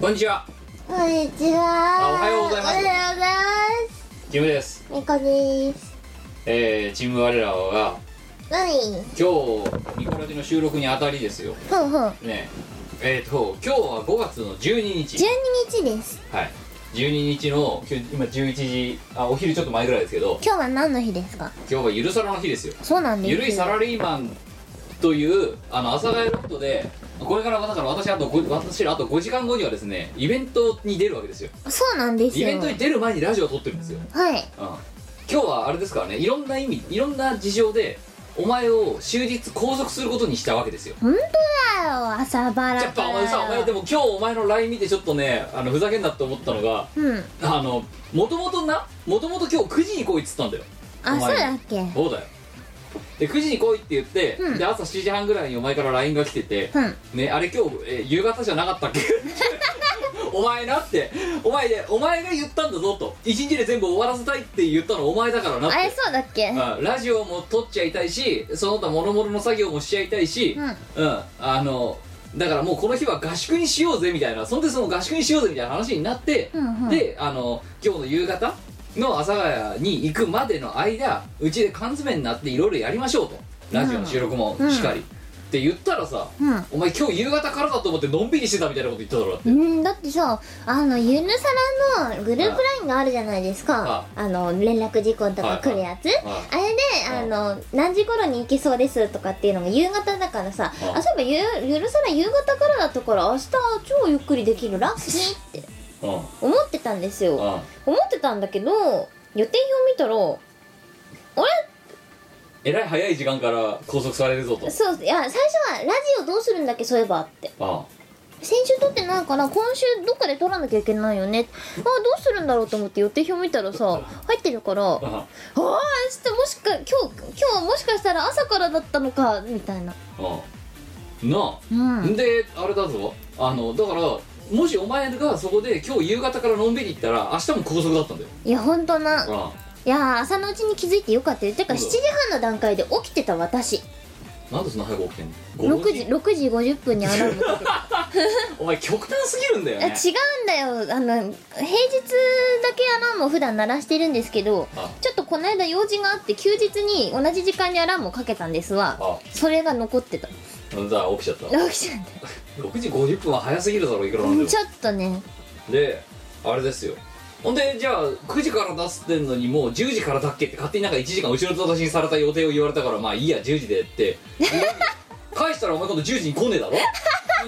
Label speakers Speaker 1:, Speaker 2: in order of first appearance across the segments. Speaker 1: こんにちは
Speaker 2: こんにち
Speaker 1: あ
Speaker 2: は。
Speaker 1: おはようございます
Speaker 2: おはようございます。
Speaker 1: ジムです、
Speaker 2: みこです。
Speaker 1: えー、チーム我らは
Speaker 2: 何？
Speaker 1: 今日ニコラジの収録にあたりですよ
Speaker 2: ほうほう。
Speaker 1: ねええー、と今日は5月の12
Speaker 2: 十
Speaker 1: 日
Speaker 2: 二日です。
Speaker 1: はい12日のきゅ今11時あお昼ちょっと前ぐらいですけど
Speaker 2: 今日は何の日ですか？
Speaker 1: 今日はゆるさらの日ですよ
Speaker 2: そうなんです。
Speaker 1: ゆるいサラリーマンというあの阿佐ヶ谷ロフトでこれからだから私あとご私らあと5時間後にはですねイベントに出るわけですよ
Speaker 2: そうなんです
Speaker 1: イ
Speaker 2: よ。
Speaker 1: ベントに出る前にラジオを撮ってるんですよ
Speaker 2: はい。
Speaker 1: うん今日はあれですからねいろんな意味いろんな事情でお前を終日拘束することにしたわけですよ
Speaker 2: 本当だよ。朝バラ
Speaker 1: やっぱお前さお前で
Speaker 2: も。
Speaker 1: も今日お前の LINE 見てちょっとねあのふざけんなって思ったのが
Speaker 2: うん。
Speaker 1: あのもともとなもともと今日9時に来いっつったんだよお
Speaker 2: あ、
Speaker 1: 前
Speaker 2: そうだっけ？
Speaker 1: そうだよで9時に来いって言って、
Speaker 2: うん
Speaker 1: で朝7時半ぐらいにお前から LINE が来てて、
Speaker 2: うん。
Speaker 1: ねあれ今日、えー夕方じゃなか ったっけお前なってお前でお前が言ったんだぞと一日で全部終わらせたいって言ったのお前だからなって
Speaker 2: あれそうだっけ？
Speaker 1: うんラジオも撮っちゃいたいしその他諸々の作業もしちゃいたいし、うんあのだからもうこの日は合宿にしようぜみたいなそんでその合宿にしようぜみたいな話になって、
Speaker 2: うんうん
Speaker 1: であの今日の夕方の阿佐ヶ谷に行くまでの間うちで缶詰になっていろいろやりましょうとラジオの収録もしっかり、って言ったらさ、
Speaker 2: うん
Speaker 1: お前今日夕方からだと思ってのんびりしてたみたいなこと言っただろ
Speaker 2: うん、だってさあのゆるさらのグループラインがあるじゃないです
Speaker 1: は
Speaker 2: かあの連絡事項とか来るやつ
Speaker 1: はい
Speaker 2: あれであの何時頃に行けそうですとかっていうのが夕方だからさ
Speaker 1: は
Speaker 2: あそういえばゆゆるさら夕方からだったから明日超ゆっくりできるラッキーって
Speaker 1: うんうん
Speaker 2: 思ってたんですよ思ってたんだけど予定表見たらあ
Speaker 1: えらい早い時間から拘束されるぞと
Speaker 2: れそういや最初はラジオどうするんだっけそういえばって
Speaker 1: あ
Speaker 2: 先週撮ってないから今週どっかで撮らなきゃいけないよねあどうするんだろうと思って予定表見たらさ入ってるからあ
Speaker 1: あ
Speaker 2: あ明日もしか今日今日もしかしたら朝からだったのかみたいな
Speaker 1: うんなあ、
Speaker 2: うん
Speaker 1: であれだぞあのだからもしお前がそこで今日夕方からのんびり行ったら明日も拘束だったんだよ、
Speaker 2: いやほんとな
Speaker 1: うん
Speaker 2: いやー朝のうちに気づいてよかったよてか
Speaker 1: う
Speaker 2: 7
Speaker 1: ん
Speaker 2: 時半の段階で起きてた私
Speaker 1: なんでそんな早く起きてんの
Speaker 2: 6
Speaker 1: 5
Speaker 2: 時6時50分にアラームかけて
Speaker 1: お前極端すぎるんだよ
Speaker 2: いや
Speaker 1: ね
Speaker 2: 違うんだよあの平日だけアラームを普段鳴らしてるんですけど
Speaker 1: あ
Speaker 2: ちょっとこの間用事があって休日に同じ時間にアラームをかけたんですわ
Speaker 1: あ
Speaker 2: それが残って た
Speaker 1: なんだ起きちゃった
Speaker 2: 起きちゃっ
Speaker 1: 6時50分は早すぎるだろいくらなんで
Speaker 2: た
Speaker 1: も
Speaker 2: ちょっとね
Speaker 1: であれですよほんでじゃあ9時から出すってんのにもう10時からだっけって勝手になんか1時間後ろ倒しにされた予定を言われたからまあいいや10時でって 返したらお前今度10時に来ねえだろ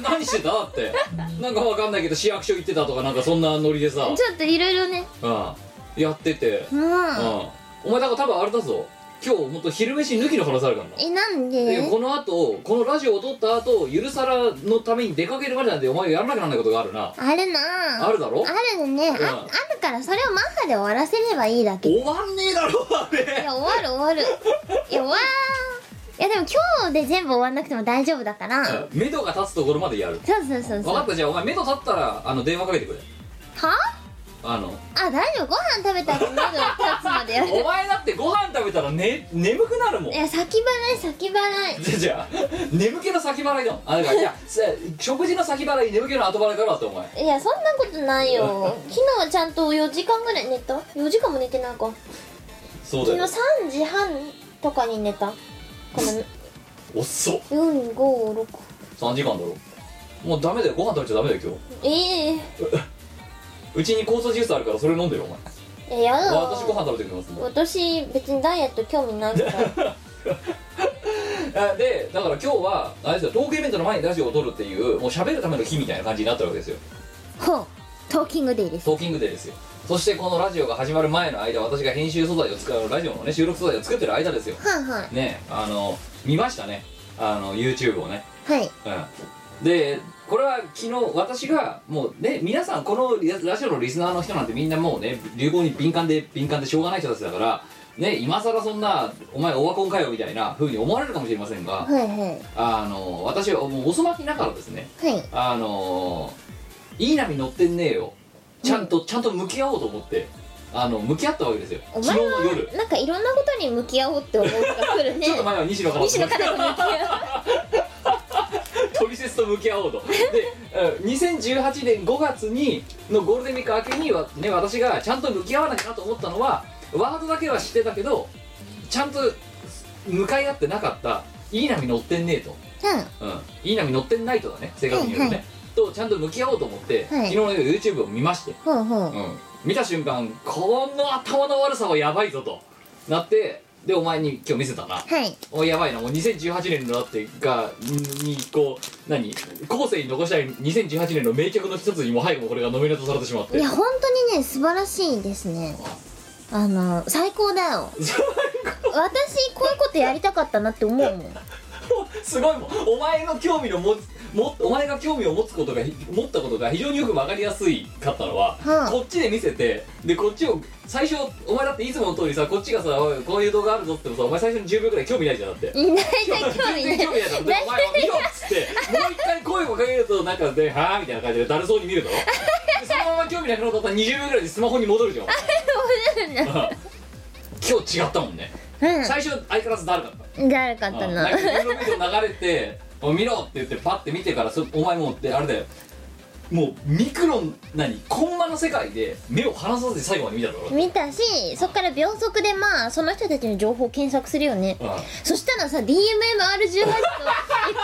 Speaker 1: 何してたってなんかわかんないけど市役所行ってたとかなんかそんなノリでさ、
Speaker 2: ちょっといろいろね
Speaker 1: うん、やってて、
Speaker 2: うん
Speaker 1: うん、お前だから多分あれだぞ今日本当昼飯抜きの話されるからな
Speaker 2: えなん
Speaker 1: で
Speaker 2: で
Speaker 1: この後このラジオを撮った後ゆるさらのために出かけるまでなんでお前やらなきゃなんないことがあるな
Speaker 2: あるな
Speaker 1: あるだろ
Speaker 2: あるねあ
Speaker 1: うん
Speaker 2: あるからそれをマッハで終わらせればいいだけい
Speaker 1: 終わんねえだろあれ
Speaker 2: や終わる 終わるいや終わーいやでも今日で全部終わんなくても大丈夫だからそう
Speaker 1: 目処が立つところまでやる
Speaker 2: そうそう
Speaker 1: 分
Speaker 2: そう
Speaker 1: かっ
Speaker 2: は
Speaker 1: たじゃあお前目処立ったらあの電話かけてくれあの
Speaker 2: あ大丈夫ご飯食べた後に喉が立つまでやる
Speaker 1: お前だってご飯食べたら、ね、眠くなるもん
Speaker 2: いや先払い先払い
Speaker 1: じゃあじゃあ眠気の先払いだもんあだからいやさ食事の先払い眠気の後払いからだってお前
Speaker 2: いやそんなことないよ昨日はちゃんと4時間ぐらい寝た4時間も寝てないか
Speaker 1: そう
Speaker 2: 昨
Speaker 1: だ
Speaker 2: 日
Speaker 1: よ
Speaker 2: 3時半とかに寝たこの
Speaker 1: 遅っ
Speaker 2: 456
Speaker 1: 3時間だろもうダメだよご飯食べちゃダメだよ今日
Speaker 2: ええ
Speaker 1: うちに酵素ジュースあるからそれ飲んでよお前
Speaker 2: えやだ
Speaker 1: 私ご飯食べてきますもん
Speaker 2: 私別にダイエット興味ないから
Speaker 1: あでだから今日はあれですよトークイベントの前にラジオを撮るっていうもう喋るための日みたいな感じになったわけですよ
Speaker 2: ほうトーキングデイです
Speaker 1: トーキングデーですよそしてこのラジオが始まる前の間私が編集素材を使うラジオのね収録素材を作ってる間ですよ
Speaker 2: はいはい
Speaker 1: ねあの見ましたねあの YouTube をね
Speaker 2: はい
Speaker 1: うんでこれは昨日私がもうね皆さんこのリラジオのリスナーの人なんてみんなもうね流行に敏感で敏感でしょうがない人たちだからね今更そんなお前オワコンかよみたいな風に思われるかもしれませんが
Speaker 2: はいはい
Speaker 1: あの私はもう遅まきながらですね
Speaker 2: はい
Speaker 1: あのー、いい波乗ってんねえよちゃんと、ちゃんと向き合おうと思ってあの向き合ったわけですよ
Speaker 2: お
Speaker 1: 昨日
Speaker 2: 前
Speaker 1: の夜
Speaker 2: はなんかいろんなことに向き合おうって思うとか来るね
Speaker 1: ちょっと前は西野から
Speaker 2: 西野カナと向き合う
Speaker 1: 研リセツと向き合おうとでうん2018年5月にのゴールデンウィーク明けには、ね、私がちゃんと向き合わなきゃなと思ったのはワードだけは知ってたけどちゃんと向かい合ってなかったいい波乗ってんねえと、 うん、いい波乗ってんないとだね正確に言うとね、とちゃんと向き合おうと思って、
Speaker 2: は
Speaker 1: 昨
Speaker 2: い
Speaker 1: 日の夜 YouTube を見まして、
Speaker 2: うんほうほう
Speaker 1: うん、見た瞬間この頭の悪さはやばいぞとなってでお前に今日見せたな
Speaker 2: はい
Speaker 1: おやばいなもう2018年のだってがんにこう何後世に残したい2018年の名曲の一つにも早くもこれがノミネートされてしまっ
Speaker 2: い
Speaker 1: て
Speaker 2: や本当にね素晴らしいですねあの最高だよ私こういうことやりたかったなって思うもん
Speaker 1: すごいもんお前の興味の持つもお前が興味を持つことが持ったことが非常によく分かりやすいかったのは、
Speaker 2: うん
Speaker 1: こっちで見せてでこっちを最初お前だっていつもの通りさこっちがさおいこういう動画あるぞってもさお前最初に10秒くらい興味ないじゃんだって
Speaker 2: いない
Speaker 1: 全
Speaker 2: ない興味ない
Speaker 1: 然興味ないだろでお前は見ろっつってもう一回声をかけるとなんかで「はあ」みたいな感じでだるそうに見るだろでそのまま興味なくなったら20秒ぐらいでスマホに戻るじゃん今日違ったもんね
Speaker 2: う
Speaker 1: 最初相変わらずだるかった
Speaker 2: んだるかった
Speaker 1: な
Speaker 2: なん
Speaker 1: かいろいろ流れて「お見ろ」って言ってパッて見てからそお前もうってあれだよもうミクロン何コンマの世界で目を離さずに最後まで見ただろうん
Speaker 2: 見たしそっから秒速でまあその人たちの情報を検索するよねそしたらさ DMMR18 と X ビ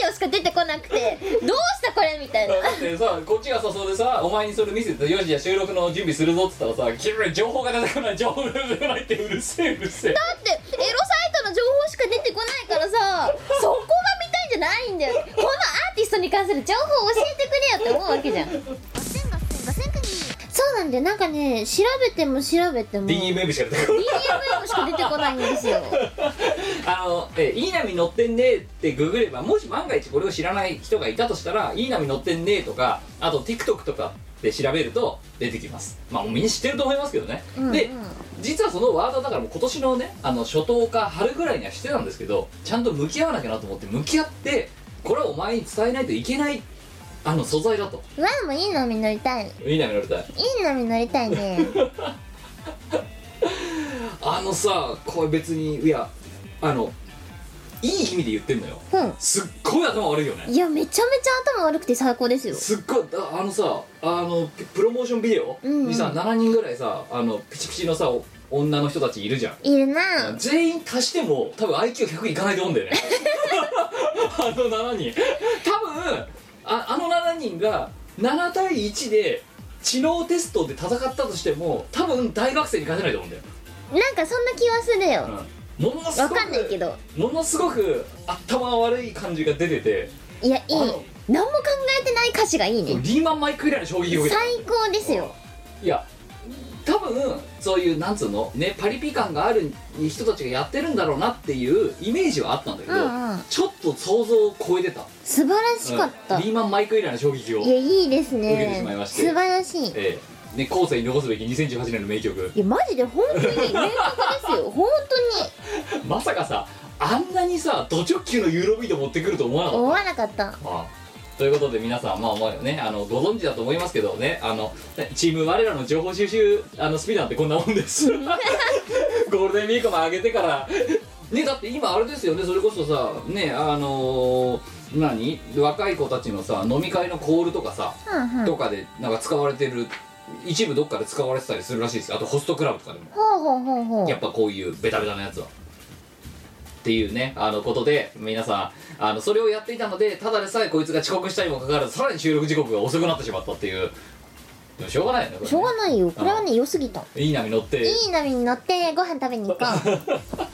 Speaker 2: デオしか出てこなくてどうしたこれみたいな
Speaker 1: だってさこっちがさそれでさお前にそれ見せて「よしじゃあ収録の準備するぞ」っつったらさ「君情報が出てこない情報が出てこない」ってうるせえうるせえ
Speaker 2: だってエロサイトの情報しか出てこないからさそこが見たいんじゃないんだよこのアーティストに関する情報を教えてくれよって思うわけじゃんそうなんだよなんかね調べても調べても DMM
Speaker 1: DMM しか出てこない
Speaker 2: しか出てこないんですよ
Speaker 1: あのえ「いい波乗ってんね」ってググればもし万が一これを知らない人がいたとしたら「いい波乗ってんね」とかあと TikTok とかで調べると出てきますまあもうみんな知ってると思いますけどね、
Speaker 2: うんうん
Speaker 1: で実はそのワードだからもう今年のねあの初頭か春ぐらいにはしてたんですけどちゃんと向き合わなきゃなと思って向き合ってこれはお前に伝えないといけないあの素材だと
Speaker 2: わあもういい波乗りたいい
Speaker 1: いい波乗りたい
Speaker 2: い波乗りたいね
Speaker 1: あのさこれ別にいやあのいい意味で言ってんのよ
Speaker 2: うん
Speaker 1: すっごい頭悪いよね
Speaker 2: いやめちゃめちゃ頭悪くて最高ですよ
Speaker 1: すっごいああのさあのププロモーションビデオ
Speaker 2: うんうん
Speaker 1: にさ、7人ぐらいさあのピチピチのさお女の人たちいるじゃん
Speaker 2: いるな
Speaker 1: 全員足しても多分 IQ100 いかないと思うんだよね あの7人多分ああの7人が7対1で知能テストで戦ったとしても多分大学生に勝てないと思うんだよ、
Speaker 2: なんかそんな気はするよ
Speaker 1: うん、ものす
Speaker 2: わ
Speaker 1: ごく
Speaker 2: かんないけど
Speaker 1: ものすごく頭悪い感じが出てて
Speaker 2: いやいい
Speaker 1: あの
Speaker 2: 何も考えてない歌詞がいいね
Speaker 1: リーマンマイク以来の衝撃を受けた
Speaker 2: 最高ですよ
Speaker 1: いや多分そういうなんつうのねパリピ感がある人たちがやってるんだろうなっていうイメージはあったんだけ
Speaker 2: う
Speaker 1: ど、
Speaker 2: んうん
Speaker 1: ちょっと想像を超えてた
Speaker 2: 素晴らしかった
Speaker 1: うんリ
Speaker 2: い
Speaker 1: ーマンマイク以来の衝撃を
Speaker 2: や、いいです
Speaker 1: 受けてしまい
Speaker 2: ね
Speaker 1: まして
Speaker 2: 素晴らしい
Speaker 1: ええね、後世に残すべき2018年の名曲
Speaker 2: いやマジで本当に名曲です よ本
Speaker 1: まさかさあんなにさド直球のユーロビート持ってくると思わな
Speaker 2: 当
Speaker 1: か
Speaker 2: に
Speaker 1: った
Speaker 2: 思わなかった
Speaker 1: ああということで皆さんまあまあねあのご存知だと思いますけどねあのねチーム我らの情報収集あのスピードなんてこんなもんです ゴールデンウィークも上げてからねだって今あれですよねそれこそさねあのー何若い子たちのさ飲み会のコールとかさ、
Speaker 2: うんうん
Speaker 1: とかでなんか使われてる一部どっかで使われてたりするらしいですよあとホストクラブとかでも
Speaker 2: ほうほうほうほう
Speaker 1: やっぱこういうベタベタなやつはっていうねあのことで皆さんあのそれをやっていたのでただでさえこいつが遅刻したにもかかわらずさらに収録時刻が遅くなってしまったっていうでもしょうがないよねこれね
Speaker 2: しょうがないよこれはね良すぎた
Speaker 1: いい波乗って
Speaker 2: いい波に乗ってご飯食べに行こう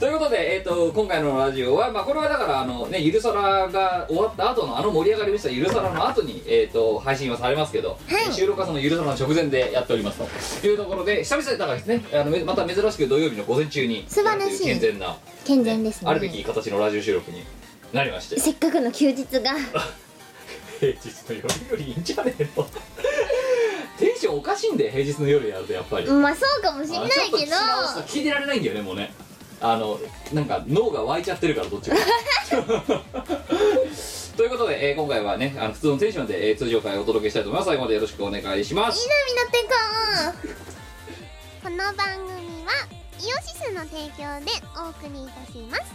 Speaker 1: ということで、えー、と今回のラジオは、まあ、これはだからあの、ね、ゆるそらが終わった後のあの盛り上がりをしたゆるそらの後に、えー、と配信はされますけど、
Speaker 2: はい
Speaker 1: 収録はそのゆるそらの直前でやっておりますというところで久々にだからですねあのめまた珍しく土曜日の午前中に
Speaker 2: 素晴らしい
Speaker 1: やるとう健全な
Speaker 2: 健全ですね
Speaker 1: あるべき形のラジオ収録になりまして
Speaker 2: せっかくの休日が
Speaker 1: 平日の夜よりいいんじゃねえの テンションおかしいんで平日の夜やるとやっぱり
Speaker 2: まあそうかもしんない
Speaker 1: あのちょっと
Speaker 2: け
Speaker 1: 聞き
Speaker 2: ど
Speaker 1: 直すと聞いてられないんだよねもうねあのなんか脳が湧いちゃってるから どっちかということで、えー今回はねあの普通のテンションで、えー通常回をお届けしたいと思います最後までよろしくお願いしま
Speaker 2: いい波
Speaker 1: す
Speaker 2: 乗ってこうこの番組はイオシスの提供でお送りいたします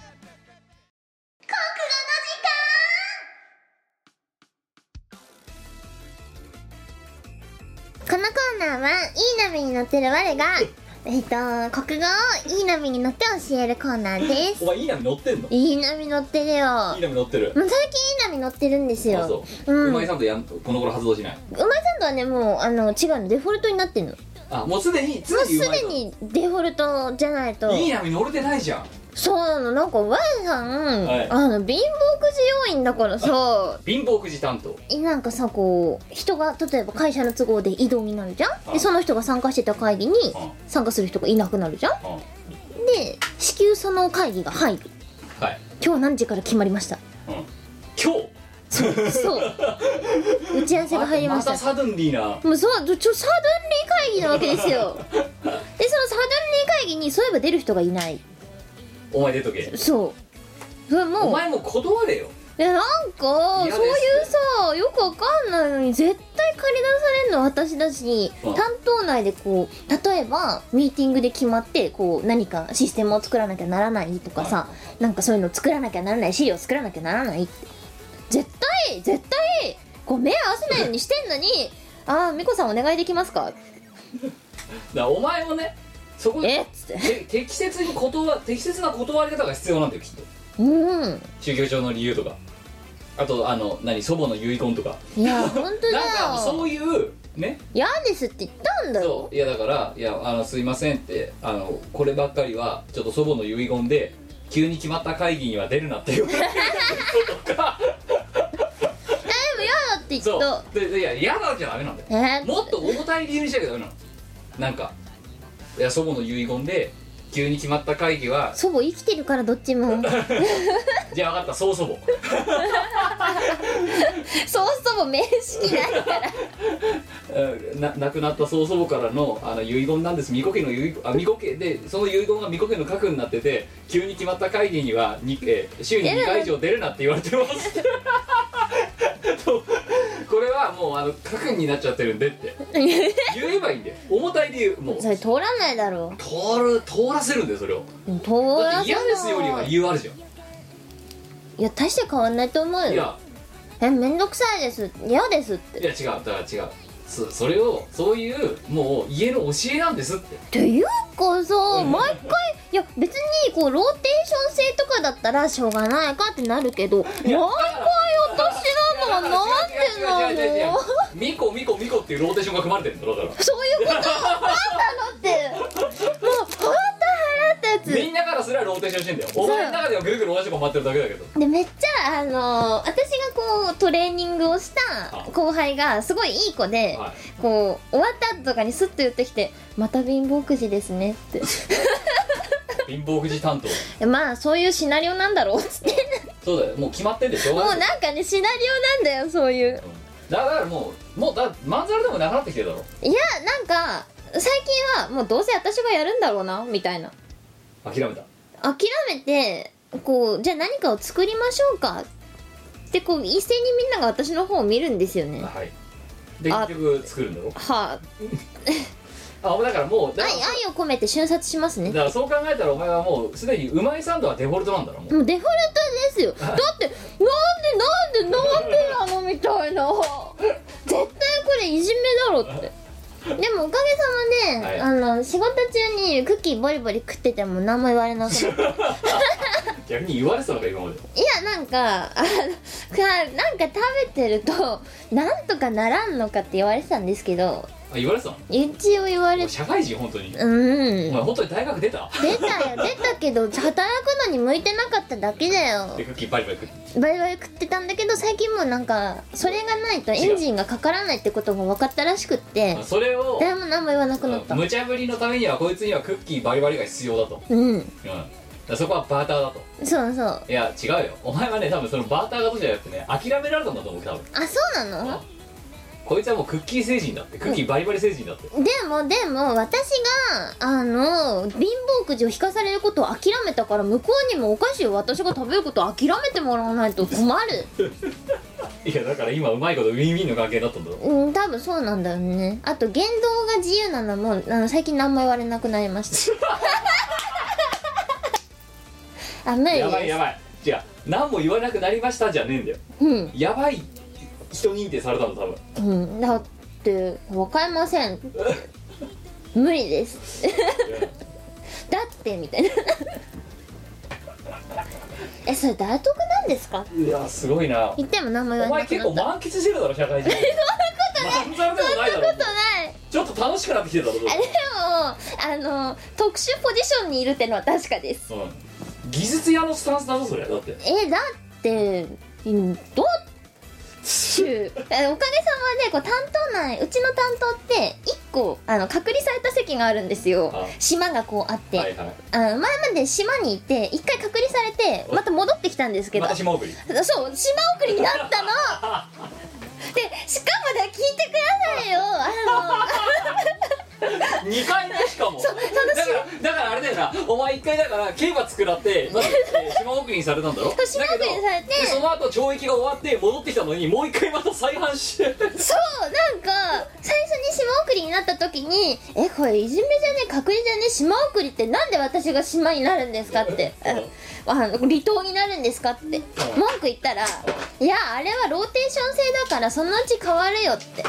Speaker 2: このコーナーはいい波に乗ってる我が、えっと、国語をいい波に乗って教えるコーナーです
Speaker 1: お。前いい波乗ってんのい
Speaker 2: いい波乗ってるよ。もう
Speaker 1: い波乗ってる
Speaker 2: 最近いい波乗ってるんです
Speaker 1: あ
Speaker 2: よ
Speaker 1: そ。う、
Speaker 2: うん。う
Speaker 1: ま
Speaker 2: まい
Speaker 1: い
Speaker 2: さ
Speaker 1: さんとやんとこの頃発動しない
Speaker 2: んとはね、もう、あの、違うの、デフォルトになってんの。も
Speaker 1: あもうすでに常
Speaker 2: う
Speaker 1: に
Speaker 2: す
Speaker 1: うまい
Speaker 2: で
Speaker 1: さん
Speaker 2: にデフォルトじゃないと。
Speaker 1: いい波乗れてないじゃん
Speaker 2: そうなの、なんか、ワイさん、
Speaker 1: はい
Speaker 2: あの、貧乏くじ要員だからさ、
Speaker 1: 貧乏くじ担当
Speaker 2: えなんかさこう人が例えば会社の都合で異動になるじゃん
Speaker 1: う
Speaker 2: で
Speaker 1: ん
Speaker 2: その人が参加してた会議に
Speaker 1: ん
Speaker 2: 参加する人がいなくなるじゃん
Speaker 1: うん
Speaker 2: で至急その会議が入る
Speaker 1: はい、
Speaker 2: 今日何時から決まりました
Speaker 1: うん、今日
Speaker 2: そう打ち合わせが入りま
Speaker 1: ま
Speaker 2: した
Speaker 1: たサドンディーな
Speaker 2: もうそうちょサドンリー会議なわけですよでそのサドンリー会議にそういえば出る人がいない
Speaker 1: お前出とけ
Speaker 2: そうそれもう
Speaker 1: お前も断れよ
Speaker 2: いやなんかそうい
Speaker 1: 嫌
Speaker 2: う
Speaker 1: です
Speaker 2: さよくわかんないのに絶対借り出されるの私だし
Speaker 1: うん
Speaker 2: 担当内でこう例えばミーティングで決まってこう何かシステムを作らなきゃならないとかさなんかそういうの作らなきゃならない資料作らなきゃならないって絶対絶対こう目合わせないようにしてんのにああ美子さんお願いできますか
Speaker 1: だからお前もねそこ
Speaker 2: えっつって
Speaker 1: て適切に断適切な断り方が必要なんだよきっと
Speaker 2: うん
Speaker 1: 宗教上の理由とかあとあの何祖母の遺言とか
Speaker 2: いや本当だ
Speaker 1: なんかそ
Speaker 2: よ
Speaker 1: ういうね
Speaker 2: 嫌ですって言ったんだよ
Speaker 1: そういやだから「いやあのすいません」ってあの「こればっかりはちょっと祖母の遺言で急に決まった会議には出るな」 って言われることか
Speaker 2: えでも嫌だって言
Speaker 1: そ
Speaker 2: った
Speaker 1: うででいや嫌だじゃダメなんだよ
Speaker 2: えー
Speaker 1: もっと重たい理由にしなきゃダメなのなんかいや祖母の遺言で急に決まった会議は
Speaker 2: 祖母生きてるからどっちも
Speaker 1: じゃあ分かった曽祖母
Speaker 2: そう祖母面識ないから
Speaker 1: うんな亡くなった曽祖母からのあの遺言なんです巫女家の遺言あ巫女家でその遺言が巫女家の核になってて急に決まった会議にはに、えー週に2回以上出るなって言われてます とこれはもうあの核になっちゃってるんでって言えばいいんだよ重たい理由もう
Speaker 2: それ通らないだろ
Speaker 1: 通る通らせるんだよそれを
Speaker 2: うでも通
Speaker 1: だ
Speaker 2: ら
Speaker 1: って嫌ですよりは理
Speaker 2: い
Speaker 1: 由あるじゃん
Speaker 2: や大して変わんないと思う
Speaker 1: い
Speaker 2: よ
Speaker 1: や
Speaker 2: えめんどくさいです嫌ですっ
Speaker 1: い
Speaker 2: て
Speaker 1: や違うだから違うそそれをそういうもう家の教えなんですって
Speaker 2: というかさ
Speaker 1: ん
Speaker 2: 毎回いや別にこうローテーション制とかだったらしょうがないかってなるけど毎回私なのなんでなの
Speaker 1: ミコミコミコっていうローテーションが組まれてるんだろだから
Speaker 2: そういうことなんなのってもうほんと腹立つ
Speaker 1: みんなからすらローテーションしてんだよお前の中ではぐるぐる同じとこ回ってるだけだけど
Speaker 2: でめっちゃあのー私がこうトレーニングをした
Speaker 1: はい
Speaker 2: 後輩がすごいいい子で、
Speaker 1: はい
Speaker 2: こう終わった後とかにスッと言ってきて「また貧乏くじですね」って
Speaker 1: 貧乏くじ担当
Speaker 2: 「まあそういうシナリオなんだろう」っつって
Speaker 1: そうだよもう決まってんでしょう
Speaker 2: も
Speaker 1: が
Speaker 2: う
Speaker 1: ない
Speaker 2: なんかねシナリオなんだよそういう
Speaker 1: だからもうもうだまんざらでもなくなってきてるだろ
Speaker 2: いやなんか最近はもうどうせ私がやるんだろうなみたいな
Speaker 1: 諦めた
Speaker 2: 諦めてこうじゃあ何かを作りましょうかってこう一斉にみんなが私の方を見るんですよねは
Speaker 1: はいで
Speaker 2: あ
Speaker 1: 結局作るんだろ
Speaker 2: あ
Speaker 1: あお前だからもうだか
Speaker 2: 愛
Speaker 1: ら
Speaker 2: 愛を込めて瞬殺しますね
Speaker 1: だからそう考えたらお前はもうすでにうまいサンドはデフォルトなんだろもう
Speaker 2: もうデフォルトですよだってなんでなんでなんでなのみたいな絶対これいじめだろってでもおかげさまで、
Speaker 1: はい
Speaker 2: あの仕事中にクッキーボリボリ食ってても何も言われなくてい や
Speaker 1: 逆に言われてたのか今まで
Speaker 2: なんかあのかなんか食べてるとなんとかならんのかって言われてたんですけど
Speaker 1: あ言われてたの
Speaker 2: 一応言わ
Speaker 1: お前
Speaker 2: れ
Speaker 1: 社会人本当に、
Speaker 2: うん
Speaker 1: お前本当に大学出た
Speaker 2: 出たよ出たけど働くのに向いてなかっただけだよ
Speaker 1: でクッキーバリバリ食って
Speaker 2: バイバイ食ってたんだけど最近もうなんかそれがないとエンジンがかからないってことが分かったらしくって
Speaker 1: それを
Speaker 2: 誰も何も言わなくなった
Speaker 1: 無茶ぶりのためにはこいつにはクッキーバリバリが必要だと、
Speaker 2: うん
Speaker 1: うん、だからそこはバーターだと
Speaker 2: そうそうあ
Speaker 1: いや違うよお前はね多分そのバーターがどうじゃなくてね諦められたんだと思う多分
Speaker 2: そうなの
Speaker 1: こいつはもうクッキー成人だってクッキーバリバリ成人だって、
Speaker 2: でもでも私があの貧乏くじを引かされることを諦めたから向こうにもお菓子を私が食べることを諦めてもらわないと困る
Speaker 1: いやだから今うまいことウィンウィンの関係だったんだろ
Speaker 2: うん多分そうなんだよねあと言動が自由なのもあの最近何も言われなくなりました あ無理です
Speaker 1: やばいやばい違う何も言わなくなりましたじゃねえんだよ
Speaker 2: うん
Speaker 1: やばい人認定されたの 多分
Speaker 2: うんだってわかりません無理ですだってみたいな えそれ大得なんですか
Speaker 1: いやすごいな
Speaker 2: 言っても何も言
Speaker 1: お
Speaker 2: わ
Speaker 1: 前
Speaker 2: なく
Speaker 1: 結
Speaker 2: な
Speaker 1: 構
Speaker 2: った
Speaker 1: 満喫してるだろ社会人そんなことないでもないだろ
Speaker 2: ことない
Speaker 1: ちょっと楽しくなってきてるだろどうせ
Speaker 2: あでもあの特殊ポジションにいるってのは確かです
Speaker 1: うん技術屋のスタンスだぞそれだって
Speaker 2: えだってうんどうしゅうえおかげさまでこう担当内うちの担当って1個あの隔離された席があるんですよ
Speaker 1: あ
Speaker 2: 島がこうあって、
Speaker 1: はいは
Speaker 2: あの前まで島にいて1回隔離されてまた戻ってきたんです
Speaker 1: い
Speaker 2: けど
Speaker 1: 私も送り
Speaker 2: そう島送りにな ったのでしかもね聞いてくださいよあの
Speaker 1: 2回目しかも
Speaker 2: そう楽しい
Speaker 1: だからだからあれだよなお前1回だから刑罰食らってまずえー島送りにされたんだろ
Speaker 2: そう島送りにされて
Speaker 1: だけどでその後懲役が終わって戻ってきたのにもう1回また再犯して
Speaker 2: そうなんか最初に島送りになった時に「えこれいじめじゃねえ隔離じゃねえ島送りってなんで私が島になるんですか?」って「うんあの離島になるんですか?」って文句言ったら「いやあれはローテーション制だからそのうち変わるよ」って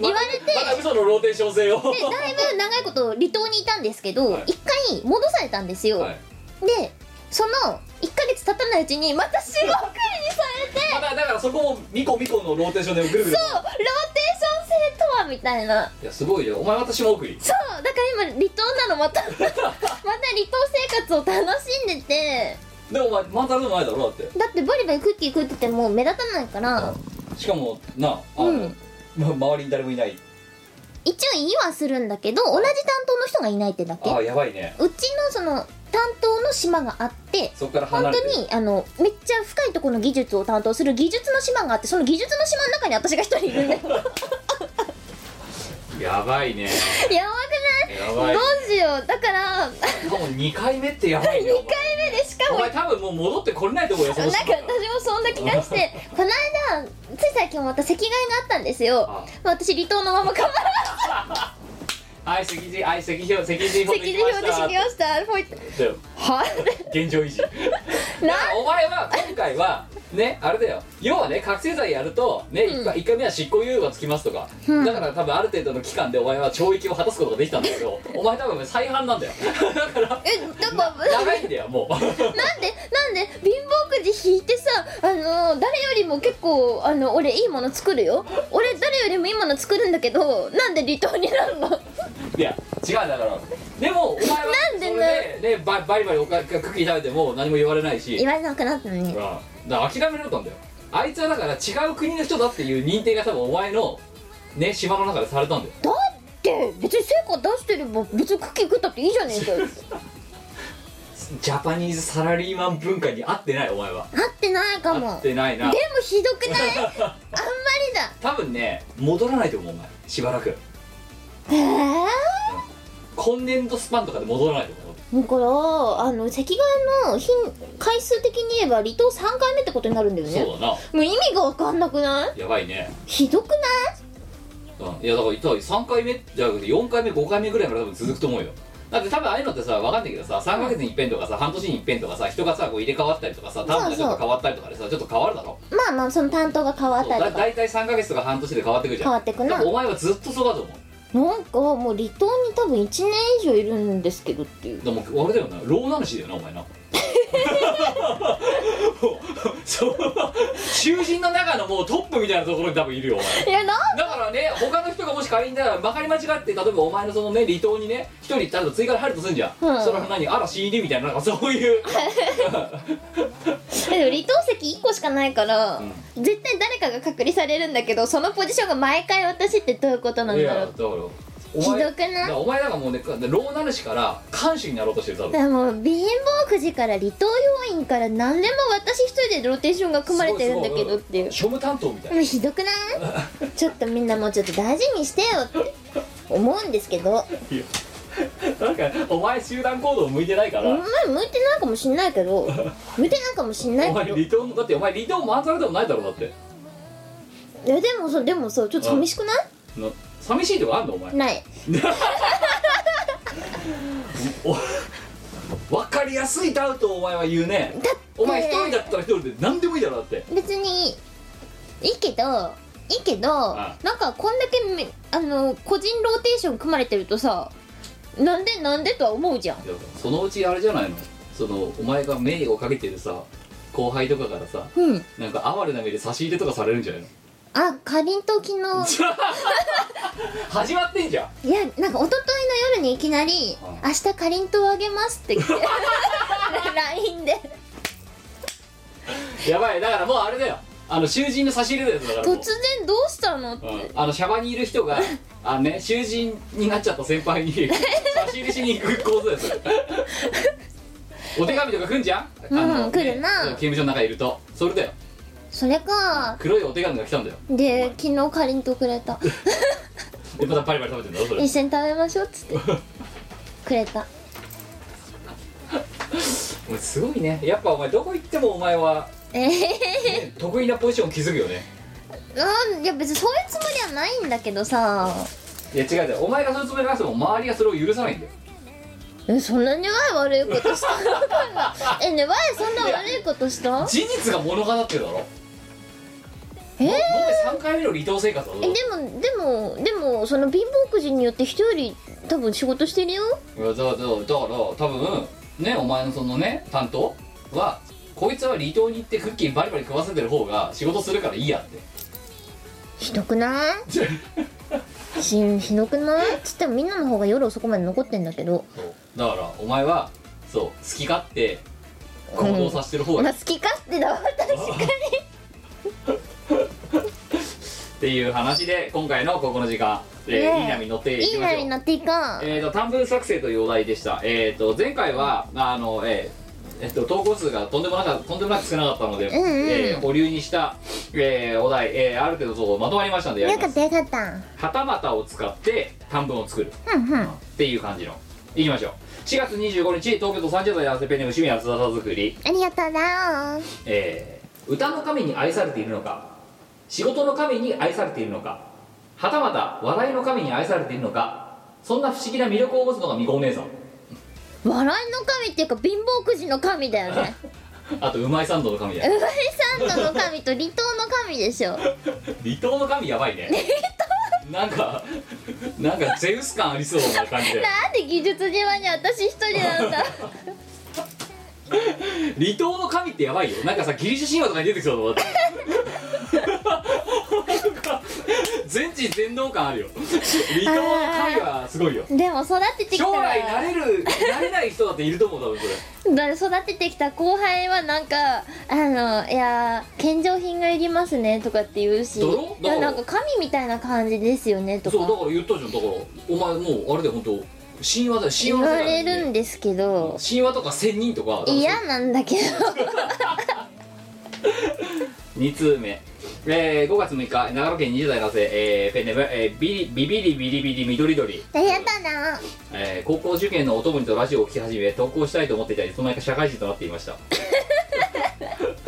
Speaker 2: 言われて
Speaker 1: また嘘のローテーション性を
Speaker 2: でだいぶ長いこと離島にいたんですけど、
Speaker 1: はい
Speaker 2: 一回戻されたんですよ、
Speaker 1: はい
Speaker 2: でその1ヶ月経たないうちにまた島送りにされて
Speaker 1: まだだからそこもミコミコのローテーションでぐるぐる
Speaker 2: そうローテーション制とはみたいない
Speaker 1: やすごいよお前私も送り
Speaker 2: そうだから今離島な のまたまた離島生活を楽しんでて
Speaker 1: でもお前またの前だろだって
Speaker 2: だってバリバリクッキー食ってても目立たないから
Speaker 1: しかもなあの、
Speaker 2: うん
Speaker 1: ま周りに誰もいない
Speaker 2: 一応言いはするんだけど同じ担当の人がいないってだけ
Speaker 1: ああやばいね
Speaker 2: うちのその担当の島があって
Speaker 1: そこから
Speaker 2: 本
Speaker 1: 離れて
Speaker 2: 当にあのめっちゃ深いところの技術を担当する技術の島があってその技術の島の中に私が一人いるん だよやば
Speaker 1: や
Speaker 2: く
Speaker 1: ばいね
Speaker 2: ない
Speaker 1: や
Speaker 2: ど
Speaker 1: ばいう
Speaker 2: しようだから
Speaker 1: しかも2回目ってやばいね
Speaker 2: 2回目でしか
Speaker 1: お
Speaker 2: も
Speaker 1: 前お前多分もう戻ってこれないと思うよそ
Speaker 2: なん
Speaker 1: の
Speaker 2: か
Speaker 1: 人
Speaker 2: 私もそんな気がして この間つい最近また席替えがあったんですよ
Speaker 1: あ
Speaker 2: 私離島のまま変わら
Speaker 1: はい席次はい席表席次
Speaker 2: ず
Speaker 1: 表
Speaker 2: 席
Speaker 1: で
Speaker 2: 次表で
Speaker 1: 行
Speaker 2: 知
Speaker 1: き
Speaker 2: り
Speaker 1: ま
Speaker 2: ましたポイって
Speaker 1: しただよ
Speaker 2: は
Speaker 1: 現状維持
Speaker 2: な
Speaker 1: お前は今回はねあれだよ要はね覚醒剤やるとね、一回一回目は執行猶予がつきますとか、
Speaker 2: うん
Speaker 1: だから多分ある程度の期間でお前は懲役を果たすことができたんだけどお前多分再犯なんだよ だから
Speaker 2: えだから
Speaker 1: 長いんだよもう
Speaker 2: なんでなんで貧乏くじ引いてさあの誰よりも結構あの俺いいもの作るよ俺誰よりもいいもの作るんだけどなんで離島になるの
Speaker 1: いや違うんだからでもお前は
Speaker 2: なん
Speaker 1: そ
Speaker 2: で
Speaker 1: れ
Speaker 2: ね
Speaker 1: でねババリバリおかクッキー食べても何も言われないし
Speaker 2: 言われなくなったのに
Speaker 1: うんだから諦められたんだよあいつはだから違う国の人だっていう認定が多分お前のね島の中でされたんだよ
Speaker 2: だって別に成果出してれば別にクッキー食ったっていいじゃねえか よ
Speaker 1: ジャパニーズサラリーマン文化に合ってないお前は
Speaker 2: 合ってないかも
Speaker 1: 合ってない
Speaker 2: でも
Speaker 1: な
Speaker 2: ひどくな いあんまりだ
Speaker 1: 多分ね戻らないと思うお前しばらく
Speaker 2: へえ
Speaker 1: 今年度スパンとかで戻らないと思う
Speaker 2: だからあの席替えの頻回数的に言えば離島3回目ってことになるんだよね
Speaker 1: そうだな
Speaker 2: もう意味が分かんなくない
Speaker 1: やばいね、
Speaker 2: ひどくない
Speaker 1: うん、いやだから多分3回目じゃなくて4回目5回目ぐらいまで多分続くと思うよだって多分ああいうのってさ分かんないけどさ3ヶ月に一遍とかさ半年に一遍とかさ人がさこう入れ替わったりとかさターンがちょっと変わったりとかでさちょっと変わるだろ
Speaker 2: まあまあその担当が変わっ
Speaker 1: そう
Speaker 2: たり
Speaker 1: だ
Speaker 2: とか
Speaker 1: 大体3ヶ月とか半年で変わってくるじゃん
Speaker 2: 変わってくな
Speaker 1: でもお前はずっとそうだと思う
Speaker 2: なんかもう離島に多分1年以上いるんですけどっていう
Speaker 1: でもあれだよな老男子だよなお前な そう囚人の中のもうトップみたいなところに多分いるよお前
Speaker 2: いやな
Speaker 1: だからね他の人がもし仮にだからまかり間違って例えばお前のそのね離島にね一人例えば追加で入るとすんじゃん、
Speaker 2: うん
Speaker 1: それは何あら CD みたいななんかそういう
Speaker 2: でも離島席1個しかないから、絶対誰かが隔離されるんだけどそのポジションが毎回私ってどういうこと なん
Speaker 1: い
Speaker 2: だ
Speaker 1: や
Speaker 2: ろ
Speaker 1: だ
Speaker 2: う
Speaker 1: からお
Speaker 2: ひど
Speaker 1: 前だ
Speaker 2: く
Speaker 1: か
Speaker 2: ない
Speaker 1: らお前なんかもうね老なるしから看守になろうとしてる多分
Speaker 2: でも貧乏くじから離島要員から何でも私一人でローテーションが組まれてるんだけどっていう
Speaker 1: 庶務担当みたい
Speaker 2: で
Speaker 1: な
Speaker 2: もひどく ないちょっとみんなもうちょっと大事にしてよって思うんですけど
Speaker 1: なんかお前集団行動向いてないか
Speaker 2: お
Speaker 1: ら、
Speaker 2: 前向いてないかもしんないけど向いてないかもしんな
Speaker 1: お
Speaker 2: い
Speaker 1: 前
Speaker 2: けどい
Speaker 1: 離島だってお前離島回されてもないだろだって
Speaker 2: やでもさでもさちょっと寂しくな
Speaker 1: な寂しいとこあんのお前
Speaker 2: いない
Speaker 1: お分かりやすいダウトをお前は言うね
Speaker 2: だって
Speaker 1: お前一人だったら一人で何でもいいだろだって
Speaker 2: 別にいいけどいいけど
Speaker 1: あ
Speaker 2: なんかこんだけめあの個人ローテーション組まれてるとさなんでなんでとは思うじゃん
Speaker 1: いやそのうちあれじゃないのそのお前が名誉をかけてるさ後輩とかからさ
Speaker 2: うん
Speaker 1: なんか哀れな目で差し入れとかされるんじゃ ないの
Speaker 2: あかりんと昨日
Speaker 1: 始まってんじゃん
Speaker 2: いやなんか一昨日の夜にいきなり「
Speaker 1: あ
Speaker 2: 明日かりんとうあげます」って来 て LINE で
Speaker 1: やばいだからもうあれだよあの囚人の差し入れだよだからもう
Speaker 2: 突然どうしたのって
Speaker 1: うんあのシャバにいる人があのね囚人になっちゃった先 輩に差し入れしに行く構図ですお手紙とか来んじゃん、
Speaker 2: うん
Speaker 1: あの
Speaker 2: 来るな
Speaker 1: 刑務所の中いるとそれだよ
Speaker 2: それか
Speaker 1: 黒いお手紙が来たんだよ
Speaker 2: で昨日かりんとうくれ た
Speaker 1: でまたパリパリ食べてんだろそれ
Speaker 2: 一緒に食べましょうっつってくれた
Speaker 1: お前すごいねやっぱお前どこ行ってもお前は、
Speaker 2: えー
Speaker 1: ね得意なポジションを築くよね
Speaker 2: なんいや別にそういうつもりはないんだけどさ
Speaker 1: いや違う違うお前がそういうつもりなくても周りがそれを許さないんだよ
Speaker 2: えそんなにわい悪いことしたのかな えねわいそんな悪いことした
Speaker 1: 事実が物語ってるだろ
Speaker 2: えー
Speaker 1: もう3回目の離島生活だぞ
Speaker 2: えでもでもでもその貧乏くじによって人より多分仕事してるよ
Speaker 1: いやだからだから多分ねお前のそのね担当はこいつは離島に行ってクッキーバリバリ食わせてる方が仕事するからいいや って
Speaker 2: ひどくないしひどくないつってもみんなの方が夜遅くまで残ってんだけど
Speaker 1: そうだからお前はそう好き勝手行動させてる方が
Speaker 2: ま
Speaker 1: い
Speaker 2: あ
Speaker 1: い
Speaker 2: 好き勝手だわ確か に
Speaker 1: っていう話で今回のここの時間、えー
Speaker 2: ねえ
Speaker 1: いい波に乗ってい
Speaker 2: い
Speaker 1: き
Speaker 2: い
Speaker 1: まし
Speaker 2: な
Speaker 1: ょう
Speaker 2: になっていかん
Speaker 1: えー、と短文作成というお題でした、えー、と前回はあの、えーえっと、投稿数がとんでもなかとんでもなく少なかったので、
Speaker 2: んうん
Speaker 1: えー保留にした、えーお題、えーある程度そうまとまりましたのでや
Speaker 2: よ
Speaker 1: り
Speaker 2: か
Speaker 1: ま
Speaker 2: っ
Speaker 1: す
Speaker 2: たよかった
Speaker 1: はたまたを使って短文を作るっ
Speaker 2: うんうんあ
Speaker 1: ていう感じのいきましょう4月25日東京都30代男性ペンネーム趣味はつさ作り、
Speaker 2: りがとうな
Speaker 1: えー歌の神に愛されているのか仕事の神に愛されているのかはたまた笑いの神に愛されているのかそんな不思議な魅力を持つのがみこお姉さん
Speaker 2: 笑いの神っていうか貧乏くじの神だよね
Speaker 1: あとうまいサンドの神だよ
Speaker 2: ウマイサンドの神と離島の神でしょ
Speaker 1: 離島の神やばいねなんかなんかゼウス感ありそうな感じで
Speaker 2: なんで技術島に私一人なんだ
Speaker 1: 離島の神ってやばいよなんかさギリシャ神話とかに出てきそうと思って全知全能感あるよ離島の神はすごいよ
Speaker 2: でも育ててきた
Speaker 1: 将来な
Speaker 2: ら
Speaker 1: れるなれない人だっていると思う多分それ
Speaker 2: だ育ててきた後輩はなんかあのいやー献上品がいりますねとかって言うしい
Speaker 1: だろだから
Speaker 2: やなんか神みたいな感じですよねと
Speaker 1: そうだ
Speaker 2: か
Speaker 1: から言ったじゃんだからお前もうあれで本当神話だよ神
Speaker 2: 言
Speaker 1: 話の
Speaker 2: わ
Speaker 1: 世
Speaker 2: れ
Speaker 1: 界だよ
Speaker 2: るんですけど
Speaker 1: 神話とか仙人とか
Speaker 2: 嫌なん だけど
Speaker 1: 2通目、えー、5月6日長野県20代男性、えーペンネーム、えービリビビリビリビリ緑鳥、
Speaker 2: ありがとうな
Speaker 1: えー高校受験のお供にとラジオを聞き始め投稿したいと思っていたりその間社会人となっていました
Speaker 2: と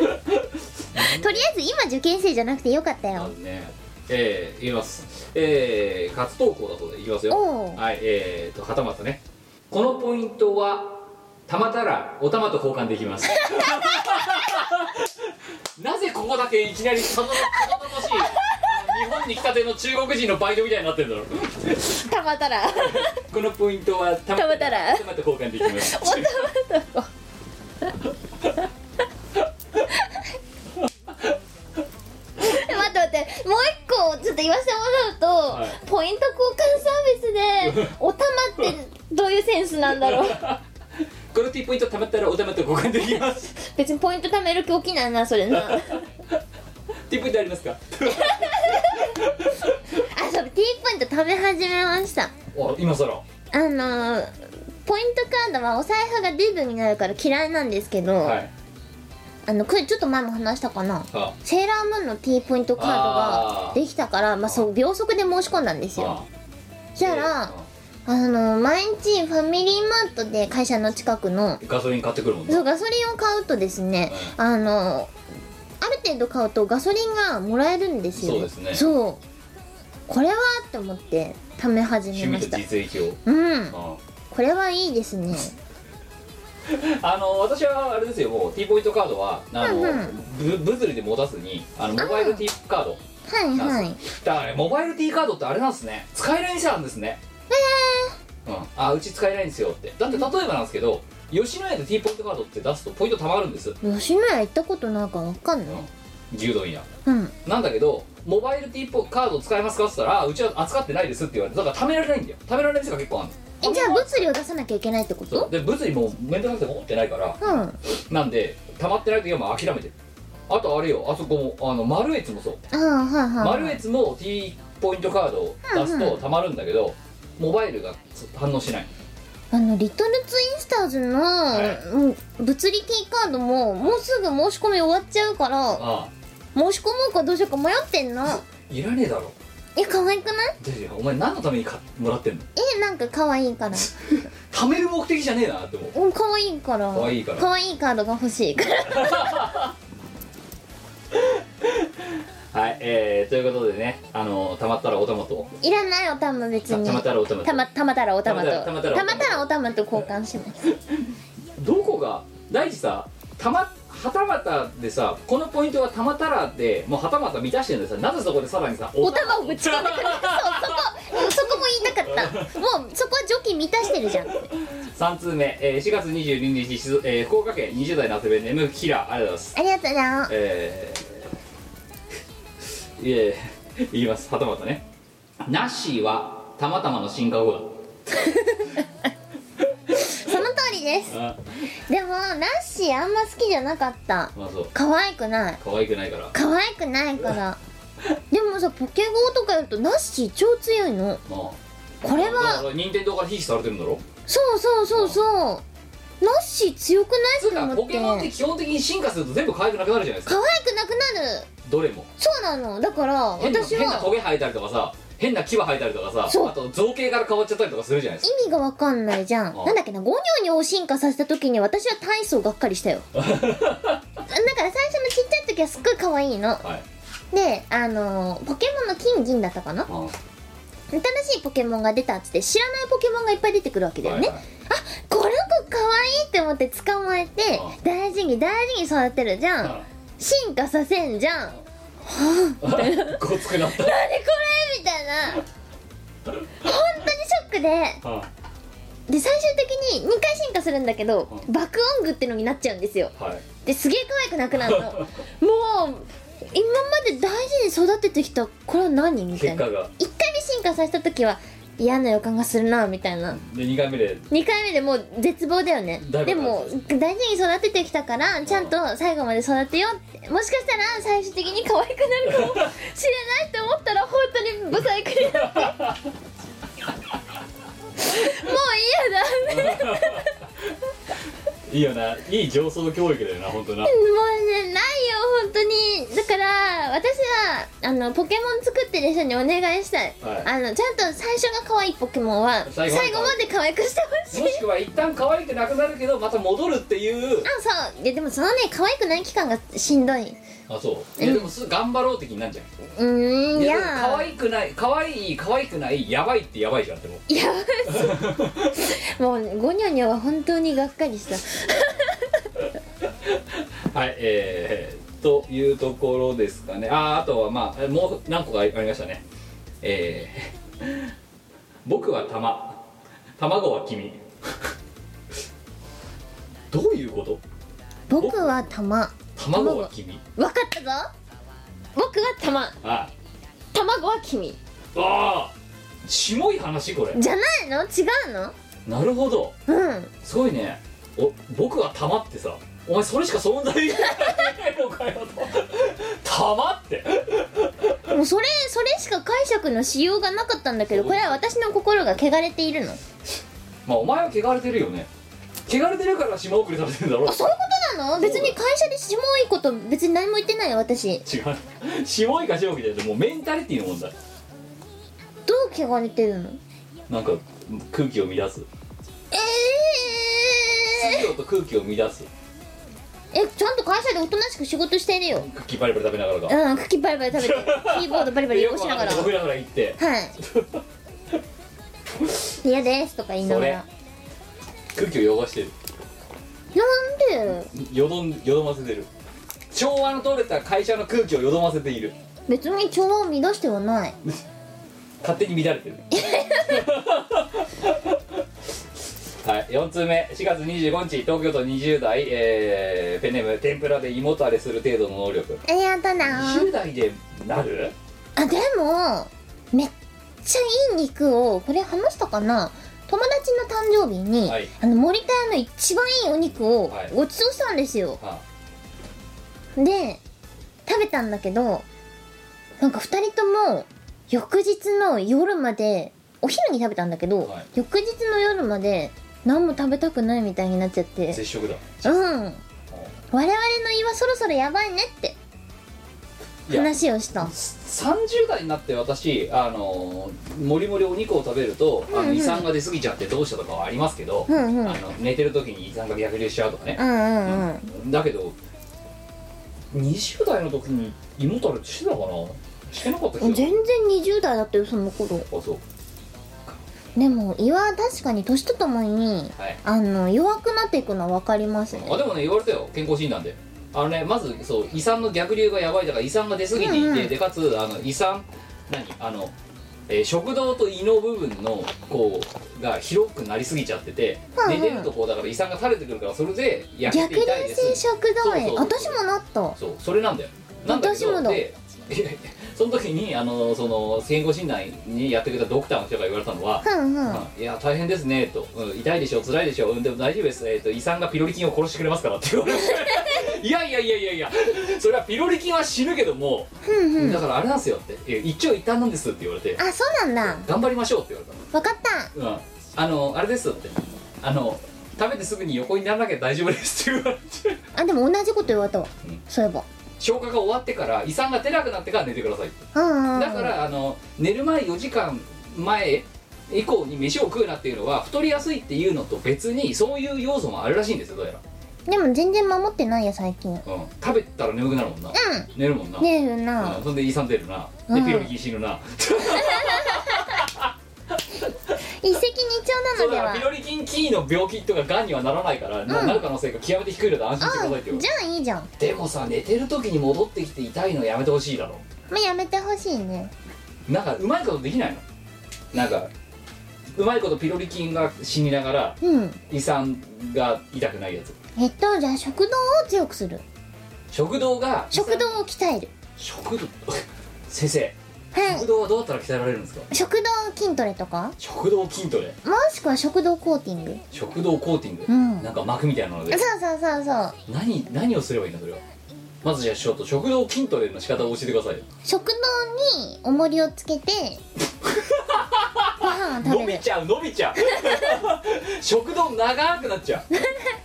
Speaker 2: りあえず今受験生じゃなくてよかった
Speaker 1: あ
Speaker 2: よ
Speaker 1: のねえー、言いますえー、初投稿だそうでいきますよ
Speaker 2: おう
Speaker 1: はいえー、とはたまたねこのポイントはたまたらおたまと交換できます なぜここだけいきなりたどたどたどしい日本に来たての中国人のバイトみたいになってるんだろう
Speaker 2: たまたら
Speaker 1: このポイントはた
Speaker 2: またら
Speaker 1: たまた交換できます
Speaker 2: おたまたらポイント交換サービスでお玉ってどういうセンスなんだろう
Speaker 1: クルティポイント貯まったらお玉と交換できます
Speaker 2: 別にポイント貯める気起きないなそれ なあ
Speaker 1: ティーポイントあり ますか
Speaker 2: そう T ポイント貯め始めました
Speaker 1: お今さら
Speaker 2: あのーポイントカードはお財布がデブになるから嫌いなんですけど、
Speaker 1: はい
Speaker 2: あのこれちょっと前も話したかな
Speaker 1: あ
Speaker 2: セーラームーンの T ポイントカードができたからまあそう秒速で申し込んだんですよ
Speaker 1: あ
Speaker 2: じゃらあの毎日ファミリーマートで会社の近くの
Speaker 1: ガソリン買ってくるもんね
Speaker 2: そうガソリンを買うとですねあのある程度買うとガソリンがもらえるんですよ
Speaker 1: そうですね
Speaker 2: そうこれはって思って貯め始
Speaker 1: 趣
Speaker 2: めま
Speaker 1: 味
Speaker 2: し
Speaker 1: と
Speaker 2: た
Speaker 1: 実益を
Speaker 2: うん
Speaker 1: あ
Speaker 2: これはいいですね
Speaker 1: あの私はあれですよもう T ポイントカードはあの、
Speaker 2: うんう
Speaker 1: ぶ物理で持たずにあのモバイル T カード
Speaker 2: はいはい
Speaker 1: だからねモバイル T カードってあれなんですね使える店なんですねええうん、あうち使えないんですよってだって例えばなんですけど吉野家で T ポイントカードって出すとポイント貯まるんです、うん、
Speaker 2: 吉野家行ったことないからわかんない
Speaker 1: 牛丼や
Speaker 2: うん
Speaker 1: なんだけどモバイル T ポカード使えますかって言ったらあうちは扱ってないですって言われてだから貯められないんだよ貯められない店が結構ある
Speaker 2: えじゃあ物理を出さなきゃいけないってこ
Speaker 1: そ
Speaker 2: と
Speaker 1: うで物理もう面倒くさくて持ってないから
Speaker 2: うんあ
Speaker 1: なんで溜まってない時はもう諦めてるあとあれよあそこもあのマルエツもそう
Speaker 2: あはいは
Speaker 1: マ
Speaker 2: い
Speaker 1: ルエツも T ポイントカードを出す
Speaker 2: うんう
Speaker 1: と溜まるんだけどモバイルが反応しない
Speaker 2: あのリトルツインスターズの、
Speaker 1: い
Speaker 2: うん物理 T カードももうすぐ申し込み終わっちゃうから
Speaker 1: ああ
Speaker 2: 申し込もうかどうしようか迷ってんの
Speaker 1: いらねえだろ
Speaker 2: え可愛くない
Speaker 1: でいやお前何のために買っもらってんの
Speaker 2: えなんか可愛 いから
Speaker 1: 貯める目的じゃねえなって思う
Speaker 2: うん可愛いから
Speaker 1: 可愛いから
Speaker 2: 可愛いカードが欲しいから
Speaker 1: はいえー、ということでねあの溜まったらお玉と
Speaker 2: いらないおたま別
Speaker 1: た
Speaker 2: に
Speaker 1: 溜まったらお玉と
Speaker 2: たまたまたらおたまと
Speaker 1: たまたらお
Speaker 2: た
Speaker 1: 玉
Speaker 2: ま
Speaker 1: と
Speaker 2: たらおたまと交換します
Speaker 1: どこが大事さたまはたまたでさこのポイントはたまたらでもうはたまた満たしてるんでさなぜそこでさらにさ
Speaker 2: おたまをぶち込ん でくるそうそこうんそこも言いたかったもうそこは除菌満たしてるじゃんあ
Speaker 1: 3通目、えー、4月22日、静えー福岡県20代の遊びネームキラーありがとうございます
Speaker 2: りがとうな
Speaker 1: えー、い え言いますはたまたねナッシーはたまたまの進化後だ
Speaker 2: その通りです
Speaker 1: あ
Speaker 2: でもナッシーあんま好きじゃなかった
Speaker 1: まあそう
Speaker 2: 可愛くない
Speaker 1: 可愛くないから
Speaker 2: 可愛くないからでもさポケゴーとかやるとナッシー超強いの
Speaker 1: ま
Speaker 2: これ
Speaker 1: あだか
Speaker 2: は
Speaker 1: ら任天堂から非視されてるんだろ
Speaker 2: そうそうそうそうナッシー強くない
Speaker 1: つ
Speaker 2: っ
Speaker 1: う
Speaker 2: て
Speaker 1: か
Speaker 2: 思
Speaker 1: ポケモンっ
Speaker 2: ってて
Speaker 1: 基本的に進化すると全部可愛くなくなるじゃないです
Speaker 2: 可
Speaker 1: か
Speaker 2: 愛くなくなる
Speaker 1: どれも
Speaker 2: そうなのだから
Speaker 1: 変な
Speaker 2: 私
Speaker 1: 変なト
Speaker 2: は
Speaker 1: ゲ生えたりとかさ変な牙生えたりとかさ
Speaker 2: そう
Speaker 1: あと造形から変わっちゃったりとかするじゃないですか
Speaker 2: 意味がわかんないじゃん
Speaker 1: あ
Speaker 2: なんだっけなゴニョニョを進化させた時に私は体操がっか りしたよだから最初のちっちゃい時はすっごい可愛いの
Speaker 1: はい
Speaker 2: であのーポケモンの金銀だったかな
Speaker 1: うん
Speaker 2: 新しいポケモンが出たっつって知らないポケモンがいっぱい出てくるわけだよね、
Speaker 1: はいはい
Speaker 2: この子かわいいって思って捕まえて
Speaker 1: ああ
Speaker 2: 大事に大事に育てるじゃ
Speaker 1: うん
Speaker 2: ん進化させんじゃん
Speaker 1: ごつくなった
Speaker 2: 何これみたいな本当にショックで
Speaker 1: うん
Speaker 2: で最終的に2回進化するんだけど
Speaker 1: う
Speaker 2: 爆音具ってのになっちゃうんですよ
Speaker 1: はい
Speaker 2: ですげえ可愛くなくなるのもう今まで大事に育ててきたこれは何みた
Speaker 1: 結
Speaker 2: いな
Speaker 1: 果が
Speaker 2: 1回目進化させた時は嫌な予感がするなみたいな
Speaker 1: で2回目で
Speaker 2: 2回目でもう絶望だよね
Speaker 1: だいぶ
Speaker 2: でも大事に育ててきたからちゃんと最後まで育てようってもしかしたら最終的に可愛くなるかもしれないって思ったら本当にブサイクになってもう嫌だね
Speaker 1: いいよないい上層教育だよな本当な
Speaker 2: もうねないよ本当にだから私はあのポケモン作ってる人にお願いしたい、
Speaker 1: はい
Speaker 2: あのちゃんと最初が可愛いポケモンは
Speaker 1: 最
Speaker 2: 最
Speaker 1: 後まで
Speaker 2: 後まで可愛くしてほしい
Speaker 1: もしくは一旦可愛くなくなるけどまた戻るっていう
Speaker 2: あそういやでもそのね可愛くない期間がしんどい
Speaker 1: あそういやでもす頑張ろう的になんじゃん
Speaker 2: うーんい
Speaker 1: い
Speaker 2: や
Speaker 1: やでも可愛くない可愛い可愛くないやばいってやばいじゃんってもう
Speaker 2: いやもう ゴニョニョは本当にがっかりした
Speaker 1: はいえー、というところですかねあーあとはまあもう何個かありましたねえー僕は玉卵は 君どういうこと
Speaker 2: 僕は玉
Speaker 1: 卵は君
Speaker 2: 分かったぞ僕は玉
Speaker 1: あ
Speaker 2: 卵は君
Speaker 1: ああしもい話これ
Speaker 2: じゃないの違うの
Speaker 1: なるほど
Speaker 2: うん
Speaker 1: すごいねお僕は玉ってさお前それしか存在じゃないのかよと玉って
Speaker 2: もうそれそれしか解釈のしようがなかったんだけどこれは私の心が汚れているの
Speaker 1: まあお前は汚れてるよね汚れてるから下送りされてるんだろ
Speaker 2: あそういうことなの別に会社でしもいいこと別に何も言ってないよ
Speaker 1: 違
Speaker 2: 私
Speaker 1: う下いか下送りじゃなくてもうメンタリティの問題
Speaker 2: どう汚れてるの
Speaker 1: なんか空気を乱す
Speaker 2: え
Speaker 1: 水量と空気を乱す
Speaker 2: ええちゃんと会社でおとなしく仕事してるよ
Speaker 1: クッキーバリバリ食べながらが
Speaker 2: うん茎バリバリ食 べてキーボードバリバリ汚しながら
Speaker 1: よくわかんないとこ見ながら行って
Speaker 2: はい「嫌です」とか言いながら
Speaker 1: 空気を汚してる
Speaker 2: なんで
Speaker 1: よどんよどませてる昭和の取れた会社の空気をよどませている
Speaker 2: 別に調和を乱してはない
Speaker 1: 勝手に乱 れてるはい、4通目4月25日東京都20代、えーペンネーム天ぷらで胃もたれする程度の能力
Speaker 2: えやだな
Speaker 1: 20代でなる
Speaker 2: あでもめっちゃいい肉をこれ話したかな友達の誕生日に、
Speaker 1: はい
Speaker 2: あの森田屋の一番いいお肉を
Speaker 1: はい
Speaker 2: ごちそうしたんですよ、
Speaker 1: あ
Speaker 2: で食べたんだけどなんか2人とも翌日の夜までお昼に食べたんだけど、
Speaker 1: はい
Speaker 2: 翌日の夜まで何も食べたくないみたいになっちゃって
Speaker 1: 接触だ
Speaker 2: うん我々の胃はそろそろやばいねって
Speaker 1: いや
Speaker 2: 話をした
Speaker 1: 30代になって私あのーもりもりお肉を食べると、あ
Speaker 2: うんう
Speaker 1: の
Speaker 2: ん
Speaker 1: 胃酸が出過ぎちゃってどうしたとかはありますけど、
Speaker 2: うんうんうん
Speaker 1: あの寝てる時に胃酸が逆流しちゃうとかね
Speaker 2: う、んうん
Speaker 1: だけど20代の時に胃もたれしてたかなしてなかった
Speaker 2: 全
Speaker 1: 気が
Speaker 2: 然20代だったよその頃
Speaker 1: あそう
Speaker 2: でも胃は確かに年とともに
Speaker 1: はい
Speaker 2: あの弱くなっていくのは分かりますね
Speaker 1: あでもね言われたよ健康診断であのねまずそう胃酸の逆流がやばいだから胃酸が出過ぎていて、
Speaker 2: うんうん
Speaker 1: でかつあの胃酸何あの、えー食道と胃の部分のこうが広くなりすぎちゃってて、
Speaker 2: うん
Speaker 1: で
Speaker 2: うん
Speaker 1: 出るとこうだから胃酸が垂れてくるからそれで焼け
Speaker 2: 逆
Speaker 1: て
Speaker 2: 流
Speaker 1: 痛いです
Speaker 2: 性食道
Speaker 1: そうそう
Speaker 2: 炎私もなった
Speaker 1: そうそれなんだよなんだけ
Speaker 2: 私
Speaker 1: ど
Speaker 2: もだ
Speaker 1: でその時にあのその健康診断にやってくれたドクターの人が言われたのは
Speaker 2: うんうん
Speaker 1: うんいや大変ですねと、うん痛いでしょ辛いでしょ、うん、でも大丈夫です、えー、と胃酸がピロリ菌を殺してくれますからって言われ ていやいやいやいやいやそれはピロリ菌は死ぬけども、
Speaker 2: うんうん
Speaker 1: だからあれなんですよっていや一長一短なんですって言われて
Speaker 2: あそうなん
Speaker 1: 頑張りましょうって言わ
Speaker 2: だ分かった
Speaker 1: れたの、うん、あのあれですってあの食べてすぐに横にならなきゃ大丈夫ですって言われて
Speaker 2: あでも同じこと言われたわ
Speaker 1: うん
Speaker 2: そういえば
Speaker 1: 消化が終わってから胃酸が出なくなってから寝てくださいって
Speaker 2: うんうん
Speaker 1: だからあの寝る前4時間前以降に飯を食うなっていうのは太りやすいっていうのと別にそういう要素もあるらしいんですよどうやら、
Speaker 2: でも全然守ってないよ最近うん
Speaker 1: うん、食べたら眠くなるもんな、寝るもんな、
Speaker 2: ねえル
Speaker 1: う、
Speaker 2: なん
Speaker 1: そんで胃酸出るな
Speaker 2: う
Speaker 1: で
Speaker 2: ん
Speaker 1: ピロリ菌死ぬな、
Speaker 2: 一石二鳥な
Speaker 1: そう
Speaker 2: の
Speaker 1: だ
Speaker 2: で
Speaker 1: から
Speaker 2: は
Speaker 1: ピロリ菌キーの病気とかがんにはならないから、な
Speaker 2: うん
Speaker 1: なる可能性が極めて低いので安心してくださいって
Speaker 2: う
Speaker 1: 言
Speaker 2: ん
Speaker 1: う
Speaker 2: じゃあいいじゃん
Speaker 1: でもさ寝てる時に戻ってきて痛いのやめてほしいだろ
Speaker 2: もうやめてほしいね
Speaker 1: なんかうまいことできないのなんかうまいことピロリ菌が死にながら
Speaker 2: うん
Speaker 1: 胃酸が痛くないやつ
Speaker 2: えっとじゃあ食道を強くする
Speaker 1: 食堂が
Speaker 2: 食堂を鍛える
Speaker 1: 食堂 先生
Speaker 2: は
Speaker 1: 食堂はどうやったら鍛えられるんですか
Speaker 2: い食堂筋トレとか
Speaker 1: 食堂筋トレ
Speaker 2: もしくは食道コーティング
Speaker 1: 食堂コーティング、
Speaker 2: うん
Speaker 1: なんか膜みたいなの
Speaker 2: そ
Speaker 1: で
Speaker 2: うそうそうそう
Speaker 1: 何何をすればいいのそれはまずじゃあちょっと食堂筋トレの仕方を教えてくださいよ
Speaker 2: 食堂に重りをつ けて
Speaker 1: 伸び
Speaker 2: ご飯を食べる
Speaker 1: ちゃう伸びち ゃう食堂長くなっち ゃう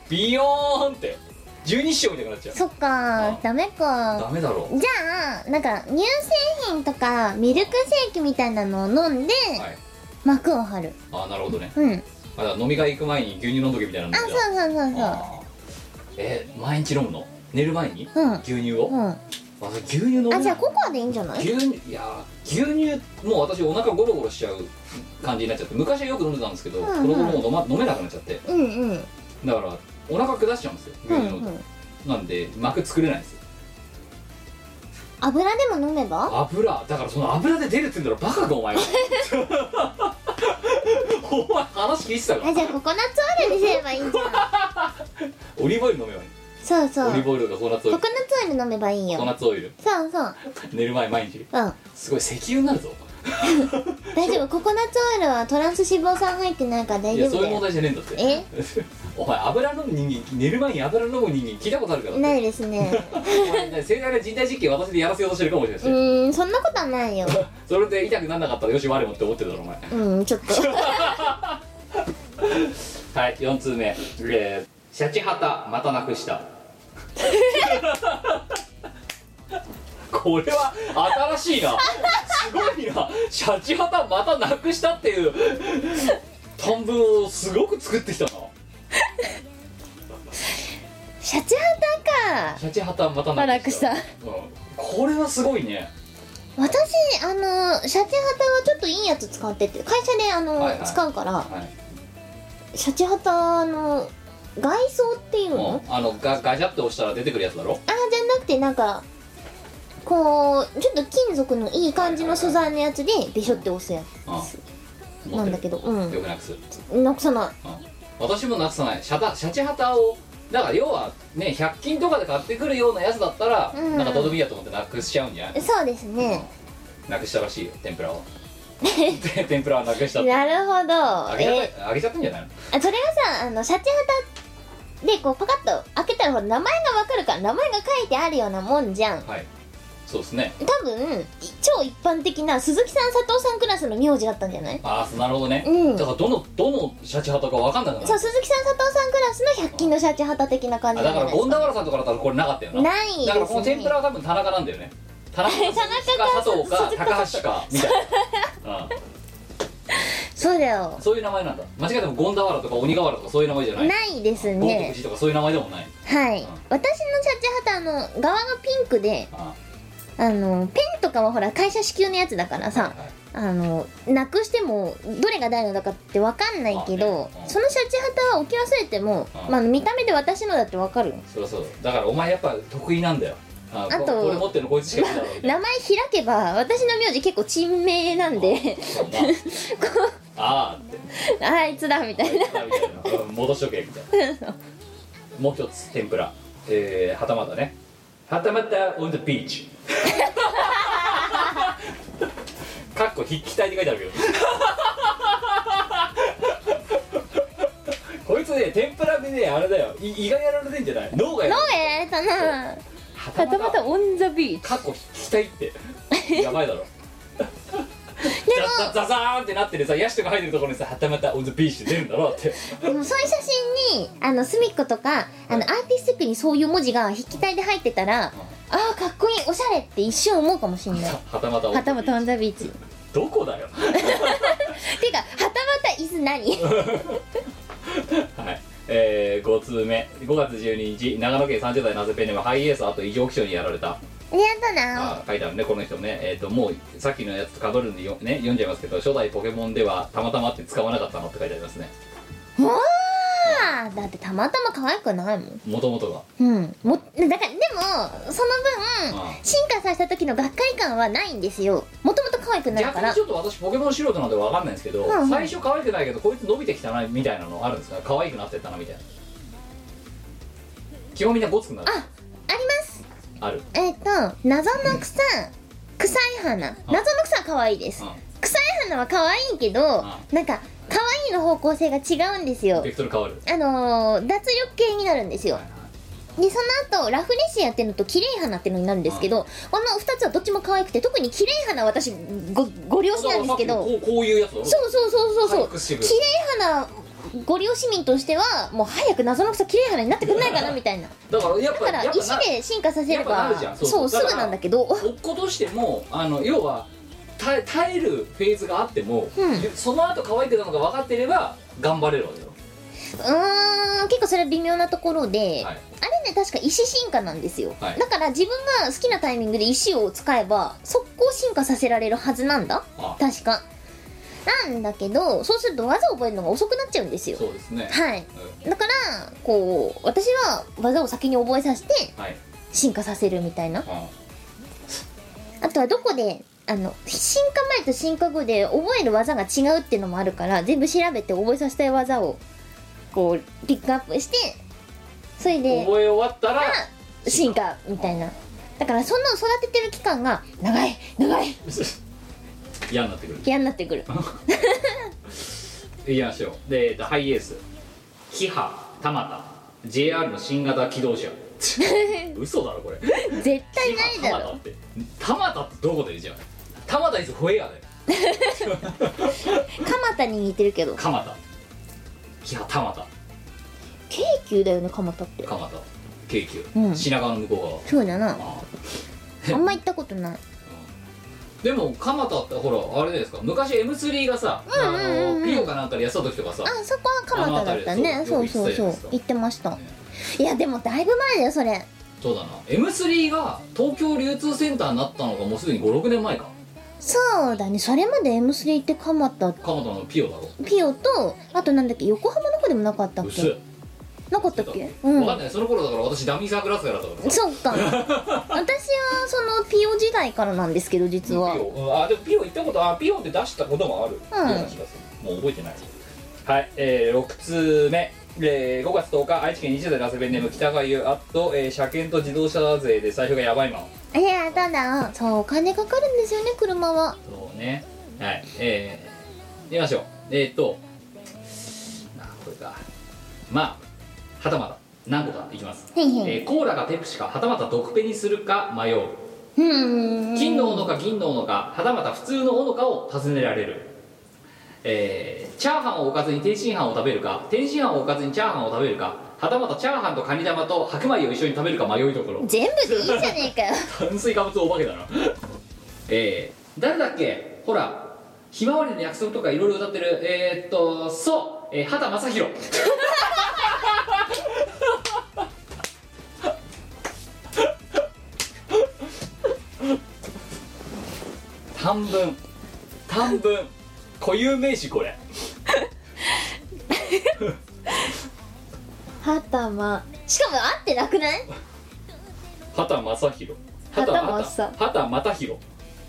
Speaker 1: ビヨーンって十二指腸みたいになっちゃう
Speaker 2: そっかダメ
Speaker 1: ダ
Speaker 2: か
Speaker 1: メだろ
Speaker 2: じゃあなんか乳製品とかミルクセーキみたいなのを飲んで
Speaker 1: うはい
Speaker 2: 膜を張る
Speaker 1: ああなるほどね
Speaker 2: うん
Speaker 1: あだから飲み会行く前に牛乳飲んどけみたいなの
Speaker 2: あ
Speaker 1: じゃ
Speaker 2: そうそうそうそ
Speaker 1: あーえ毎日飲むの寝る前に、
Speaker 2: うん
Speaker 1: 牛乳を、
Speaker 2: ううん
Speaker 1: あそれ牛乳飲む
Speaker 2: あじゃあココアでいいんじゃない
Speaker 1: 牛乳いやー牛乳もう私お腹ゴロゴロしちゃう感じになっちゃって昔はよく飲んでたんですけど、
Speaker 2: うんうん
Speaker 1: この頃もう飲ま飲めなくなっちゃって
Speaker 2: うんうん
Speaker 1: だからお腹下しちゃうんですよ牛乳
Speaker 2: うん
Speaker 1: 飲むと、
Speaker 2: うん
Speaker 1: なんで膜作れないんですよ
Speaker 2: 油でも飲めば
Speaker 1: 油だからその油で出るって言うんだろバカかお 前はお前話聞いてたか
Speaker 2: あじゃあココナッツオイルにすればいい んじゃん
Speaker 1: オリーブオイル飲めばいい
Speaker 2: そうそ
Speaker 1: オ
Speaker 2: う
Speaker 1: リー
Speaker 2: コ
Speaker 1: ブオイルかココナッツオイ
Speaker 2: コナッ
Speaker 1: ル
Speaker 2: ツオイル飲めばいい
Speaker 1: ココナ
Speaker 2: よ
Speaker 1: ッツオイル
Speaker 2: そうそう
Speaker 1: 寝る前毎日
Speaker 2: うん
Speaker 1: すごい石油になるぞ
Speaker 2: 大丈夫ココナッツオイルはトランス脂肪酸入ってないから大
Speaker 1: い
Speaker 2: 丈
Speaker 1: や
Speaker 2: 夫
Speaker 1: そうい
Speaker 2: だ
Speaker 1: う問
Speaker 2: よ
Speaker 1: 題じゃねえんだって
Speaker 2: え
Speaker 1: お前油飲む人間寝る前に油飲む人間聞いたことあるから
Speaker 2: ないですね
Speaker 1: お前ね盛大な人体実験私でやらせようとしてるかもしれないうし、
Speaker 2: ーんそんなことはないよ
Speaker 1: それで痛くならなかったらよし我もって思ってるだろお前
Speaker 2: う んちょっと
Speaker 1: はい4通目えーシャチハタまたなくしたこれは新しいなすごいなシャチハタまたなくしたっていう短文をすごく作ってきたな
Speaker 2: シャチハタか
Speaker 1: シャチハタまた
Speaker 2: まあ
Speaker 1: な
Speaker 2: な
Speaker 1: く
Speaker 2: く
Speaker 1: し
Speaker 2: したた
Speaker 1: うんこれはすごいね
Speaker 2: 私あのシャチハタはちょっといいやつ使ってて会社であの、
Speaker 1: はいはい
Speaker 2: 使うから
Speaker 1: はい
Speaker 2: シャチハタの外装っていうの、
Speaker 1: うんあのガガチャって押したら出てくるやつだろ
Speaker 2: あーじゃなくてなんかこうちょっと金属のいい感じの素材のやつでビショって押すや
Speaker 1: う
Speaker 2: つなんだけどう
Speaker 1: よくなくすうん
Speaker 2: んなくさない
Speaker 1: 私もなくさないシャタシャチハタをだから要はね100均とかで買ってくるようなやつだったら、
Speaker 2: うん
Speaker 1: なんかどうでもいいやと思ってなくしちゃうんじゃない
Speaker 2: そうですね
Speaker 1: なくしたらしいよ天ぷ らをて天ぷらはなくしたって
Speaker 2: なるほ
Speaker 1: あ
Speaker 2: ど
Speaker 1: げちゃっ
Speaker 2: え
Speaker 1: たあげちゃったんじゃないの
Speaker 2: あそれがさあのシャチハタでこうパカッと開けたらほら名前がわかるから名前が書いてあるようなもんじゃん
Speaker 1: はいそうですね
Speaker 2: 多分超一般的な鈴木さん佐藤さんクラスの名字だったんじゃない
Speaker 1: ああなるほどね、
Speaker 2: うん
Speaker 1: だからどのどのシャチハタかわかんなくなる
Speaker 2: そう鈴木さん佐藤さんクラスの100均のシャチハタ的な感
Speaker 1: あ
Speaker 2: じじ
Speaker 1: だ
Speaker 2: ゃ
Speaker 1: から
Speaker 2: ないです
Speaker 1: 権田原さんとかだったらこれなかったよな
Speaker 2: ないですね
Speaker 1: だからこの天ぷらは多分田中なんだよね田中
Speaker 2: 田中
Speaker 1: 佐藤か
Speaker 2: 鈴木
Speaker 1: 高橋かみたいな、う ん
Speaker 2: そうだよ
Speaker 1: そういう名前なんだ間違えてもゴンダワラとか鬼瓦とかそういう名前じゃない
Speaker 2: ないです
Speaker 1: ゴーテ
Speaker 2: ね
Speaker 1: クジとかそういう名前でもない
Speaker 2: はい、
Speaker 1: うん
Speaker 2: 私のシャチハタの側がピンクで
Speaker 1: あ
Speaker 2: あのペンとかはほら会社支給のやつだから
Speaker 1: あ
Speaker 2: さ
Speaker 1: はいはい
Speaker 2: あのなくしてもどれが誰のだかって分かんないけど、
Speaker 1: あねうん
Speaker 2: そのシャチハタは置き忘れても、
Speaker 1: うん
Speaker 2: まあ、見た目で私のだって分かるよ
Speaker 1: そうそうだからお前やっぱ得意なんだよあ
Speaker 2: あと
Speaker 1: ここれ持ってるのこいつしかいないだろうみたい
Speaker 2: 名前開けば私の名字結構珍名なんで
Speaker 1: なそうだなああって
Speaker 2: あいつだみたいな
Speaker 1: みたいなうん戻しとけみ たいなもう一つ天ぷらえー、はたまたねはたまた on the beach かっこ筆記体って書いてあ るけどこいつね天ぷらでねあれだよい胃がやられてんじゃない脳がやられ
Speaker 2: どうやられたな
Speaker 1: て
Speaker 2: はたまたオンザビーチ
Speaker 1: 過去聞きたい ってやばいだろザザザザーンってなってるさヤシとか入ってるところにさはたまたオン・ザ・ビーチ出るんだろうって
Speaker 2: でもそういう写真にあの隅っことかあのアーティスティックにそういう文字が筆記体で入ってたら、ああかっこいいおしゃれって一瞬思うかもしんない
Speaker 1: はたまたオン・
Speaker 2: はた
Speaker 1: ザ・ビ
Speaker 2: またオ
Speaker 1: ー
Speaker 2: ン
Speaker 1: チ
Speaker 2: ザビーチ
Speaker 1: どこだよ
Speaker 2: てかはたまた伊豆 何
Speaker 1: はいえー、5通目5月12日長野県30代なぜペンネームハイエースあと異常気象にやられた
Speaker 2: ありがとうな
Speaker 1: あー書いてあるねこの人もねえっ、ともうさっきのやつかぶるんでよ、ね、読んじゃいますけど初代ポケモンではたまたまって使わなかったのって書いてありますね
Speaker 2: もうだってたまたま可愛くないもん
Speaker 1: もともとが
Speaker 2: うんもだからでもその
Speaker 1: あ
Speaker 2: 分
Speaker 1: あ
Speaker 2: 進化させた時のがっかり感はないんですよもともと可愛くない
Speaker 1: 逆
Speaker 2: か
Speaker 1: に
Speaker 2: ら
Speaker 1: ちょっと私ポケモン素人なんでわかんないんですけど、
Speaker 2: うんうん
Speaker 1: 最初可愛くないけどこいつ伸びてきたなみたいなのあるんですか可愛くなってったなみたいな基本みんなゴツくなる
Speaker 2: ああります
Speaker 1: ある、
Speaker 2: えっ、と謎の草臭い花謎の草は可愛いです
Speaker 1: う
Speaker 2: 臭い花は可愛いけどなんか可愛いの方向性が違うんです
Speaker 1: ん、
Speaker 2: よ
Speaker 1: ベクトル変わる
Speaker 2: あのー、脱力系になるんですよでその後ラフレシアっていうのと綺麗花っていうのになるんですけどこの2つはどっちも可愛くて特に綺麗花は私ごご了承なんですけど
Speaker 1: こうこういうやつだろ
Speaker 2: そうそうそうそうそう
Speaker 1: 早くしてくれ
Speaker 2: 綺麗花ご両市民としてはもう早く謎の草綺麗花になってくんないかなみたいな
Speaker 1: だからやっ
Speaker 2: だ
Speaker 1: ぱ
Speaker 2: から
Speaker 1: やっぱ
Speaker 2: 石
Speaker 1: な
Speaker 2: で進化させれ
Speaker 1: やっぱな
Speaker 2: ば
Speaker 1: るじゃんそうそ
Speaker 2: そううす
Speaker 1: だ
Speaker 2: ぐ
Speaker 1: から
Speaker 2: なんだけど
Speaker 1: 落っことしてもあの要は耐え耐えるフェーズがあっても、
Speaker 2: うん
Speaker 1: その後可愛くなるのが分かってれば頑張れるわけよ
Speaker 2: うーん結構それは微妙なところで、
Speaker 1: はい
Speaker 2: あれね確か石進化なんですよ、
Speaker 1: はい
Speaker 2: だから自分が好きなタイミングで石を使えば速攻進化させられるはずなんだ
Speaker 1: あ
Speaker 2: 確かなんだけどそうすると技を覚えるのが遅くなっちゃうんですよ
Speaker 1: そうですね
Speaker 2: はい
Speaker 1: うん
Speaker 2: だからこう私は技を先に覚えさせて
Speaker 1: はい、
Speaker 2: 進化させるみたいな
Speaker 1: うん
Speaker 2: あとはどこであの進化前と進化後で覚える技が違うっていうのもあるから全部調べて覚えさせたい技をこうピックアップしてそれで
Speaker 1: 覚え終わったら
Speaker 2: 進化みたいなだからその育ててる期間が長い長い
Speaker 1: 嫌になってくる
Speaker 2: 嫌になっ てくる
Speaker 1: いきましょうで、えっと、ハイエースキハタマタ JR の新型機 動車嘘だろこれ
Speaker 2: 絶対 ないだ
Speaker 1: 蒲田
Speaker 2: ろ
Speaker 1: って蒲田ってどこでじゃあ蒲田イズホエアだよ
Speaker 2: 蒲田に似てるけど
Speaker 1: 蒲田キハ蒲田
Speaker 2: 京急だよね蒲田って
Speaker 1: 蒲田京急、
Speaker 2: うん
Speaker 1: 品川の向こ
Speaker 2: そうだな
Speaker 1: う側ああ
Speaker 2: あんま行ったことない
Speaker 1: でも蒲田ってほらあれじゃないですか昔 M3 がさ、
Speaker 2: うんうんうんうん
Speaker 1: あのピオかなんかでやってた時とかさ
Speaker 2: あそこは蒲田だった
Speaker 1: あの辺り
Speaker 2: ね
Speaker 1: でそ
Speaker 2: そううそうそう
Speaker 1: よく行
Speaker 2: 行
Speaker 1: っ
Speaker 2: ってました
Speaker 1: ね
Speaker 2: いやでもだいぶ前だよそれ
Speaker 1: そうだな M3 が東京流通センターになったのがもうすでに56年前か
Speaker 2: そうだねそれまで M3 って蒲
Speaker 1: 蒲
Speaker 2: 田
Speaker 1: 田のピオだろ
Speaker 2: ピオとあとなんだっけ横浜の子でもなかったっ
Speaker 1: 薄い
Speaker 2: けなかったっけう
Speaker 1: 分
Speaker 2: ん
Speaker 1: かんないその頃だから私ダミーサークラスからだったからさ
Speaker 2: そっか私はそのピオ時代からなんですけど実は
Speaker 1: ピオうんあでもピオ行ったことあピオって出したこともある、
Speaker 2: ん
Speaker 1: ような気がするもう覚えてないはい、えー、6通目、えー、5月10日愛知県20代ラセベンネーム北川優あと、えー車検と自動車税で最初がやばいまん
Speaker 2: いやただそうお金かかるんですよね車は
Speaker 1: そうねはいえー、見ましょうえー、っとあこれかまあはたまた何個かいきます、
Speaker 2: へい
Speaker 1: え
Speaker 2: へい
Speaker 1: ーコーラかペプシかはたまた毒ペにするか迷う
Speaker 2: うーん
Speaker 1: 金の斧か銀の斧かはたまた普通の斧かを尋ねられるえーチャーハンをおかずに天津飯を食べるか天津飯をおかずにチャーハンを食べるかはたまたチャーハンとカニ玉と白米を一緒に食べるか迷いどころ
Speaker 2: 全部でいいじゃねえかよ
Speaker 1: 炭水化物お化けだな えー、誰だっけほらひまわりの約束とかいろいろ歌ってるえー、っとそう、えー、畑正宏短文短文固有名詞これ
Speaker 2: はたましかも合ってなくない
Speaker 1: 畑正宏
Speaker 2: 畑正
Speaker 1: 畑畑又宏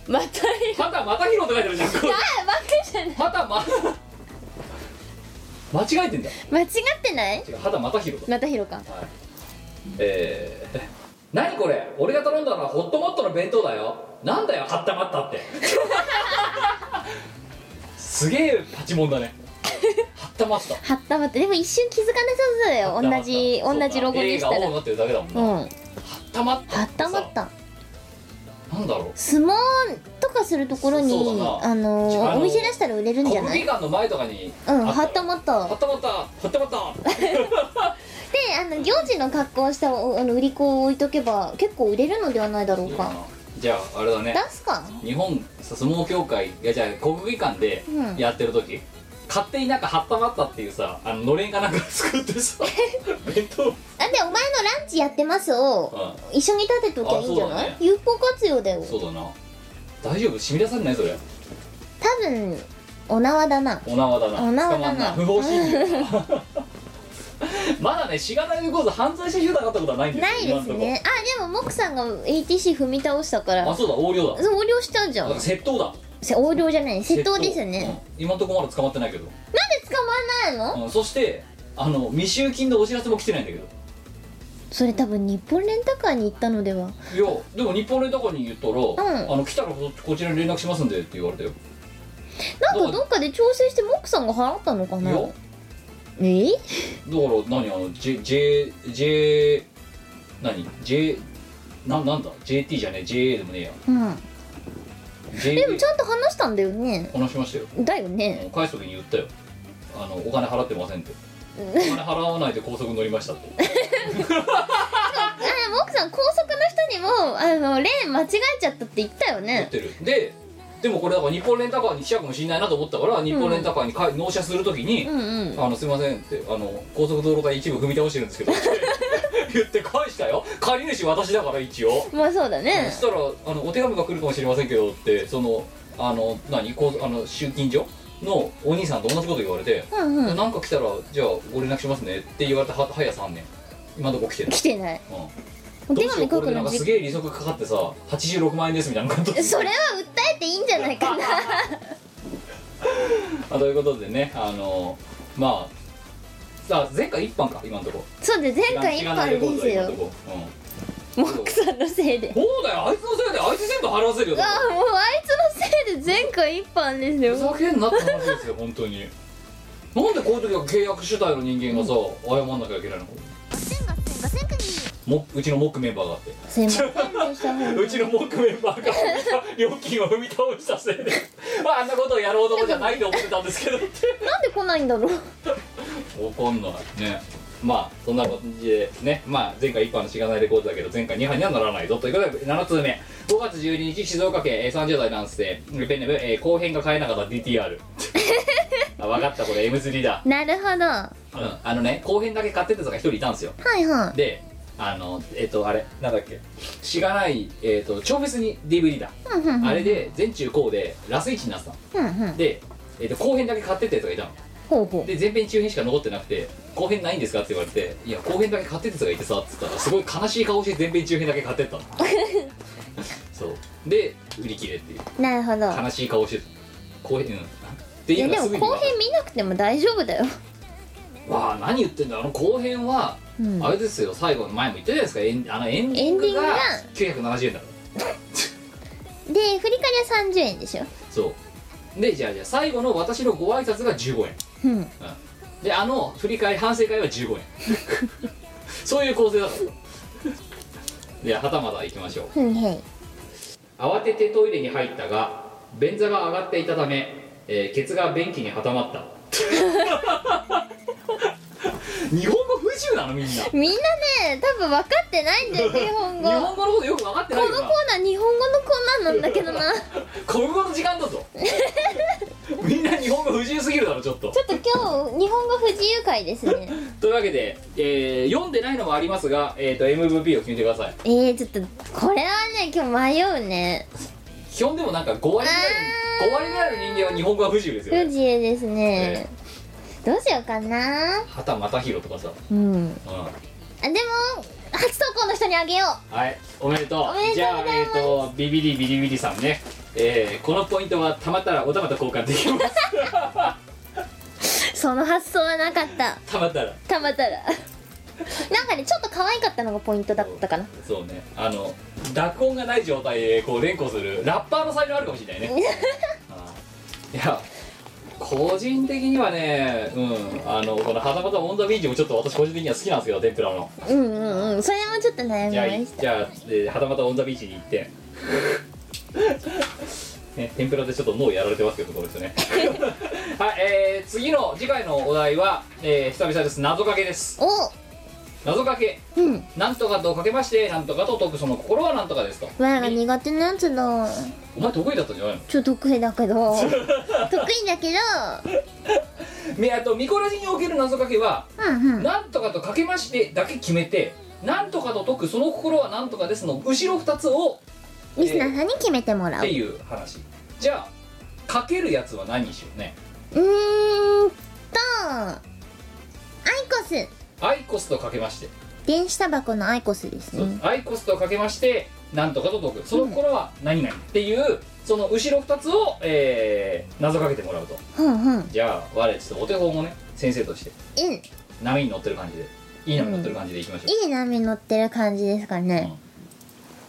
Speaker 2: またい
Speaker 1: 畑又宏って書いてあるじゃんこれ
Speaker 2: あばっかじゃない
Speaker 1: 畑ま 間違えてんだ
Speaker 2: 間違ってない
Speaker 1: 違う畑又宏だ
Speaker 2: またひろか
Speaker 1: えー、 何これ俺が頼んだのはホットモットの弁当だよなんだよはったまったって すげえパチモンだね はったまった
Speaker 2: はったまってでも一瞬気づかなさそうだよ同じ
Speaker 1: はったまった
Speaker 2: 同じロゴにした
Speaker 1: 映画
Speaker 2: ら
Speaker 1: 青
Speaker 2: うん
Speaker 1: になってるだけだもんな、はっ
Speaker 2: は
Speaker 1: たまった
Speaker 2: ったまった
Speaker 1: さなんだろう
Speaker 2: 相撲とかするところに
Speaker 1: そうだな
Speaker 2: あの
Speaker 1: あの
Speaker 2: お店出したら売れるんじゃ
Speaker 1: 国
Speaker 2: ない
Speaker 1: 技館の前とかに
Speaker 2: うん
Speaker 1: あ
Speaker 2: はったまった
Speaker 1: はったまったはったまった
Speaker 2: であの行事の格好をしたおあの売り子を置いとけば結構売れるのではないだろうか
Speaker 1: じゃああれだね
Speaker 2: 出すか
Speaker 1: 日本相撲協会いやじゃあ国技館で
Speaker 2: うん
Speaker 1: やってる時、勝手になんかはったまったっていうさあののれんかなんか作ってさ弁当、うん、
Speaker 2: あでお前のランチやってますを一緒に立てときゃいいんじゃない、
Speaker 1: あそうだね
Speaker 2: 有効活用だよ
Speaker 1: そうだな大丈夫染み出されないそれ
Speaker 2: 多分お縄だな
Speaker 1: お縄だな
Speaker 2: お縄だな
Speaker 1: 捕まん不法侵入 まだねしがないウコーズ犯罪者集団だったことはないんですよ
Speaker 2: ないですねあでもモクさんが ATC 踏み倒したか
Speaker 1: 今んとこあそ
Speaker 2: ら
Speaker 1: うだ横領だ
Speaker 2: 横領したじゃ
Speaker 1: だ
Speaker 2: ん
Speaker 1: から窃盗だ
Speaker 2: せ横領じゃない窃盗ですよね、、
Speaker 1: うん今んとこまだ捕まってないけど、
Speaker 2: なんで捕まんないの
Speaker 1: うん、そしてあの未収金のお知らせも来てないんだけど
Speaker 2: それ多分日本レンタカーに行ったのではい
Speaker 1: やでも日本レンタカーに言ったら、
Speaker 2: うん
Speaker 1: あの来たらここちらに連絡しますんでって言われたよ、
Speaker 2: なんかどっかで調整してモクさんが払ったのかない
Speaker 1: や
Speaker 2: え
Speaker 1: だから何あの J J J 何 J ななんだ JT じゃねえ JA でもねえや
Speaker 2: うん、でも
Speaker 1: JA
Speaker 2: ちゃんと話したんだよね
Speaker 1: 話しましたよ
Speaker 2: だよ
Speaker 1: あ
Speaker 2: ね
Speaker 1: の返す時に言ったよあのお金払ってませんってお金払わないで高速乗りましたって
Speaker 2: あも奥さん高速の人にもあのレーン間違えちゃったって言ったよ
Speaker 1: 言っ
Speaker 2: ね
Speaker 1: てるででもこれだから日本レンタカーに来ちゃうかもしれないなと思ったから日本レンタカーにか納車する時に、
Speaker 2: うんうん
Speaker 1: あのすいませんってあの高速道路帯一部踏み倒してるん ですけどって言って返したよ借り主私だから一応、
Speaker 2: まあそうだね
Speaker 1: そしたらあのお手紙が来るかもしれませんけどってそのあの何こうあの集金所のお兄さんと同じこと言われて、
Speaker 2: うんうん
Speaker 1: なんか来たらじゃあご連絡しますねって言われては早3年今どこ来てない、
Speaker 2: 来てない
Speaker 1: うん
Speaker 2: お
Speaker 1: ど
Speaker 2: 手
Speaker 1: うしよ
Speaker 2: 紙
Speaker 1: うこれ
Speaker 2: 書く
Speaker 1: でなん
Speaker 2: の
Speaker 1: かす
Speaker 2: 時
Speaker 1: げえ利息かかってさ86万円ですみたいなこと
Speaker 2: それは訴えていいんじゃないかな
Speaker 1: あということでねあのまあさあ前回一般か今のとこ
Speaker 2: そうで前回一般です
Speaker 1: 今
Speaker 2: よ
Speaker 1: んとこうん
Speaker 2: モックさんのせいで
Speaker 1: そうだよあいつのせいであいつ全部払わせるよ
Speaker 2: ああもうあいつのせいジで前回一般で
Speaker 1: ふ
Speaker 2: す
Speaker 1: ざ
Speaker 2: よ
Speaker 1: けんなって話ですよ本当になんでこういう時は契約主体の人間がさ、謝んなきゃいけないのもうちのモックメンバーがあって
Speaker 2: すいませんでした本当
Speaker 1: うちのモックメンバー が料金を踏み倒したせいで、まあ、あんなことをやる男じゃないと思ってたんですけどって
Speaker 2: なんで来ないんだろう
Speaker 1: 怒んないねまあそんな感じでね、まあ、前回1班のしがないレコードだけど前回2班にはならないぞということで7通目5月12日静岡県えー30代男性ペンネーム、えー後編が買えなかった DTR あ分かったこれ M3 だ、
Speaker 2: なるほどは
Speaker 1: うん、あのね後編だけ買ってたやつが1人いたんですよ
Speaker 2: いはい
Speaker 1: であのえっ、とあれなんだっけしがないえっ、と超フェスに DVD だ
Speaker 2: うんうんうん
Speaker 1: あれで全中高でラス1になってたの
Speaker 2: うんうん
Speaker 1: で、えー、と後編だけ買ってったやつがいたの
Speaker 2: ほうほう
Speaker 1: で前編中編しか残ってなくて後編ないんですかって言われて「いや後編だけ買ってってやつがいてさ」っつったらすごい悲しい顔して前編中編だけ買って ったのそうで売り切れっていう
Speaker 2: なるほど
Speaker 1: 悲しい顔して後編うんって
Speaker 2: い
Speaker 1: い
Speaker 2: や
Speaker 1: うの
Speaker 2: で
Speaker 1: がす
Speaker 2: も
Speaker 1: ぐに
Speaker 2: 後編見なくても大丈夫だよ
Speaker 1: わあ何言ってんだあの後編は、
Speaker 2: うん
Speaker 1: あれですよ最後の前も言ってたじゃないですかエンあのエンディングが970円だから
Speaker 2: で振り返りは30円でしょ
Speaker 1: そうでじゃあじゃあ最後の私のご挨拶が15円
Speaker 2: うん
Speaker 1: であの振り返り反省会は15円 そういう構成だったでははたまた行きましょう
Speaker 2: ふんへい
Speaker 1: 慌ててトイレに入ったが便座が上がっていたため、えーケツが便器に挟まった 日本語不自由なのみんな日
Speaker 2: みんなね多分分かってないんだよ日本語
Speaker 1: 本語のことよく分かって
Speaker 2: こ
Speaker 1: ない
Speaker 2: の
Speaker 1: よ
Speaker 2: コー
Speaker 1: な
Speaker 2: ナー日本語のコーナーなんだけどなち
Speaker 1: 小語の時間だぞ みんな日本語不自由すぎるだろちょっと
Speaker 2: ょっと今日日本語不自由会ですね
Speaker 1: というわけで、えー読んでないのもありますが、えー、と MVP を決めてください
Speaker 2: えー、ちょっとこれはね今日迷うね
Speaker 1: 基本でもなんか5割ぐらいの5割ぐらいの人間は日本語は不自由ですよ
Speaker 2: 不
Speaker 1: ね
Speaker 2: 自由ですねどうしようかな
Speaker 1: 畑又宏とかさ、
Speaker 2: うん
Speaker 1: うん、
Speaker 2: あでも初投稿の人にあげよ
Speaker 1: はいおめでとう
Speaker 2: おめでとうございます
Speaker 1: じゃあえっ、とビビリビリビリさんねえーこのポイントはたまったらおたまと交換できます
Speaker 2: うその発想はなかった
Speaker 1: たまったら
Speaker 2: たまたらなんかねちょっと可愛かったのがポイントだったかな
Speaker 1: そうねあの濁音がない状態でこう連呼するラッパーの才能あるかもしれ ないねあーいや個人的にはねうんあのこの「はたまたオン・ザ・ビーチ」もちょっと私個人的には好きなんですけど天ぷらの
Speaker 2: うんうんうんそれもちょっと悩
Speaker 1: じゃあ
Speaker 2: みま
Speaker 1: い
Speaker 2: した
Speaker 1: じゃあえーはたまたオン・ザ・ビーチに行って、 ね、天ぷらでちょっと脳やられてますけどこれですね はい、えー次の次回のお題は、えー久々です謎かけです
Speaker 2: お
Speaker 1: 謎かけ
Speaker 2: うん
Speaker 1: なんとかとかけましてなんとかと解くその心はなんとかですと
Speaker 2: わが苦手なやつだ
Speaker 1: お前得意だったんじゃないの
Speaker 2: ちょ得意だけど 得意だけど
Speaker 1: みあとミコラジにおける謎かけは
Speaker 2: うんうん
Speaker 1: なんとかとかけましてだけ決めてなんとかと解くその心はなんとかですの後ろ2つを
Speaker 2: リスナーさんに決めても
Speaker 1: っ
Speaker 2: らう
Speaker 1: ていう話じゃあかけるやつは何にしようね
Speaker 2: うーんとアイコス
Speaker 1: アイコスとかけまして
Speaker 2: 電子タバコのアイコスです
Speaker 1: そう
Speaker 2: ね
Speaker 1: アイコスとかけましてなんとかと解くその頃は何々っていうその後ろ2つを、えー、謎かけてもらうと
Speaker 2: うんうんうん
Speaker 1: じゃあ我ちょっとお手本をね先生として
Speaker 2: い
Speaker 1: 波に乗ってる感じでいい波に乗ってる感じでいきましょう、
Speaker 2: い波乗ってる感じですかね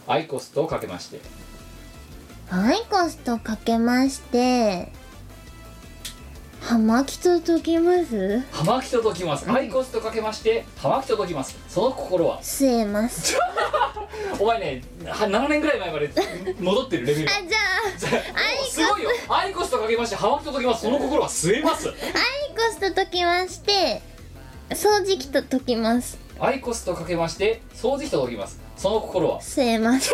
Speaker 1: アイコスとかけまして
Speaker 2: アイコスとかけまして葉巻と解きます
Speaker 1: 「はまきと解きます」「アイコスとかけましてはまきと解きます」その心は
Speaker 2: 吸えます
Speaker 1: お前ねは7年ぐらい前まで戻ってるレベル
Speaker 2: あじゃあイコス
Speaker 1: すごいよアイコスとかけましてはまきと解きますその心は吸えます
Speaker 2: アイコスと解きまして掃除機と解きます
Speaker 1: アイコスとかけまして掃除機と解きますその心は
Speaker 2: 吸えます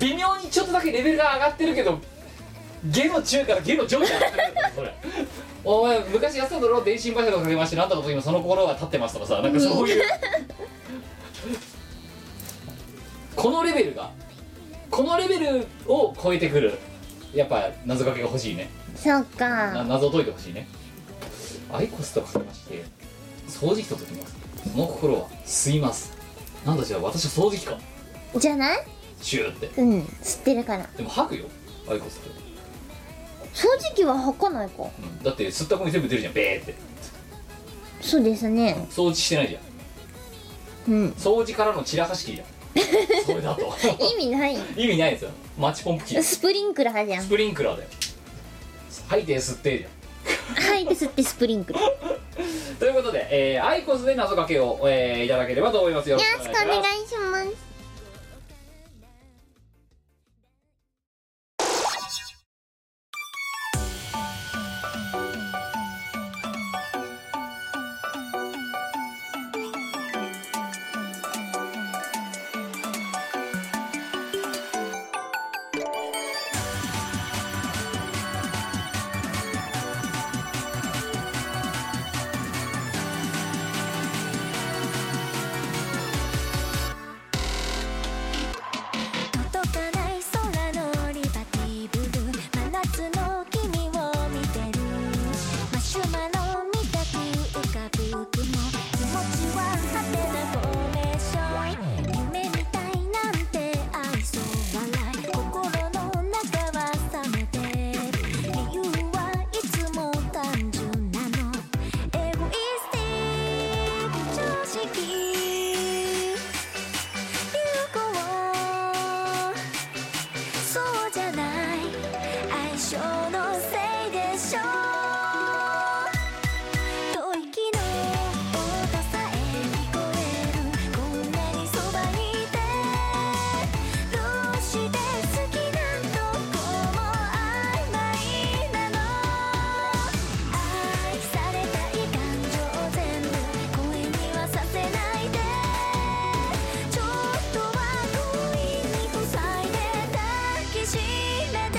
Speaker 1: 微妙にちょっとだけレベルが上がってるけど下の中から下の上に上がってるそ れお前昔やってただろ電信柱とかけましてなんだかと今その心が立ってますとかさなんかそういうこのレベルがこのレベルを超えてくるやっぱ謎かけが欲しいね
Speaker 2: そう
Speaker 1: な
Speaker 2: か
Speaker 1: 謎を解いてほしいねアイコスとかけまして掃除機と解きますその心は吸いますなんだじゃあ私は掃除機か
Speaker 2: じゃない
Speaker 1: シューって
Speaker 2: うん吸ってるから
Speaker 1: でも吐くよアイコスって
Speaker 2: 掃除機は吐かないか
Speaker 1: うんだって吸ったゴミ全部出るじゃんベーって
Speaker 2: そうですね
Speaker 1: 掃除してないじゃん
Speaker 2: うん
Speaker 1: 掃除からの散らかしきりだ それだと
Speaker 2: 意味ない
Speaker 1: 意味ないですよマッチポンプ機
Speaker 2: スプリンクラーじゃん
Speaker 1: スプリンクラーで吐いて吸ってじゃん
Speaker 2: はいですってスプリンクラーよ
Speaker 1: ということで、えーアイコスで謎かけを、えーいただければと思いますよ
Speaker 2: ろしくお願いします
Speaker 3: 届かない空のリバティブル真夏の君を見てるマシュマロみたく浮かぶ雲気持ちはハテナフォーメーション夢みたいなんて愛想笑い心の中は冷めて理由はいつも単純なのエゴイスティック常識「そうじゃない相性のせいでしょ」「吐息の音さえ聞こえるこんなにそばにいて」「どうして好きなんとこも曖昧なの」「愛されたい感情全部声にはさせないで」「ちょっとは恋に塞いで抱きしめて」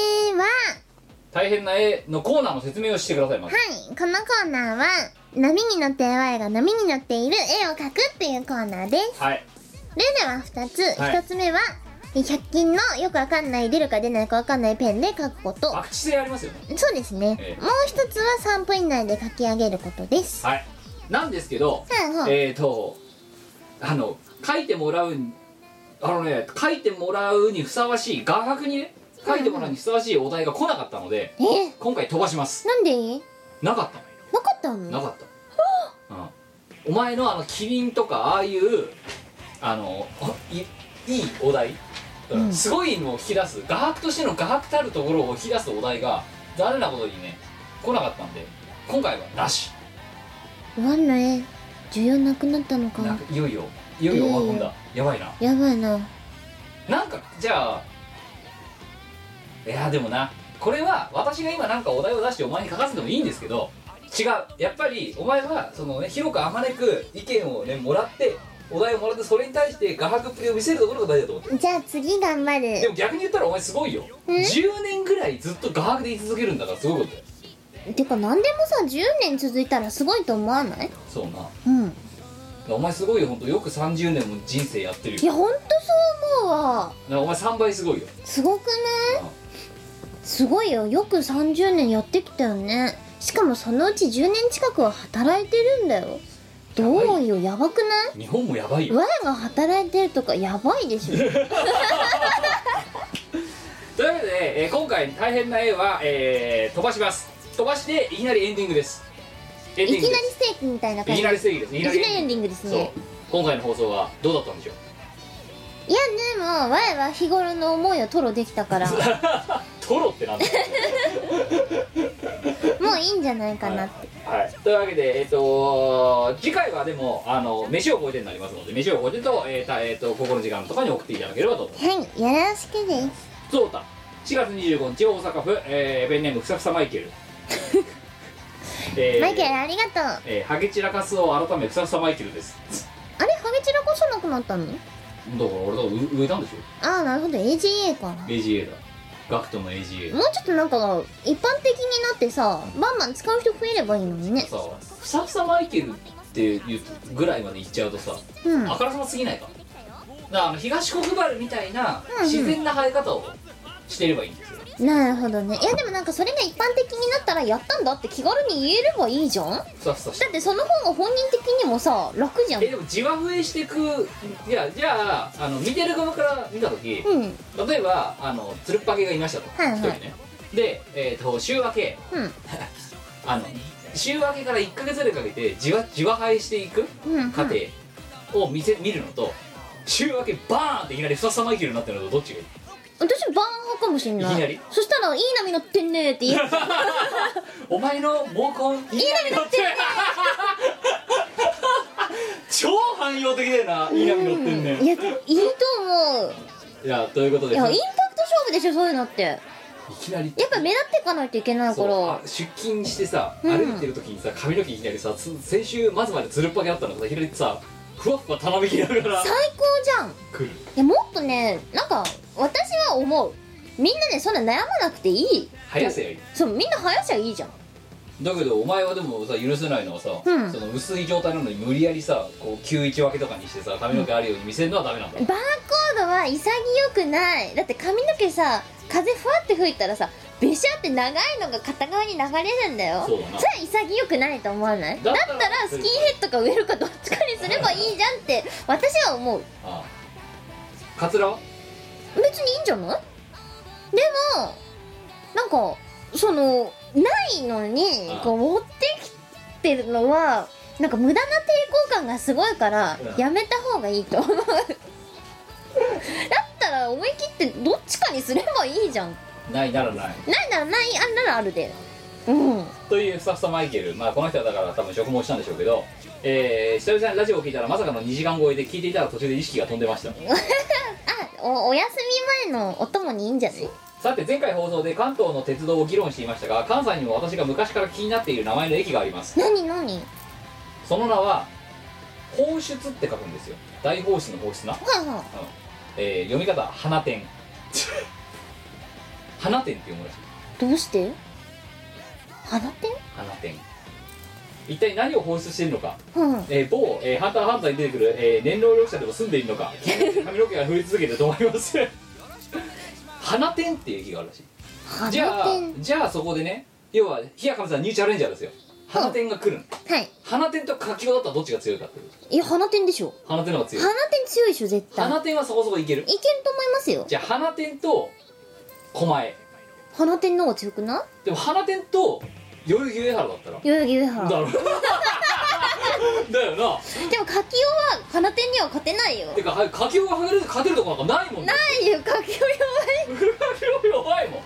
Speaker 2: は
Speaker 1: 大変な絵のコーナーの説明をしてくださいまず
Speaker 2: はい、このコーナーは波に乗ってる Y が波に乗っている絵を描くっていうコーナーです。
Speaker 1: はい
Speaker 2: ルールは2つ。
Speaker 1: はい
Speaker 2: 1つ目は、100均のよくわかんない出るか出ないかわかんないペンで描くこと。
Speaker 1: 博打性ありますよね
Speaker 2: そうですね。もう
Speaker 1: ええ
Speaker 2: 1つは3分以内で描き上げることです。
Speaker 1: はいなんですけど
Speaker 2: はいはい
Speaker 1: えーとあの書いてもらうあのね書いてもらうにふさわしい画伯にね書いてもらうにふさわしいお題が来なかったので
Speaker 2: え
Speaker 1: 今回飛ばします
Speaker 2: なんで
Speaker 1: なかったの
Speaker 2: なかったの
Speaker 1: なかった、うん、お前のあのキリンとかああいうあのほいいいお題、
Speaker 2: うん
Speaker 1: すごいのを引き出す画伯としての画伯たるところを引き出すお題が残念なことにね来なかったんで今回はなし
Speaker 2: ワンの絵、需要なくなったのか
Speaker 1: なん
Speaker 2: な
Speaker 1: かいよいよいよいよ終わるんだ、やばいな
Speaker 2: やばいな。
Speaker 1: なんかじゃあいやでもなこれは私が今なんかお題を出してお前に書かせてもいいんですけど違うやっぱりお前はそのね広くあまねく意見をねもらってお題をもらってそれに対して画伯っぷりを見せるところが大事だと思ってる
Speaker 2: じゃあ次頑張
Speaker 1: で
Speaker 2: る。
Speaker 1: も逆に言ったらお前すごいよ
Speaker 2: ん
Speaker 1: 10年ぐらいずっと画伯で言い続けるんだからすごいことだよ
Speaker 2: てか何でもさ、10年続いたらすごいと思わない
Speaker 1: そうな
Speaker 2: うん。
Speaker 1: お前すごいよ本当よく30年も人生やってるよ
Speaker 2: いや、ほんとそう思うわ。
Speaker 1: なお前3倍すごいよ
Speaker 2: すごく
Speaker 1: う
Speaker 2: なんいすごいよよく30年やってきたよねしかもそのうち10年近くは働いてるんだよどうよやばくな
Speaker 1: 日本もやばい
Speaker 2: い
Speaker 1: よ
Speaker 2: わやが働いてるとかやばいでしょ
Speaker 1: というわけで、えー今回大変な絵は、えー飛ばします飛ばしていきなりエンディングですエン
Speaker 2: い
Speaker 1: ディン
Speaker 2: き
Speaker 1: グ
Speaker 2: な
Speaker 1: で
Speaker 2: り
Speaker 1: す
Speaker 2: ステーキみたいない感
Speaker 1: き
Speaker 2: じいき
Speaker 1: な
Speaker 2: な
Speaker 1: りステーキですいき
Speaker 2: りエンディングです
Speaker 1: そう
Speaker 2: ね
Speaker 1: 今回の放送はどうだったんでしょう
Speaker 2: いやでもわやは日頃の思いを吐露できたか らも
Speaker 1: トロってなんだ
Speaker 2: ういいんじゃないかなって
Speaker 1: はいというわけでえっ、と次回はでもあの飯を超えてになりますので飯を超えてと,、えーたえー、とここの時間とかに送っていただければと思います
Speaker 2: はいよろしくです
Speaker 1: ゾウタ4月25日大阪府、えーペンネームふさふさマイケル、 えー
Speaker 2: マイケルありがとうあ
Speaker 1: えーハゲチラカスを改めふさふさマイケルです
Speaker 2: れハゲチラこそなくなったの
Speaker 1: だから俺だからう植えたんでしょ
Speaker 2: ああなるほど AGA かな
Speaker 1: AGA だガクトの AGA
Speaker 2: もうちょっとなんか一般的になってさバンバン使う人増えればいいのにね
Speaker 1: さふさふさマイケルっていうぐらいまで行っちゃうとさ、
Speaker 2: うん
Speaker 1: あからさますぎないかだからあの東国原みたいな
Speaker 2: うんうん
Speaker 1: 自然な生え方をしてればいいんですよ、
Speaker 2: なるほどねいやでもなんかそれが一般的になったらやったんだって気軽に言えればいいじゃんだ
Speaker 1: ふさふさして
Speaker 2: ってその方が本人的にもさ楽じゃん
Speaker 1: えでも地は増えしていくいやじゃああの見てる側から見た時
Speaker 2: うんうん
Speaker 1: 例えばあのつるっぱげがいましたと
Speaker 2: はいはい
Speaker 1: 一人ねで、えー、と週明けあの週明けから1か月ぐらいかけてじわじわ生えしていく
Speaker 2: うん
Speaker 1: 過程を見せ見るのと週明けバーンっていきなりふさふさマイケルになってるのとどっちがいい
Speaker 2: 私バーン派かもしんない
Speaker 1: いきなり
Speaker 2: そしたら「いい波乗ってんね」って言えば
Speaker 1: お前の毛根いい波乗って る超汎用的だよ ないい波乗ってんね
Speaker 2: いやいいと思う
Speaker 1: いやということ
Speaker 2: い
Speaker 1: で
Speaker 2: やイン
Speaker 1: い
Speaker 2: パクト勝負でしょそういうのってや
Speaker 1: きなり
Speaker 2: っぱ目立っていかないといけないか
Speaker 1: そう
Speaker 2: ら
Speaker 1: あ出勤してさ
Speaker 2: うん
Speaker 1: 歩いてる時にさ髪の毛いきなりさつ先週末までつるっぱげだったのがさいきなりさふわふわたなびきながら
Speaker 2: 最高じゃんい
Speaker 1: 来る
Speaker 2: やもっとねなんか私は思うみんなねそんな悩まなくていい
Speaker 1: 生やせよいい
Speaker 2: そうみんな生やしゃいいじゃん
Speaker 1: だけどお前はでもさ許せないのはさ、
Speaker 2: うん
Speaker 1: その薄い状態なのに無理やりさこう9一分けとかにしてさ髪の毛あるように見せるのはダメなんだ、
Speaker 2: バーコードは潔くないだって髪の毛さ風ふわって吹いたらさべしゃって長いのが片側に流れるんだよ
Speaker 1: そうだな
Speaker 2: それは潔くないと思わない
Speaker 1: だ
Speaker 2: だ
Speaker 1: っ
Speaker 2: ったた
Speaker 1: ら
Speaker 2: らスキンヘッドかウェルかどっちかにすればいいじゃんって私は思う
Speaker 1: ああカツラは
Speaker 2: 別にいいんじゃないでもなんかそのないのに
Speaker 1: ああ
Speaker 2: こう持ってきてるのはなんか無駄な抵抗感がすごいから
Speaker 1: うん
Speaker 2: やめた方がいいと思う だったら思い切ってどっちかにすればいいじゃん
Speaker 1: ないならない
Speaker 2: ないならないあんならあるでうん
Speaker 1: というふさふさマイケル、まあ、この人はだから多分職務したんでしょうけど、えー、久々にラジオを聞いたらまさかの2時間超えで聞いていたら途中で意識が飛んでました
Speaker 2: あおお休み前のお供にいいんじゃない
Speaker 1: さて前回放送で関東の鉄道を議論していましたが関西にも私が昔から気になっている名前の駅があります
Speaker 2: 何何はい
Speaker 1: その名は放出って書くんですよ大放出の放出な、
Speaker 2: は
Speaker 1: えー読み方花店 花店って読むらしい
Speaker 2: いどうして花店
Speaker 1: 花店一体何を放出しているのか
Speaker 2: うん
Speaker 1: えー某、えーハンターハンターに出てくる、えー年老緑者でも住んでいるの か髪の毛が増え続けて止まりません 花店っていう駅があるらしい
Speaker 2: 花
Speaker 1: じゃあ
Speaker 2: 店
Speaker 1: じゃあそこでね要は日やかみさんニューチャレンジャーですよ花店が来るの
Speaker 2: はい
Speaker 1: 花店と柿子だったらどっちが強いかっていう
Speaker 2: いや花店でしょ
Speaker 1: 花店の方が強い
Speaker 2: 花店強いでしょ絶対
Speaker 1: 花店はそこそこいける
Speaker 2: いけると思いますよ
Speaker 1: じゃあ花店と狛江
Speaker 2: 花店の方が強くな
Speaker 1: でも花店と代々木上原だったら
Speaker 2: い代々木上
Speaker 1: だ
Speaker 2: 原
Speaker 1: ろだよな
Speaker 2: でも柿雄は花店には勝てないよ
Speaker 1: てかはい柿子が剥がれて勝てるとこなんかないもんね
Speaker 2: ないよ柿雄弱
Speaker 1: 量弱いもん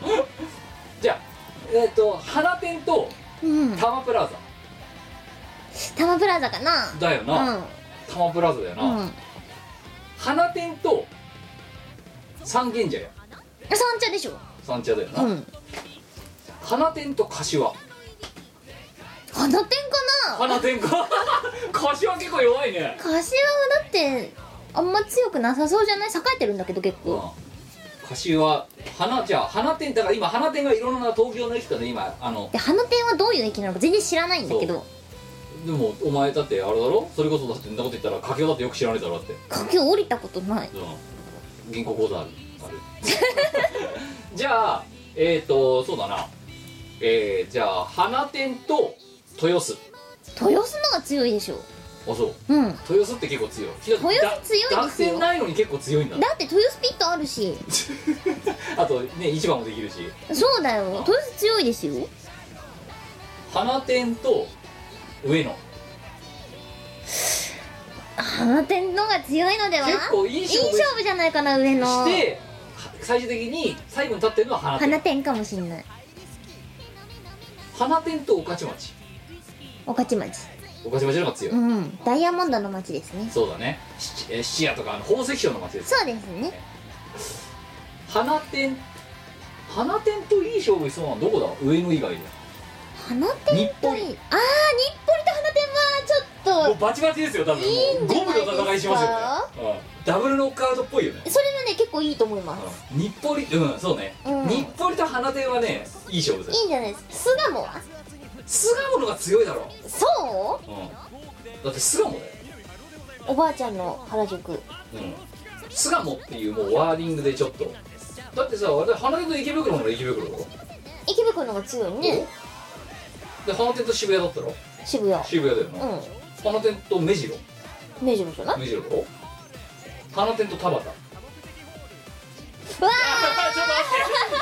Speaker 1: じゃあえっ、と花店と
Speaker 2: いうん
Speaker 1: タマプラザ
Speaker 2: タマプラザかな
Speaker 1: だよな、タマプラザだよな、
Speaker 2: うんうん
Speaker 1: 花店と三軒茶屋
Speaker 2: 三茶でしょ
Speaker 1: 三茶だよな、
Speaker 2: うん
Speaker 1: 花店と柏
Speaker 2: 花店かな
Speaker 1: 花店か 柏結構弱いね
Speaker 2: 柏はだってあんま強くなさそうじゃない栄えてるんだけど結
Speaker 1: うん
Speaker 2: 構
Speaker 1: 柏花じゃあ花店だから今花店がいろんな東京の駅とね今あの
Speaker 2: で花店はどういう駅なのか全然知らないんだけど
Speaker 1: でもお前だってあれだろそれこそだってそんなこと言ったら家計だってよく知らないだろだって
Speaker 2: 柿雄降りたことない
Speaker 1: うん銀行口 座あるあるじゃあえっ、ー、とそうだなえー、じゃあ花店と豊洲
Speaker 2: 豊洲のが強いでしょ
Speaker 1: あそう
Speaker 2: うんだ
Speaker 1: 豊洲って結構強い
Speaker 2: 豊洲強いですよ
Speaker 1: だ学生ないのに結構強いんだ
Speaker 2: って豊洲ピットある し
Speaker 1: あとね市場もできるし
Speaker 2: そうだよ豊洲強いですよ
Speaker 1: 花店と上野
Speaker 2: 花天のが強いのでは
Speaker 1: 結構いい
Speaker 2: いい
Speaker 1: 勝負
Speaker 2: 勝負じゃないかな上の
Speaker 1: しては最終的に最後に立ってるのは花
Speaker 2: 花
Speaker 1: 店
Speaker 2: 天かもしんない
Speaker 1: 花店と御徒町
Speaker 2: 御徒町
Speaker 1: 御徒町の方が強い、
Speaker 2: うんダイヤモンドの町ですね
Speaker 1: そうだね七えー質屋とかあの宝石商の町です
Speaker 2: そうですね
Speaker 1: 花店花店といい勝負しそうなのどこだ上野以外で
Speaker 2: 花天といい
Speaker 1: 日
Speaker 2: あー日暮里と花天はち
Speaker 1: も
Speaker 2: ょ
Speaker 1: う
Speaker 2: っ
Speaker 1: バチバチですよ多分
Speaker 2: いいんじゃないですか
Speaker 1: ゴムの戦いしますよね、うんダブルノックアウトっぽいよね
Speaker 2: とそれのね結構いいと思います
Speaker 1: 日暮里うんそうね、
Speaker 2: うん
Speaker 1: 日暮里と花店はねいい勝負する
Speaker 2: いいじゃないですか巣鴨は
Speaker 1: 巣鴨のが強いだろ、
Speaker 2: そ
Speaker 1: うん、だって巣鴨だよ、
Speaker 2: うおばあちゃんの原宿
Speaker 1: うん、巣鴨っていうもうワーディングでちょっとだってさあれ花店と池袋の方が池袋だろ
Speaker 2: 池袋の方が強いね
Speaker 1: で花店と渋谷だったろ
Speaker 2: 渋谷
Speaker 1: 渋谷だよな、
Speaker 2: う
Speaker 1: 花店と目白
Speaker 2: ん目白じゃない
Speaker 1: 目白だろ花店と田畑
Speaker 2: わ
Speaker 1: あ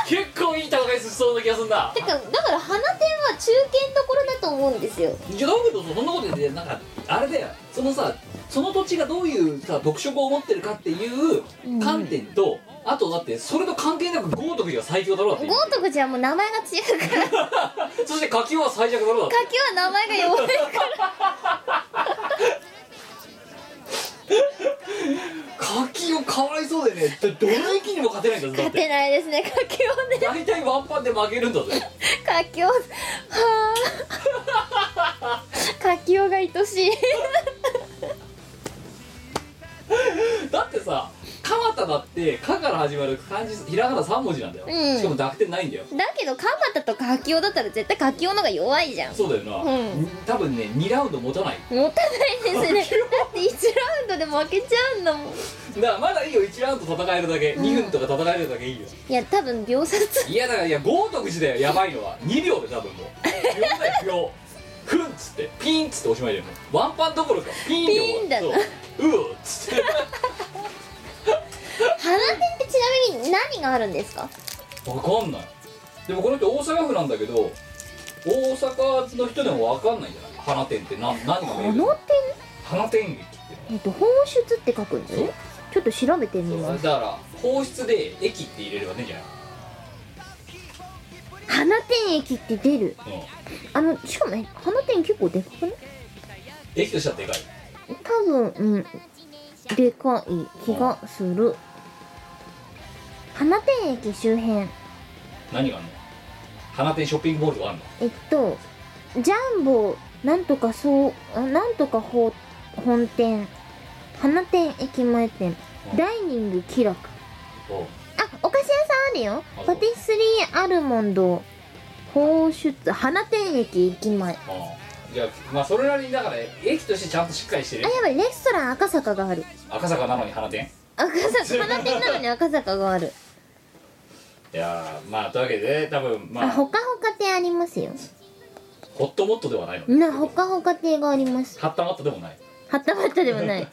Speaker 1: ーちょっと待って結構いい戦いしそうな気がするんだ
Speaker 2: ーてかだから花店は中堅どころだと思うんですよ
Speaker 1: じゃだけどさそんなこと言ってなんかあれだよそのさその土地がどういうさ特色を持ってるかっていう観点と、あとだってそれと関係なく豪徳寺が最強だろうだっていう
Speaker 2: 豪徳寺はもう名前が強いから
Speaker 1: そして柿は最弱だろうだって
Speaker 2: 柿は名前が 弱いから
Speaker 1: 柿をかわいそうでねだどの駅にも勝てないんだぞだっ
Speaker 2: 勝て
Speaker 1: て
Speaker 2: ないですね柿をね
Speaker 1: 大体ワンパンで負けるんだぜ
Speaker 2: 柿をは あ柿をが愛しい
Speaker 1: だってさ蒲田だって「か」から始まる漢字ひらがな3文字なんだよ、
Speaker 2: うん
Speaker 1: しかも濁点ないんだよ
Speaker 2: だけど蒲田と柿をだったら絶対柿をのが弱いじゃん
Speaker 1: そうだよな、
Speaker 2: うん
Speaker 1: 多分ね2ラウンド持たない
Speaker 2: 持たないですねだって1ラウンドで負けちゃうんだもん
Speaker 1: だからまだいいよ1ラウンド戦えるだけ、2分とか戦えるだけいいよ
Speaker 2: いや多分秒殺
Speaker 1: いやだからいや豪徳寺だよやばいのは2秒で多分もう秒だよ秒ふんっつってピンっつっておしまいだよもうワンパンどころかピンで終わ
Speaker 2: ピンだな
Speaker 1: そううおっつって
Speaker 2: 花店ってちなみに何があるんですか
Speaker 1: わかんないでもこの人大阪府なんだけど大阪の人でもわかんないんじゃない花店って何何が
Speaker 2: こ
Speaker 1: 名
Speaker 2: の
Speaker 1: 物
Speaker 2: 点
Speaker 1: 花店駅っていうの
Speaker 2: えっと放出って書くんだよねちょっと調べてみ
Speaker 1: そう
Speaker 2: ま
Speaker 1: だ
Speaker 2: す
Speaker 1: から放出で駅って入れればねじゃ
Speaker 2: 花店駅って出る
Speaker 1: ない、うん、
Speaker 2: あのしかもね花店結構でかくない
Speaker 1: 駅としてはでかい
Speaker 2: 多分うんでかい気がする花店駅周辺
Speaker 1: 何があんの花店ショッピングモールとかあんの
Speaker 2: えっとジャンボなんとかそうあなんとか本本店花店駅前店
Speaker 1: うん
Speaker 2: ダイニングキラク
Speaker 1: おう
Speaker 2: あお菓子屋さんあ
Speaker 1: あ
Speaker 2: るよパティスリーアルモンド放出花店駅駅前あ
Speaker 1: ああじゃあまあそれなりにだから駅としてちゃんとしっかりしてる
Speaker 2: やばいレストラン赤坂がある
Speaker 1: 赤坂なのに花店
Speaker 2: 赤坂花店なのに赤坂がある
Speaker 1: いやーまあというわけで多分ま
Speaker 2: あ
Speaker 1: あ
Speaker 2: ほかほか亭ありますよ
Speaker 1: ホットモットではないのね
Speaker 2: なほかほか亭があります
Speaker 1: ハッタマットでもない
Speaker 2: はったまったでもない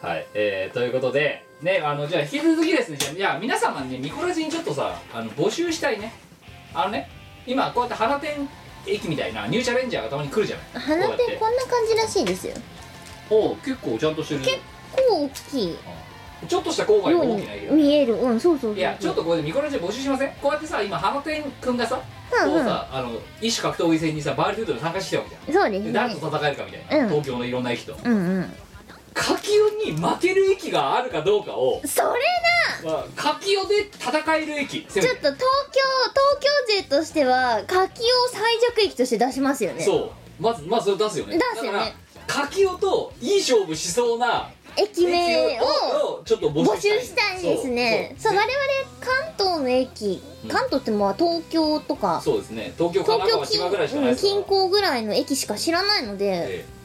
Speaker 1: はいえー、ということでねあのじゃあ引き続きですねじゃあじゃあ皆様にねミコラジにちょっとさあの募集したいねあのね今こうやって花店駅みたいなニューチャレンジャーがたまに来るじゃない
Speaker 2: 花
Speaker 1: こうや
Speaker 2: 店
Speaker 1: って
Speaker 2: こんな感じらしいですよ
Speaker 1: おう結構ちゃんとしてるね
Speaker 2: こう大きい
Speaker 1: ちょっとした郊外
Speaker 2: よ
Speaker 1: も
Speaker 2: う
Speaker 1: 大き
Speaker 2: に
Speaker 1: な駅だ
Speaker 2: 見えるうんそうそうそう
Speaker 1: いやちょっとこれでミコラジ募集しませんこうやってさ今花店くんがさ
Speaker 2: うん
Speaker 1: こ
Speaker 2: う
Speaker 1: うんさあの一種格闘技戦にさバーリフュードで参加してたわけじゃん
Speaker 2: そうです
Speaker 1: で
Speaker 2: ね
Speaker 1: 誰と戦えるかみたいな、
Speaker 2: うん
Speaker 1: 東京のいろんな駅と
Speaker 2: うんうん
Speaker 1: 柿生に負ける駅があるかどうかを、
Speaker 2: それ
Speaker 1: まあ、柿生で戦える駅せ
Speaker 2: ち
Speaker 1: め
Speaker 2: ょってと東京東京勢としては柿を最弱益として出しますよね
Speaker 1: そうまずまずそれ出すよね
Speaker 2: 出すよね
Speaker 1: だから柿生といい勝負しそうな
Speaker 2: 駅名を
Speaker 1: ちょっと募
Speaker 2: 募
Speaker 1: 集
Speaker 2: 集
Speaker 1: し
Speaker 2: したた
Speaker 1: い
Speaker 2: いんですね
Speaker 1: そ
Speaker 2: そうう我々関東の駅
Speaker 1: うん
Speaker 2: 関東ってまあ東京とか
Speaker 1: そうですね東京神
Speaker 2: 東
Speaker 1: 奈
Speaker 2: 京
Speaker 1: 川千葉ぐらいしかない
Speaker 2: 近,、うん、
Speaker 1: ですから
Speaker 2: 近郊ぐらいの駅しか知らないので、
Speaker 1: ええ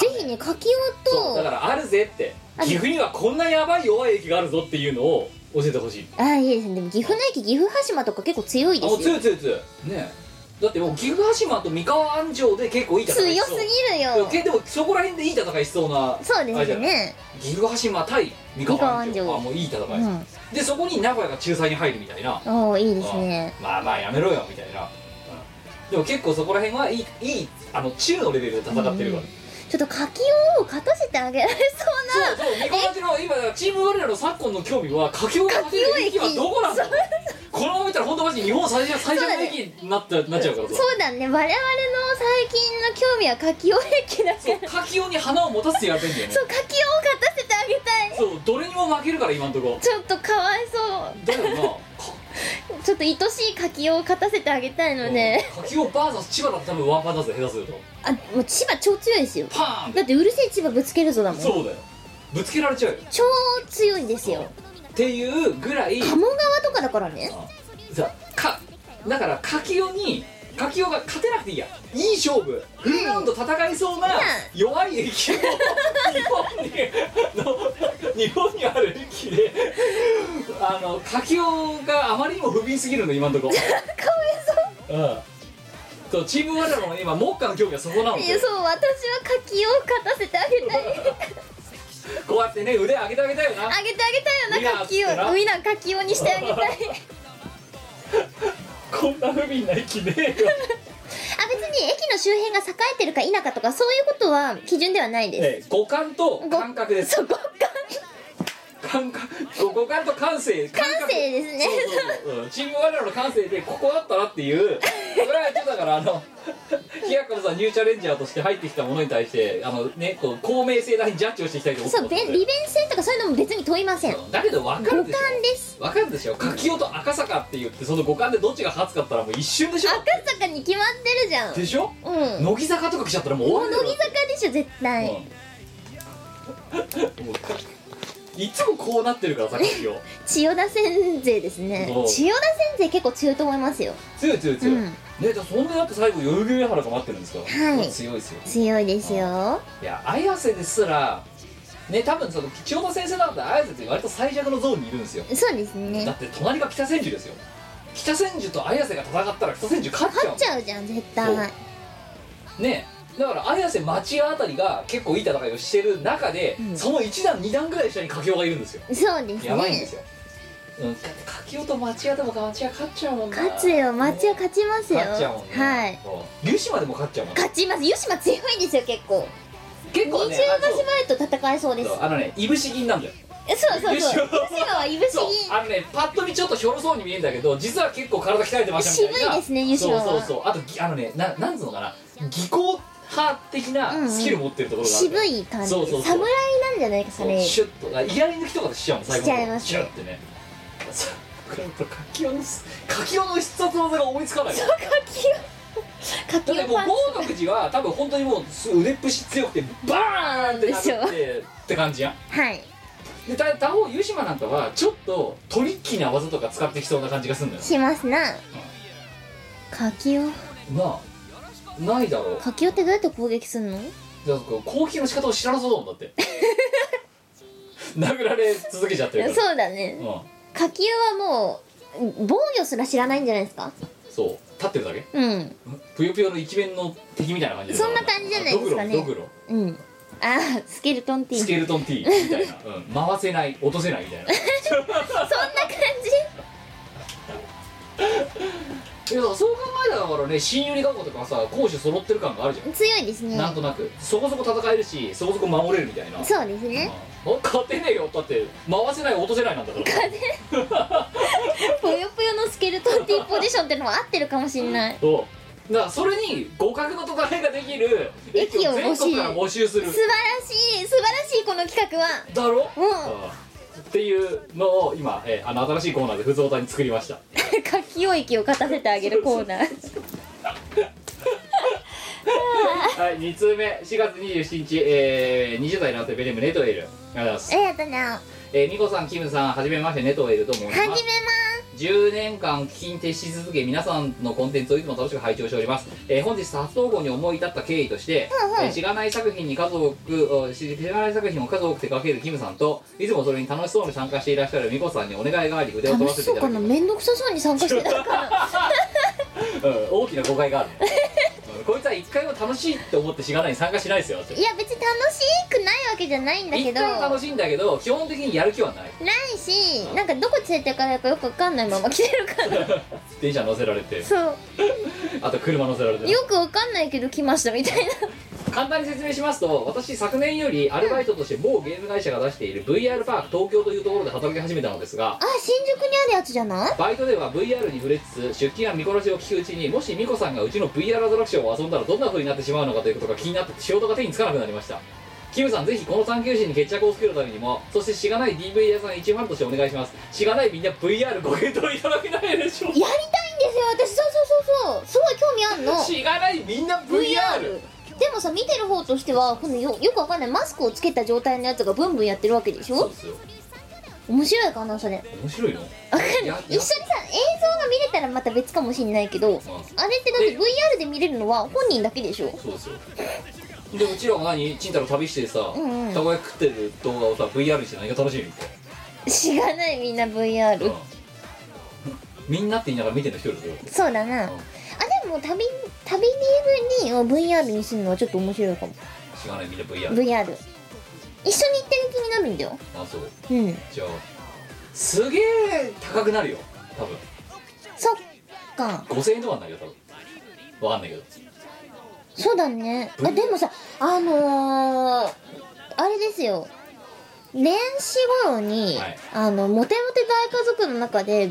Speaker 2: ぜひね柿
Speaker 1: そう
Speaker 2: を
Speaker 1: だ
Speaker 2: と
Speaker 1: からあるぜって
Speaker 2: ある
Speaker 1: 岐阜にはこんなやばい弱い駅があるぞっていうのを教えてほしい
Speaker 2: ああいいですねでも岐阜の駅岐阜羽島とか結構強い
Speaker 1: あ
Speaker 2: で
Speaker 1: もう
Speaker 2: す
Speaker 1: 強
Speaker 2: よ
Speaker 1: い強い強いねだってもう岐阜羽島と三河安城で結構いい戦いし
Speaker 2: 強
Speaker 1: そう
Speaker 2: すぎるよ
Speaker 1: でもそこら辺でいい戦いしそうな
Speaker 2: そう
Speaker 1: あれ
Speaker 2: です
Speaker 1: じゃ
Speaker 2: よ
Speaker 1: ない
Speaker 2: ね
Speaker 1: 岐阜羽島対三河安城
Speaker 2: 三河安城
Speaker 1: あもういい戦い、
Speaker 2: うん
Speaker 1: でそこに名古屋が仲裁に入るみたいな
Speaker 2: おおいいですね
Speaker 1: まあまあやめろよみたいな、うんでも結構そこら辺はいいいいあの中のレベルで戦ってるから、
Speaker 2: ちょっと柿を勝たせてあげられそうな
Speaker 1: そう三河安城の今だからチーム我らの昨今の興味は柿をかける駅はどこなんだこのまま見たら本当マジ日本最初最初の駅になったなっちゃうからさ
Speaker 2: そうだね我々の最近の興味は柿を駅だ
Speaker 1: そ
Speaker 2: け
Speaker 1: う柿をに花を持たせてやってんだよね
Speaker 2: そう柿を勝たせてあげたい
Speaker 1: そうどれにも負けるから今んとこ
Speaker 2: ちょっとかわいそ
Speaker 1: だよなか
Speaker 2: うちょっと愛しい柿を勝たせてあげたいので、
Speaker 1: うん柿をバーサス千葉だったら多分ワンパンだぜ下手すると
Speaker 2: あもう千葉超強いですよ
Speaker 1: パーンっ
Speaker 2: だ
Speaker 1: て
Speaker 2: ってうるせえ千葉ぶつけるぞだもん
Speaker 1: そうだよぶつけられちゃうよ
Speaker 2: 超強いですよ
Speaker 1: っていうぐらい
Speaker 2: 鴨川とかだからね
Speaker 1: だかだから柿雄に柿雄が勝てなくていいやいい勝負フルラウンド戦いそうな弱い駅を日本にの日本にある駅であの柿雄があまりにも不憫すぎるの今のところかわいそう、うん、そうチーム我らの今目下の競技はそこなの
Speaker 2: い
Speaker 1: で
Speaker 2: やそう私は柿を勝たせてあげ たい
Speaker 1: こうやってね腕上げてあげたいよな
Speaker 2: あげてあげたいよな柿
Speaker 1: ウィナーっつってな
Speaker 2: をウィナー柿をにして あげたい
Speaker 1: こんな不憫な駅ねえよ
Speaker 2: あ別に駅の周辺が栄えてるか否かとかそういうことは基準ではないです、
Speaker 1: ええ五感と感覚です
Speaker 2: そこか
Speaker 1: 感覚五五感と感性感
Speaker 2: 感性ですね
Speaker 1: そうそうそううんチーム我らの感性でここだったなっていうそれはちょっとだからあの日高さんニューチャレンジャーとして入ってきたものに対してあのねこう公明正大にジャッジをしていきたいと思って
Speaker 2: そうべ利便性とかそういうのも別に問いません五
Speaker 1: だけど分か
Speaker 2: 感
Speaker 1: るでしょ
Speaker 2: です
Speaker 1: 分かるでしょ柿雄と赤坂って言ってその五感でどっちが初かったらもう一瞬でしょ
Speaker 2: 赤坂に決まってるじゃん
Speaker 1: でしょ
Speaker 2: うんも
Speaker 1: 乃木坂とか来ちゃったらもう
Speaker 2: う
Speaker 1: 終わ
Speaker 2: 乃
Speaker 1: り
Speaker 2: 木坂でしょ絶
Speaker 1: だ
Speaker 2: 対、
Speaker 1: ようんもうかいつもこうなってるからさ柿雄
Speaker 2: 千代田先生ですね
Speaker 1: そう
Speaker 2: 千代田先生結構強いと思いますよ
Speaker 1: 強い強い強い、
Speaker 2: うん
Speaker 1: ねだってそんでだって最後代々木上原が待ってるんですから、
Speaker 2: はい
Speaker 1: 強いですよ
Speaker 2: 強いですよ
Speaker 1: いや綾瀬ですらね多分その千代田先生なんて綾瀬って割と最弱のゾーンにいるんですよ
Speaker 2: そうです
Speaker 1: だ
Speaker 2: ね
Speaker 1: って隣が北千住ですよ北千住と綾瀬が戦ったら北千住勝っちゃう
Speaker 2: 勝
Speaker 1: も
Speaker 2: っ
Speaker 1: ん
Speaker 2: ちゃうじゃん絶対
Speaker 1: ねだから綾瀬町屋あたりが結構いい戦いをしてる中で、
Speaker 2: うん
Speaker 1: その1段2段ぐらい下に佳境がいるんですよ
Speaker 2: そうですね
Speaker 1: やばいんですよ、うん、だって佳境と町屋でも町屋勝っちゃうもんな
Speaker 2: 勝つよ町は勝ちますよ
Speaker 1: 勝っちゃうもんね
Speaker 2: はい
Speaker 1: うん湯島でも勝っちゃうもんね
Speaker 2: 勝ちます湯島強いですよ結構
Speaker 1: 結
Speaker 2: 二
Speaker 1: 構
Speaker 2: 重
Speaker 1: ね
Speaker 2: が
Speaker 1: あそう
Speaker 2: 縛ると戦えそうです
Speaker 1: そうあのねいぶし銀なんだよ
Speaker 2: えそうそう
Speaker 1: 湯
Speaker 2: そう
Speaker 1: 島
Speaker 2: 湯島はいぶし
Speaker 1: そう
Speaker 2: 銀
Speaker 1: あのねパッと見ちょっとひょろそうに見えるんだけど実は結構体鍛えてましたみたいな
Speaker 2: 渋いですね湯島は
Speaker 1: そうそうそうあとぎあのねななんつうのかな技巧派的
Speaker 2: うんう
Speaker 1: なんスキル持ってるところがある
Speaker 2: 渋い感じ
Speaker 1: そうそうそう
Speaker 2: 侍なんじゃないかそ
Speaker 1: そう
Speaker 2: れ
Speaker 1: シュッとあイヤリングとかでしちゃうもん最後の
Speaker 2: しちゃいます
Speaker 1: シュッてねそうこれやっぱ柿雄の柿雄の必殺技が思いつかないよ
Speaker 2: か
Speaker 1: だ
Speaker 2: き
Speaker 1: ってもう
Speaker 2: パン
Speaker 1: 豪徳寺は多分本当にもうす腕っぷし強くてバーンってなってって感じやん
Speaker 2: はい
Speaker 1: でた他方湯島なんかはちょっとトリッキーな技とか使ってきそうな感じがするんだよ
Speaker 2: しますなかきを
Speaker 1: なあないだろう
Speaker 2: かきをってどうやって攻撃するの
Speaker 1: じゃあ攻撃の仕方を知らなそうだもんだって 殴られ続けちゃってるから
Speaker 2: そうだねかきをはもう防御すら知らないんじゃないですか
Speaker 1: うん、そう立ってるだけ
Speaker 2: うん
Speaker 1: ぷよぷよの一面の敵みたいな感じで
Speaker 2: そんな感じじゃないですかね
Speaker 1: ドグロドグ
Speaker 2: うんああスケルトンテ
Speaker 1: ロ
Speaker 2: ィー
Speaker 1: スケルトン T みたいな、うん、回せない落とせないみたいないや
Speaker 2: そんな感じ
Speaker 1: だからそう考えたらだからね新百合学校とかはさ攻守揃ってる感があるじゃん、
Speaker 2: 強いですね
Speaker 1: なんとなくそこそこ戦えるしそこそこ守れるみたいな
Speaker 2: そうですね
Speaker 1: うん勝てねえよだって回せない落とせないなんだから
Speaker 2: ぽよぽよのスケルトンティーポジションってのは合ってるかもしんない
Speaker 1: そうだからそれに互角の戦いができる
Speaker 2: 駅を
Speaker 1: 全国から募集する
Speaker 2: 素晴らしい素晴らしいこの企画は
Speaker 1: だろ、
Speaker 2: うん
Speaker 1: うんっていうのを今、えーあの新しいコーナーで不造たに作りま した
Speaker 2: かきを液を勝たせてあげるコーナー
Speaker 1: はい2通目4月27日、えー、20代男性ベネームネトエルありがとうございます
Speaker 2: ありがとうなは
Speaker 1: えー、ミコさんキムさんはじめましてネトエルと申します
Speaker 2: じめま
Speaker 1: 10年間聞きに徹し続け皆さんのコンテンツをいつも楽しく拝聴しております、えー本日初投稿に思い至った経緯として、
Speaker 2: うんうん
Speaker 1: えー知らない作品に数多くお知知らない作品を数多く手掛けるキムさんといつもそれに楽しそうに参加していらっしゃるミコさんにお願いがあり腕を取
Speaker 2: 楽
Speaker 1: ら
Speaker 2: し
Speaker 1: せてい
Speaker 2: そう
Speaker 1: ただ
Speaker 2: か
Speaker 1: き
Speaker 2: な
Speaker 1: ます
Speaker 2: 面倒くさそうに参加してたから
Speaker 1: うん大きな誤解がある うんこいつは一回も楽しいって思ってしがないに参加しないですよって
Speaker 2: いや別に楽しくないわけじゃないんだけ
Speaker 1: 一
Speaker 2: ど
Speaker 1: 回は
Speaker 2: な
Speaker 1: 楽しいんだけど基本的にやる気はない
Speaker 2: いしなんかどこ連れてるからやっぱよくわかんないまま来てるから
Speaker 1: 電車乗せられて
Speaker 2: そ
Speaker 1: あと車乗せられて
Speaker 2: うよくわかんないけど来ましたみたいな
Speaker 1: 簡単に説明しますと私昨年よりアルバイトとして某ゲーム会社が出している VR パーク東京というところで働き始めたのですが
Speaker 2: あ新宿にあるやつじゃない
Speaker 1: バイトでは VR に触れつつ出勤や見殺しを聞くうちにもし美子さんがうちの VR アトラクションを遊んだらどんな風になってしまうのかということが気になって仕事が手につかなくなりましたキムさんぜひこの探求心に決着をつけるためにもそしてしがない DV 屋さん一ファンとしてお願いしますしがないみんな VR ご検討いただけないでしょう
Speaker 2: やりたいんですよ私そうそうそうそうすごい興味あんの
Speaker 1: かしがないみんな VR?
Speaker 2: でもさ見てる方としてはこのよよくわかんないマスクをつけた状態のやつがブンブンやってるわけでし
Speaker 1: そう
Speaker 2: ょ
Speaker 1: ですよ
Speaker 2: 面白いかなそれ
Speaker 1: 面白いの
Speaker 2: わかん
Speaker 1: や
Speaker 2: ない
Speaker 1: や
Speaker 2: 一緒にさ映像が見れたらまた別かもしんないけど
Speaker 1: う
Speaker 2: あれってだって
Speaker 1: で
Speaker 2: VR で見れるのは本人だけでしょ
Speaker 1: そうですよでうちらが何ちんたら旅してさ
Speaker 2: うんうん
Speaker 1: たこ焼き食ってる動画をさ VR にして何が楽しみみたい
Speaker 2: 知らないみんな
Speaker 1: な、う
Speaker 2: VR
Speaker 1: んみんなって言いながら見てるの一人だよ
Speaker 2: そうだなあでも旅旅 DV を VR にするのはちょっと面白いかも
Speaker 1: 知らないみんな VR、
Speaker 2: VR 一緒に行ってる気になるんだよ
Speaker 1: あそう
Speaker 2: うん
Speaker 1: じゃあすげえ高くなるよ多分
Speaker 2: そっか
Speaker 1: 5000円とかになるよ多分わかんないけど
Speaker 2: そうだねあ
Speaker 1: VR
Speaker 2: でもさあのー、あれですよ年始頃に、
Speaker 1: はい
Speaker 2: あのモテモテ大家族の中で VR デ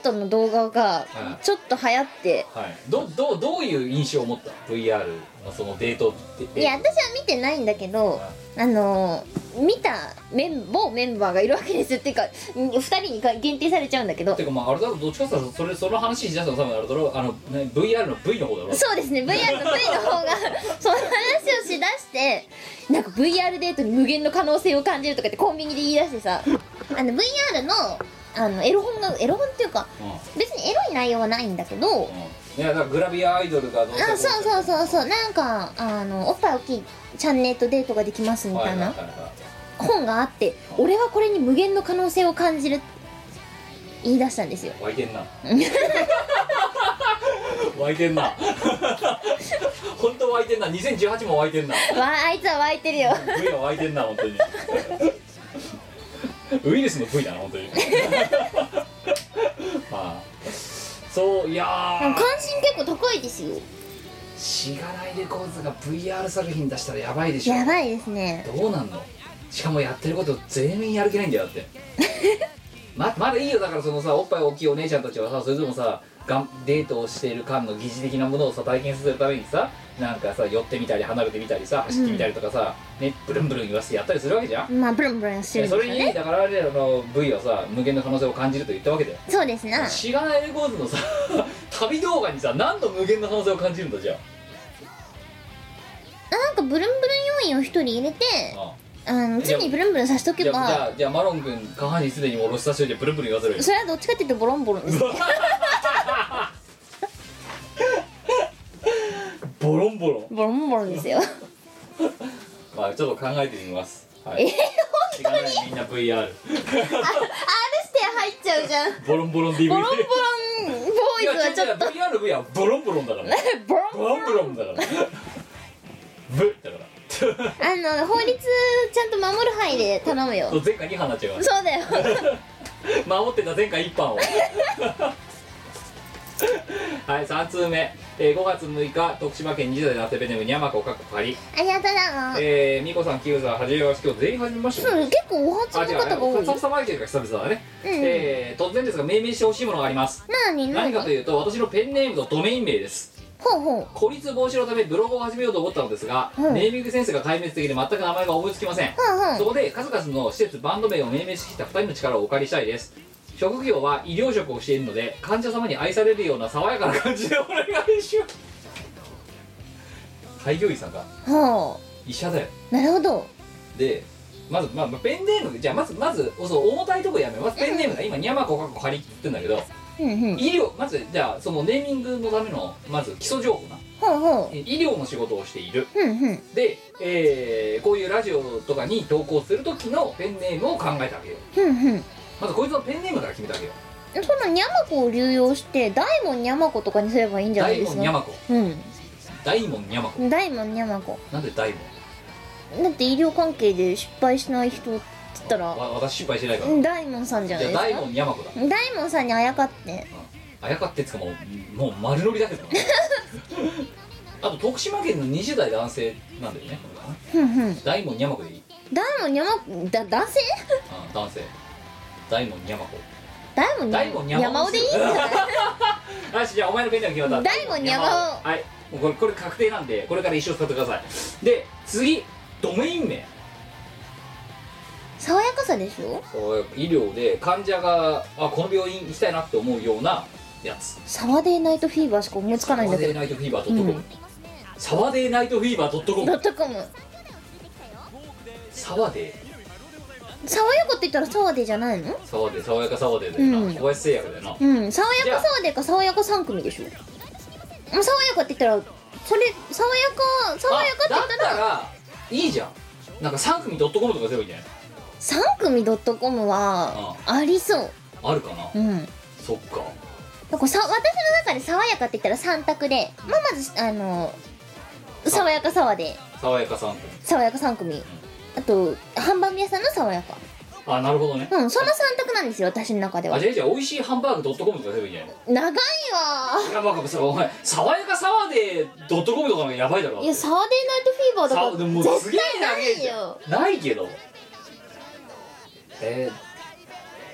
Speaker 2: ートの動画が
Speaker 1: はい
Speaker 2: ちょっと流行って、
Speaker 1: はいどどうどういう印象を持った VR のそのデートって
Speaker 2: いや私は見てないんだけどあのー、見たメン某メンバーがいるわけですよっていうか2人にか限定されちゃうんだけど
Speaker 1: てかまああれだろどっちかっていうとそれその話しだしたの多分あれだろあの、ね、VR の V の方だろ
Speaker 2: そうですね VR の V の方がその話をしだしてなんか VR デートに無限の可能性を感じるとかってコンビニで言い出してさあの VR のあのエロ本がエロ本っていうか
Speaker 1: うん
Speaker 2: 別にエロい内容はないんだけど
Speaker 1: うんいやだからグラビアアイドルがどう
Speaker 2: あそうそうそうそうなんかあのおっぱい大きいチャンネルとデートができますみ
Speaker 1: は
Speaker 2: た
Speaker 1: い
Speaker 2: い
Speaker 1: はいは
Speaker 2: ない
Speaker 1: は
Speaker 2: 本があって俺はこれに無限の可能性を感じる言い出したんですよ
Speaker 1: い湧いてんな湧いてんな本当湧いてんな2018も湧いてんな
Speaker 2: わああいつは湧いてるよ
Speaker 1: V は湧いてんな本当にウイルスの V だな本当に まあそういや
Speaker 2: 関
Speaker 1: ー
Speaker 2: 心結構高いですよ
Speaker 1: しがないレコーズが VR 作品出したらやばいでしょ
Speaker 2: やばいですね
Speaker 1: どうなんのしかもやってること全員やる気ないんだよだって ままだいいよだからそのさおっぱい大きいお姉ちゃんたちはさそれでもさがんデートをしている間の疑似的なものをさ体験させるためにさなんかさ寄ってみたり離れてみたりさ走ってみたりとかさ、ねブルンブルン言わせてやったりするわけじゃん、
Speaker 2: まあブルンブルンしてるん
Speaker 1: そ
Speaker 2: です
Speaker 1: れ
Speaker 2: よ
Speaker 1: に
Speaker 2: ね
Speaker 1: だからあれらの V はさ無限の可能性を感じると言ったわけだよ
Speaker 2: そうですな
Speaker 1: 知らないレコーズのさ 旅動画にさ何の無限の可能性を感じるんだじゃ
Speaker 2: なんかブルンブルン要員を一人入れて
Speaker 1: あ、うん
Speaker 2: あの常にブルンブルンさせと
Speaker 1: じ
Speaker 2: け
Speaker 1: ゃあじゃ
Speaker 2: ば
Speaker 1: あじゃあマロン君下半身すでにもうロスタしといてブルンブルン言わせるよ
Speaker 2: それはどっちかっていうとボロンボロンです
Speaker 1: ボロン ボロン
Speaker 2: ボロンボロンですよ
Speaker 1: まあちょっと考えてみますは
Speaker 2: え
Speaker 1: い
Speaker 2: ー、
Speaker 1: 知らないみんな VR
Speaker 2: R ステア入っちゃうじゃん
Speaker 1: ボロンボロン DVD
Speaker 2: ボロンボロンボー
Speaker 1: い
Speaker 2: イ
Speaker 1: や
Speaker 2: ズはち ょっと
Speaker 1: VR の V はボロンボロンだから
Speaker 2: ボロン
Speaker 1: ボロンボロンだからブだから
Speaker 2: あの法律ちゃんと守る範囲で頼むよ
Speaker 1: 前回2班になっちゃうから
Speaker 2: そうだよ
Speaker 1: 守ってた前回一班をはい3通目、えー5月6日徳島県20代のアテベネムにゃまこかっこかり
Speaker 2: ありがとうだな
Speaker 1: えーみこさんきゅうさんはじめまして今日全員はじめまして
Speaker 2: そう結構お初
Speaker 1: あ違
Speaker 2: の
Speaker 1: う
Speaker 2: 方が多い
Speaker 1: ささばいてるから久々だね、
Speaker 2: うん
Speaker 1: えー突然ですが命名してほしいものがあります
Speaker 2: なにな
Speaker 1: 何
Speaker 2: に
Speaker 1: かというと私のペンネームとドメイン名です
Speaker 2: ほうほう
Speaker 1: 孤立防止のためブログを始めようと思ったのですが、
Speaker 2: うん
Speaker 1: ネーミングセンスが壊滅的で全く名前が思いつきません、
Speaker 2: うん
Speaker 1: そ
Speaker 2: うん
Speaker 1: こで数々の施設バンド名を命名してきた2人の力をお借りしたいです職業は医療職をしているので患者様に愛されるような爽やかな感じでお願いします開業医さんが
Speaker 2: ほ
Speaker 1: 医者だよ
Speaker 2: うなるほど
Speaker 1: でまず、まあ、まあペンネームじゃあまずまずそう重たいとこやめますペンネームだ今にゃまこかっこ張り切ってんだけど
Speaker 2: うんうん
Speaker 1: 医療まずじゃあそのネーミングのためのまず基礎情報な
Speaker 2: ほうほ
Speaker 1: え医療の仕事をしている
Speaker 2: ううんうん
Speaker 1: で、えーこういうラジオとかに投稿する時のペンネームを考えてあげよう
Speaker 2: うんうん
Speaker 1: まずこいつのペンネームから決めてあげよう
Speaker 2: そのにゃまこを流用して大門にゃまことかにすればいいんじゃない
Speaker 1: 大
Speaker 2: です
Speaker 1: 門にゃ
Speaker 2: か
Speaker 1: まこ
Speaker 2: う
Speaker 1: 大門にゃまこ
Speaker 2: ん大門にゃまこ
Speaker 1: なんで大門
Speaker 2: だって医療関係で失敗しない人っつったら
Speaker 1: わ私失敗してないから、
Speaker 2: うん大門さんじゃな
Speaker 1: じ
Speaker 2: い
Speaker 1: ゃあ
Speaker 2: です
Speaker 1: 大門にゃまこだ
Speaker 2: か大門さんにあやかって
Speaker 1: あやかってっつうかもうもう丸乗りだけどな あと徳島県の20代男性なんだよね
Speaker 2: ふんふん
Speaker 1: 大門にゃまこでいい、
Speaker 2: 大門にゃまこだ男性
Speaker 1: うん男性大門にゃまこ
Speaker 2: 大門に
Speaker 1: 大門にゃ
Speaker 2: ゃ
Speaker 1: ま
Speaker 2: まおでいいんじゃない
Speaker 1: よしじゃあお前のペンネーム決まった
Speaker 2: 大門にゃま
Speaker 1: はいもうこれこれ確定なんでこれから一生使ってくださいで次ドメイン名
Speaker 2: 爽やかさでしょ
Speaker 1: そう医療で患者があこの病院行きたいなって思うようなやつ
Speaker 2: サワデーナイトフィーバーしか思いつかないんだけ
Speaker 1: デー
Speaker 2: ど
Speaker 1: ナイトフィーバー .com、
Speaker 2: うん
Speaker 1: サワデーナイトフィーバー .com
Speaker 2: ドットコム
Speaker 1: サワデー
Speaker 2: 爽やかって言ったらサワデーじゃないの
Speaker 1: サワデー爽やかサワデーだよな、
Speaker 2: うん
Speaker 1: 小林製薬だよな
Speaker 2: うん爽やかサワデーか爽やか3組でしょうん爽やかって言ったらそれ爽やか爽やかって言
Speaker 1: あ
Speaker 2: った
Speaker 1: だった
Speaker 2: ら
Speaker 1: らいいじゃんなんか3組 .com とかすればいいんじゃない
Speaker 2: 3組ドットコムはありそう
Speaker 1: あるかな、
Speaker 2: うん
Speaker 1: そっか
Speaker 2: だからさ私の中で爽やかって言ったら3択で、まあ、まずあの爽やかサワデー
Speaker 1: 爽やか3組
Speaker 2: 爽やか3組あと半ン屋さんの爽やか
Speaker 1: あなるほどね、
Speaker 2: うんその3択なんですよ私の中では
Speaker 1: あじゃあじゃあ美味しいハンバーグ .com とかすればいいんじゃない
Speaker 2: 長いわ
Speaker 1: いやばかさお前爽やかサワデー .com とかの方がやばいだろ
Speaker 2: ーいやサワデーナイトフィー
Speaker 1: さ
Speaker 2: バーだか
Speaker 1: で
Speaker 2: ら
Speaker 1: もすげ
Speaker 2: 絶
Speaker 1: え長
Speaker 2: 対ない
Speaker 1: いじゃ
Speaker 2: よ
Speaker 1: んないけどえ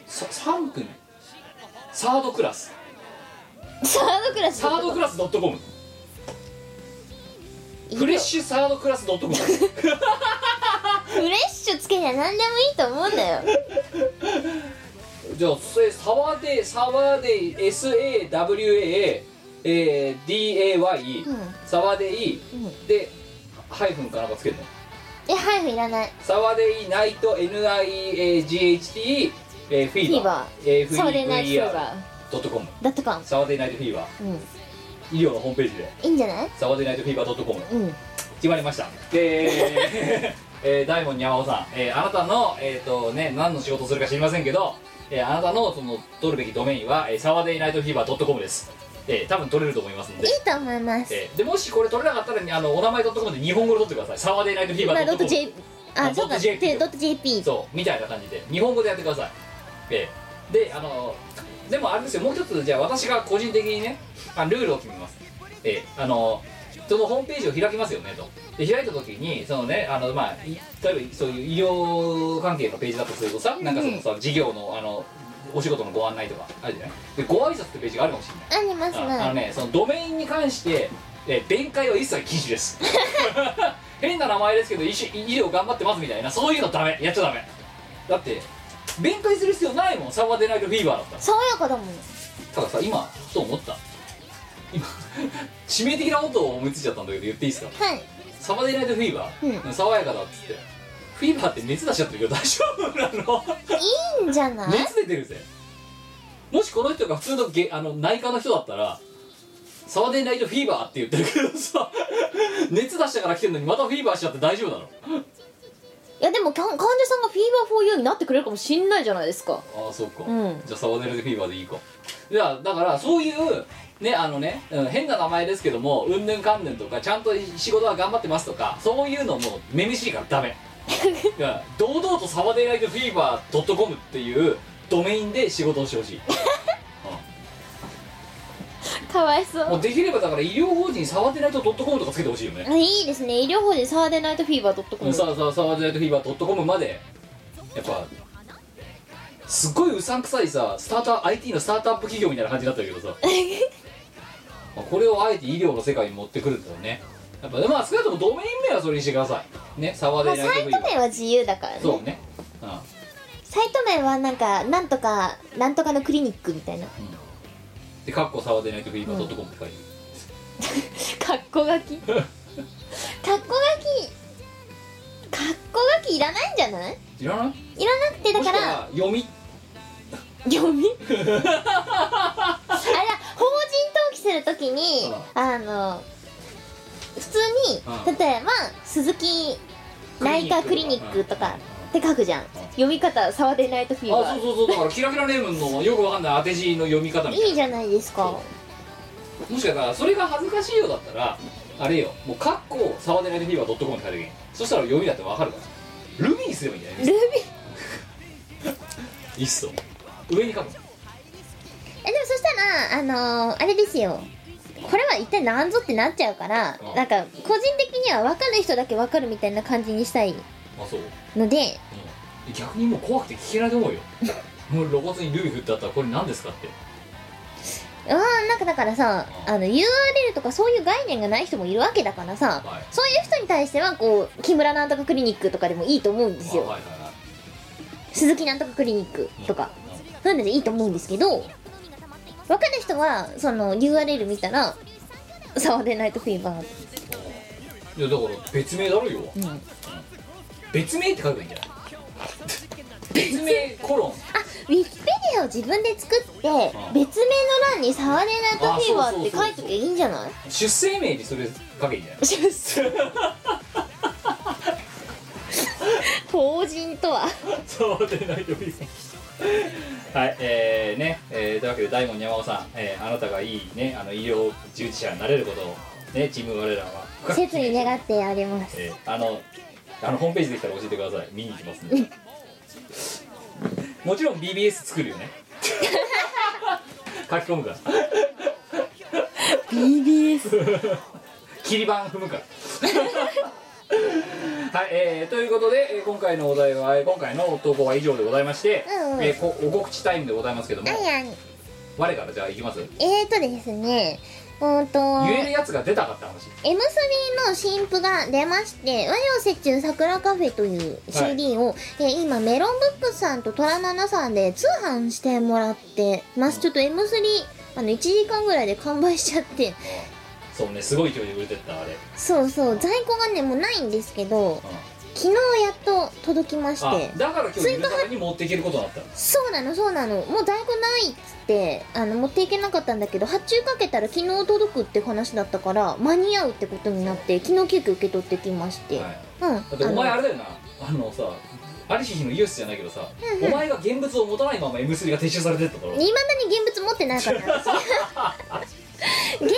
Speaker 1: ー、さ3組サードクラス
Speaker 2: サードクラス
Speaker 1: サードクラス .com
Speaker 2: いいよ
Speaker 1: フレッシュサードクラス .com
Speaker 2: フレッシュつけりゃ何でもいいと思うんだよ
Speaker 1: じゃあそれサワデーサワデー SAWA えー、DAY、
Speaker 2: うん
Speaker 1: サワデイ、
Speaker 2: ん
Speaker 1: でハイフンかなんかつけるの
Speaker 2: えハイフいらない
Speaker 1: サワデイナイト NIGHT えーフィーバー
Speaker 2: サワデーナイトフィーバー
Speaker 1: ドットコム
Speaker 2: だったか
Speaker 1: サワデイナイトフィーバー
Speaker 2: うんい
Speaker 1: 医療のホームページで
Speaker 2: いんじゃない
Speaker 1: サワデイナイトフィーバー .com
Speaker 2: うん
Speaker 1: 決まりましたで、えー、 大門に山尾さん、えーあなたのえっ、とね何の仕事をするか知りませんけど、えーあなたのその取るべきドメインは、えー、サワデイナイトフィーバー .com です、えー多分取れると思いますので
Speaker 2: いいと思います
Speaker 1: えーでもしこれ取れなかったらあのお名前 .com で日本語で取ってくださいサワデイナイトフィーバ
Speaker 2: まあ
Speaker 1: ー
Speaker 2: ドット
Speaker 1: .com
Speaker 2: J あ
Speaker 1: あ
Speaker 2: そう
Speaker 1: ドッ
Speaker 2: か
Speaker 1: ト JP
Speaker 2: でドット JP
Speaker 1: そうみたいな感じで日本語でやってください、ええであのでもあれですよもう一つじゃあ私が個人的にねあルールを決めますええあのそのホームページを開きますよねとで開いた時にそのねあのまあい例えばそういう医療関係のページだとするとさなんかそのさ事業のあのお仕事のご案内とかあるじゃないでご挨拶ってページがあるかもしれない
Speaker 2: あります
Speaker 1: ああの
Speaker 2: な
Speaker 1: ねそのドメインに関して、えー弁解は一切禁止です 変な名前ですけど医師医療頑張ってますみたいなそういうのダメやっちゃダメだって弁解する必要ないもんサーバーデナイトフィーバーだったら
Speaker 2: 爽やかだもん
Speaker 1: たださ今ふと思った今致命的なことを思いついちゃったんだけど言っていいですか
Speaker 2: はい
Speaker 1: サーバーデナイトフィーバー、
Speaker 2: うん
Speaker 1: 爽やかだっつってフィーバーって熱出しちゃってるけど大丈夫なの
Speaker 2: いいんじゃない
Speaker 1: 熱出てるぜもしこの人が普通のげあの内科の人だったら「サワデーナイトフィーバー」って言ってるけどさ 熱出したから来てるのにまたフィーバーしちゃって大丈夫なの
Speaker 2: いやでもか患者さんがフィーバーフォーユーになってくれるかもしんないじゃないですか
Speaker 1: ああそうか、
Speaker 2: うん
Speaker 1: じゃあサワデーナイトフィーバーでいいかいやだからそういうねあのね、うん変な名前ですけどもうんぬんかんぬんとかちゃんと仕事は頑張ってますとかそういうのもめめしいからダメいや堂々とサワデーナイトフィーバー .com っていうドメインで仕事をしてほしい
Speaker 2: かわいそ
Speaker 1: もうできればだから医療法人サワデナイト .com とかつけてほしいよね、
Speaker 2: いいですね医療法でサーデナイトフィーバー
Speaker 1: う
Speaker 2: .com
Speaker 1: ん、さあさあサワデナイトフィーバー .com までやっぱすっごいうさんくさいさスタートア IT のスタートアップ企業みたいな感じだったけど さまあこれをあえて医療の世界に持ってくるんだよねやっぱまあ少なくともドメイン名はそれにしてくださいねサワデ
Speaker 2: ま
Speaker 1: ナ
Speaker 2: あ
Speaker 1: イト
Speaker 2: サ
Speaker 1: フィ
Speaker 2: イ
Speaker 1: ーバ
Speaker 2: ト名
Speaker 1: ー
Speaker 2: は自由だからね
Speaker 1: そうね、うん、あ
Speaker 2: サイト名はなんかなんとかなんとかのクリニックみたいな
Speaker 1: でカッコサワデナイトフィーバー .com って書いて
Speaker 2: 格好書き格好書き格好書きいらないんじゃない
Speaker 1: るいらない
Speaker 2: いらなくてだ
Speaker 1: もし
Speaker 2: か
Speaker 1: く
Speaker 2: ら
Speaker 1: は読み
Speaker 2: 読 みあれだ法人登記するときにあの普通
Speaker 1: う
Speaker 2: に例えば鈴木内科クリニックとかって書くじゃん読み方沢出ないとフィー
Speaker 1: あそ
Speaker 2: バ
Speaker 1: う
Speaker 2: ー
Speaker 1: そうそうだからキラキラネームのよくわかんない当て字の読み方みたいない
Speaker 2: いじゃないですか
Speaker 1: もしかしたらそれが恥ずかしいようだったらあれよもうカッコサワデナイトフィーバー .com って書いてけんそしたら読みだってわかるからルビーにすればいいんじゃない
Speaker 2: ルビー
Speaker 1: いっそ上に書くの
Speaker 2: えでもそしたらあのーあれですよこれは一体何ぞってなっちゃうから
Speaker 1: うん
Speaker 2: なんか個人的には分かる人だけ分かるみたいな感じにしたい
Speaker 1: あそう、
Speaker 2: ので
Speaker 1: うん、逆にもう怖くて聞けないと思うよもう露骨にルビー振ってあったらこれ何ですかって
Speaker 2: あーなんかだからさあの URL とかそういう概念がない人もいるわけだからさ
Speaker 1: はい
Speaker 2: そういう人に対してはこう木村なんとかクリニックとかでもいいと思うんです
Speaker 1: あ
Speaker 2: よ
Speaker 1: はいはいはい
Speaker 2: 鈴木なんとかクリニックとかそういうのでいいと思うんですけど分かる人はその URL 見たら「触れないとフィーバー」
Speaker 1: いやだから別名だろよ
Speaker 2: うん、あ
Speaker 1: 別名って書けばいいんじゃない別名コロン
Speaker 2: ウィキペディアを自分で作って別名の欄に「触れないパフィーバー」って書いときゃいいんじゃない
Speaker 1: 出生名にそれ書けばいいんじゃない
Speaker 2: 法人とは
Speaker 1: そうでないといはいえー、ね、えー、というわけで大門山尾さん、えーあなたがいいねあの医療従事者になれることをねチーム我らは深く
Speaker 2: 切に願っております
Speaker 1: えーあのあのホームページできたら教えてください見に行きますんでもちろん BBS 作るよね書き込むから
Speaker 2: BBS
Speaker 1: 切り板踏むから はい、えー、ということで、えー今回のお題はえー今回の投稿は以上でございまして、
Speaker 2: うんうん
Speaker 1: えーこお告知タイムでございますけども、
Speaker 2: 何やん
Speaker 1: 我からじゃあいきます
Speaker 2: えーとですねうーんと
Speaker 1: 言えるやつが出たかった話
Speaker 2: M3 の新譜が出まして「和洋折衷桜カフェ」という CD を、えー今メロンブックスさんとトラナナさんで通販してもらってますちょっと M3 あの1時間ぐらいで完売しちゃって
Speaker 1: そうねすごい勢いで売れてったあれ、うん
Speaker 2: そうそう在庫がねもうないんですけど昨日やっと届きまし
Speaker 1: あ
Speaker 2: て
Speaker 1: だから今日ゆるために持っていけることになった
Speaker 2: そうなのそうなのもう在庫ないっつってあの持っていけなかったんだけど発注かけたら昨日届くって話だったから間に合うってことになって昨日急遽受け取ってきまして、
Speaker 1: はい
Speaker 2: うん
Speaker 1: だってお前
Speaker 2: あ
Speaker 1: あ
Speaker 2: の
Speaker 1: れだよなあのさありし日のユースじゃないけどさ、お前が現物を持たないまま M3 が撤収されてっただろ
Speaker 2: 未だに現物持っ てないから私現物を持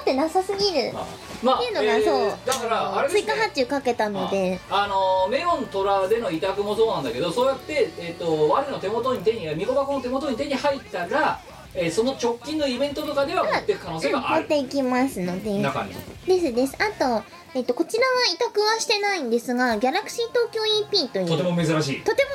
Speaker 2: ってなさすぎる
Speaker 1: あまあ
Speaker 2: っていうのがそう、
Speaker 1: えーだからあれです、ね、
Speaker 2: 追加発注かけたので
Speaker 1: ああのーメロントラでの委託もそうなんだけどそうやって、えっと我の手元に手にミコ箱の手元に手に入ったら、えーその直近のイベントとかでは持っていく可能性があ
Speaker 2: 持っ
Speaker 1: る、
Speaker 2: ていきますので
Speaker 1: 中に
Speaker 2: ですですあと、えっと、こちらは委託はしてないんですがギャラクシー東京 EP という
Speaker 1: とても珍しい
Speaker 2: とても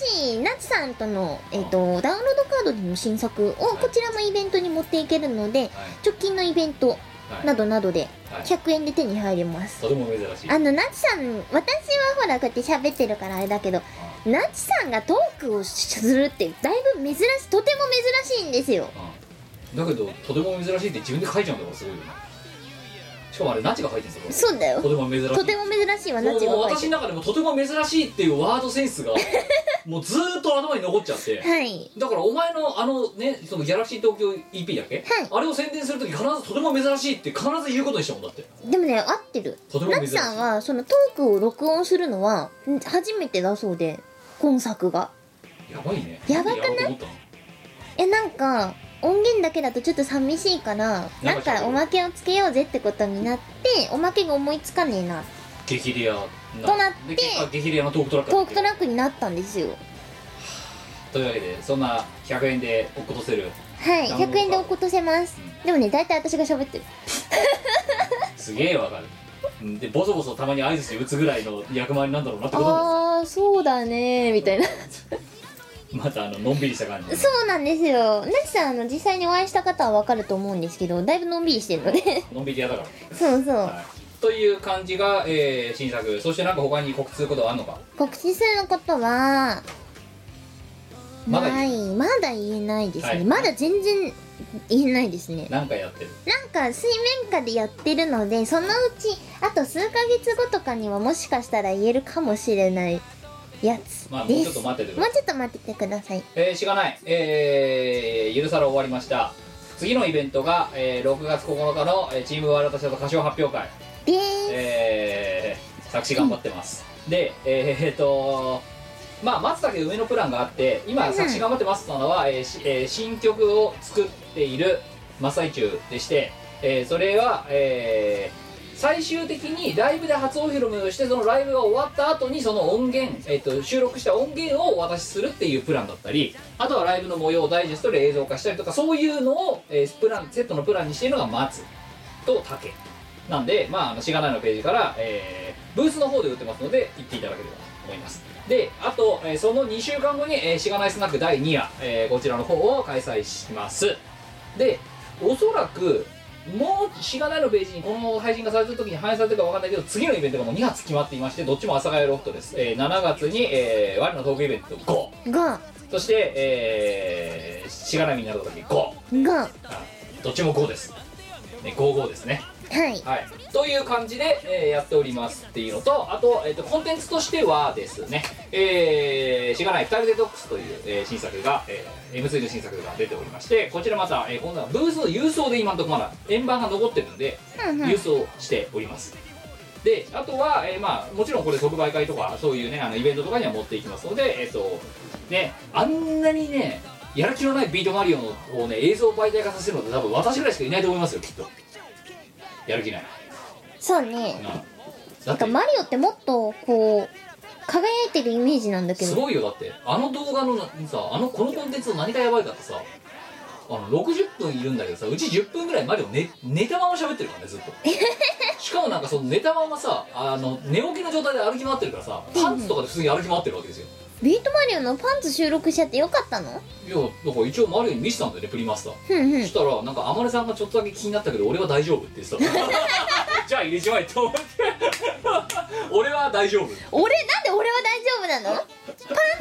Speaker 2: 珍しいナツさんとの、えっとダウンロードカードでの新作をこちらもイベントに持っていけるので
Speaker 1: はい
Speaker 2: 直近のイベント
Speaker 1: はい
Speaker 2: などなどで
Speaker 1: はい
Speaker 2: 100円で手に入ります
Speaker 1: とても珍しい
Speaker 2: あのナツさん私はほらこうやって喋ってるからあれだけどナツさんがトークをするってだいぶ珍しいとても珍しいんですよ
Speaker 1: うんだけどとても珍しいって自分で書いちゃうんだからすごいよねしかもあれナチが書いてるんですよ
Speaker 2: そうだよ
Speaker 1: とても珍しい
Speaker 2: とても珍しいわナチが
Speaker 1: もう
Speaker 2: 書い
Speaker 1: 私
Speaker 2: て
Speaker 1: の中でもとても珍しいっていうワードセンスが もうずーっと頭に残っちゃって
Speaker 2: るはい
Speaker 1: だからお前のあのねそのギャラクシー東京 EP だっけ、あれを宣伝するとき必ずとても珍しいって必ず言うことにしたもんだって
Speaker 2: でもね合ってる
Speaker 1: とても
Speaker 2: ナ
Speaker 1: 珍
Speaker 2: ツ
Speaker 1: しい
Speaker 2: さんはそのトークを録音するのはん初めてだそうで今作が
Speaker 1: やばいね
Speaker 2: やばくない
Speaker 1: んでやろうと思っ
Speaker 2: えなんか音源だけだとちょっと寂しいから
Speaker 1: な
Speaker 2: なんん
Speaker 1: か
Speaker 2: かおまけをつけようぜってことになっておまけが思いつかねえな
Speaker 1: たの激レアな
Speaker 2: となって
Speaker 1: で結果激レアのトークトラック
Speaker 2: トークト
Speaker 1: ッ
Speaker 2: ラックになったんですよ
Speaker 1: クというわけでそんな100円で落っことせる
Speaker 2: はい
Speaker 1: なるほど
Speaker 2: 100円で落っことせますでもね大体私が喋ってる
Speaker 1: すげえわかるうんでボソボソたまに合図して打つぐらいの役回りなんだろうなってことも
Speaker 2: あーそうだねみたいな
Speaker 1: またあののんびりした感じで
Speaker 2: そうなんですよなちさんあの実際にお会いした方は分かると思うんですけどだいぶのんびりしてる ので
Speaker 1: のんびり屋だか
Speaker 2: そうそ
Speaker 1: ら、
Speaker 2: う
Speaker 1: はいという感じが、えー新作そしてなんか他に告知することはあんのか
Speaker 2: 告知することは
Speaker 1: まだ
Speaker 2: ないまだ言えないですね、
Speaker 1: はい
Speaker 2: まだ全然言えないですね
Speaker 1: なんかやってる
Speaker 2: なんか水面下でやってるのでそのうちあと数ヶ月後とかにはもしかしたら言えるかもしれないやつ
Speaker 1: まあもう
Speaker 2: で
Speaker 1: ちょっ
Speaker 2: す
Speaker 1: と
Speaker 2: もう
Speaker 1: 待っててください
Speaker 2: ちょっと待っててください
Speaker 1: えー、しがない、えー、ゆるさら終わりました次のイベントが、えー、6月9日の、えーチームワールド社と歌唱発表会、
Speaker 2: でー
Speaker 1: えー、作詞頑張ってます、でえー、えーとまあ松竹梅のプランがあって今
Speaker 2: ん
Speaker 1: 作詞頑張ってますのは、えーしえー新曲を作っている真っ最中でして、えーそれは、えー最終的にライブで初お披露目をしてそのライブが終わった後にその音源、えっと収録した音源をお渡しするっていうプランだったりあとはライブの模様をダイジェストで映像化したりとかそういうのを、えープランセットのプランにしているのが松と竹なんでまああのしがないのページから、えーブースの方で売ってますので行っていただければと思いますであと、えーその2週間後に、えーしがないスナック第2夜、えーこちらの方を開催しますでおそらくもうしがないのページにこの配信がされてる時に反映されてるかわかんないけど次のイベントがもう2発決まっていましてどっちも阿佐ヶ谷ロフトです、えー7月に、えー我のトークイベント5
Speaker 2: が
Speaker 1: そして、えーしがらみになる時5
Speaker 2: 5
Speaker 1: あどっちも5です、ね、55ですね
Speaker 2: はい
Speaker 1: はい、という感じで、えーやっておりますっていうのとあと,、えーとコンテンツとしてはですね「えーしがない2人デトックス」という、えー新作が、えー M3 の新作が出ておりましてこちらまた、えー今度はブースの郵送で今のところまだ円盤が残ってるので
Speaker 2: うんうん
Speaker 1: 郵送しておりますであとは、えーまあ、もちろんこれ即売会とかそういうねあのイベントとかには持っていきますので、えーとね、あんなにねやる気のないビートマリオのをね映像媒体化させるのって多分私ぐらいしかいないと思いますよきっとやる気ない
Speaker 2: そうね
Speaker 1: うんだ
Speaker 2: なん
Speaker 1: って
Speaker 2: かマリオってもっとこう輝いてるイメージなんだけ
Speaker 1: す
Speaker 2: ど
Speaker 1: ごいよだってあの動画のさあのこのコンテンツの何がやばいかってさあの60分いるんだけどさうち10分ぐらいマリオ寝寝たまま喋ってるからねずっと しかもなんかその寝たままさあの寝起きの状態で歩き回ってるからさパンツとかで普通に歩き回ってるわけですよ
Speaker 2: ビートマリオのパンツ収録しちゃってよかったの
Speaker 1: いやだから一応マリオに見せたんだよねプリマスター
Speaker 2: ふんふ
Speaker 1: そ
Speaker 2: ん
Speaker 1: したらなんか天音さんがちょっとだけ気になったけど俺は大丈夫って言ってた じゃあ入れちまえと思って俺は大丈夫
Speaker 2: 俺なんで俺は大丈夫なのパン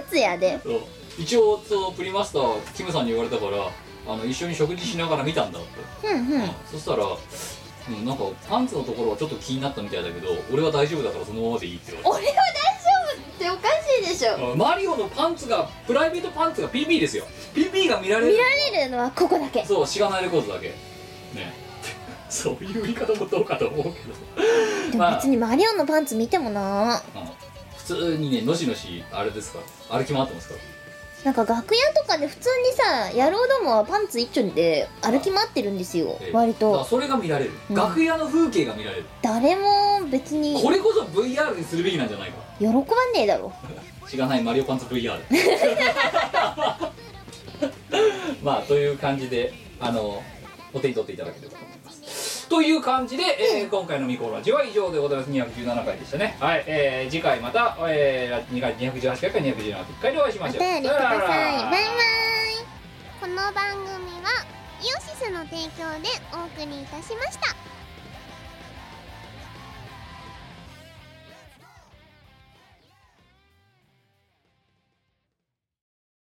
Speaker 2: ツやで
Speaker 1: そう一応そうプリマスターキムさんに言われたからあの一緒に食事しながら見たんだって、
Speaker 2: ふんふん
Speaker 1: そしたら、うん、なんかパンツのところはちょっと気になったみたいだけど俺は大丈夫だからそのままでいいって言われ
Speaker 2: 俺は大丈夫っておかしいでしょ
Speaker 1: たマリオのパンツがプライベートパンツが PP ですよ PP が見られる
Speaker 2: 見られるのはここだけ
Speaker 1: そうしがないレコードだけね そういう言い方もどうかと思うけ
Speaker 2: で
Speaker 1: ど
Speaker 2: も
Speaker 1: まあ
Speaker 2: 別にマリオのパンツ見てもな
Speaker 1: うん普通にねのしのしあれですから歩き回ってますから
Speaker 2: なんか楽屋とかで普通にさ野郎どもはパンツ一丁で歩き回ってるんですよ
Speaker 1: ええ
Speaker 2: 割
Speaker 1: だから
Speaker 2: と
Speaker 1: それが見られる、
Speaker 2: うん
Speaker 1: 楽屋の風景が見られる
Speaker 2: 誰も別に
Speaker 1: これこそ VR にするべきなんじゃないか
Speaker 2: 喜ばんねえだろ
Speaker 1: 知らないマリオパンツ VR まあという感じであのお手に取っていただければと思いますという感じで、えー今回の「ミコラジ」は以上でございます217回でしたねはい、えー次回また、えー、2回218回か217回でお会いしま
Speaker 2: お
Speaker 1: しょう
Speaker 2: 便りくださいバイバイ
Speaker 3: この番組はイオシスの提供でお送りいたしました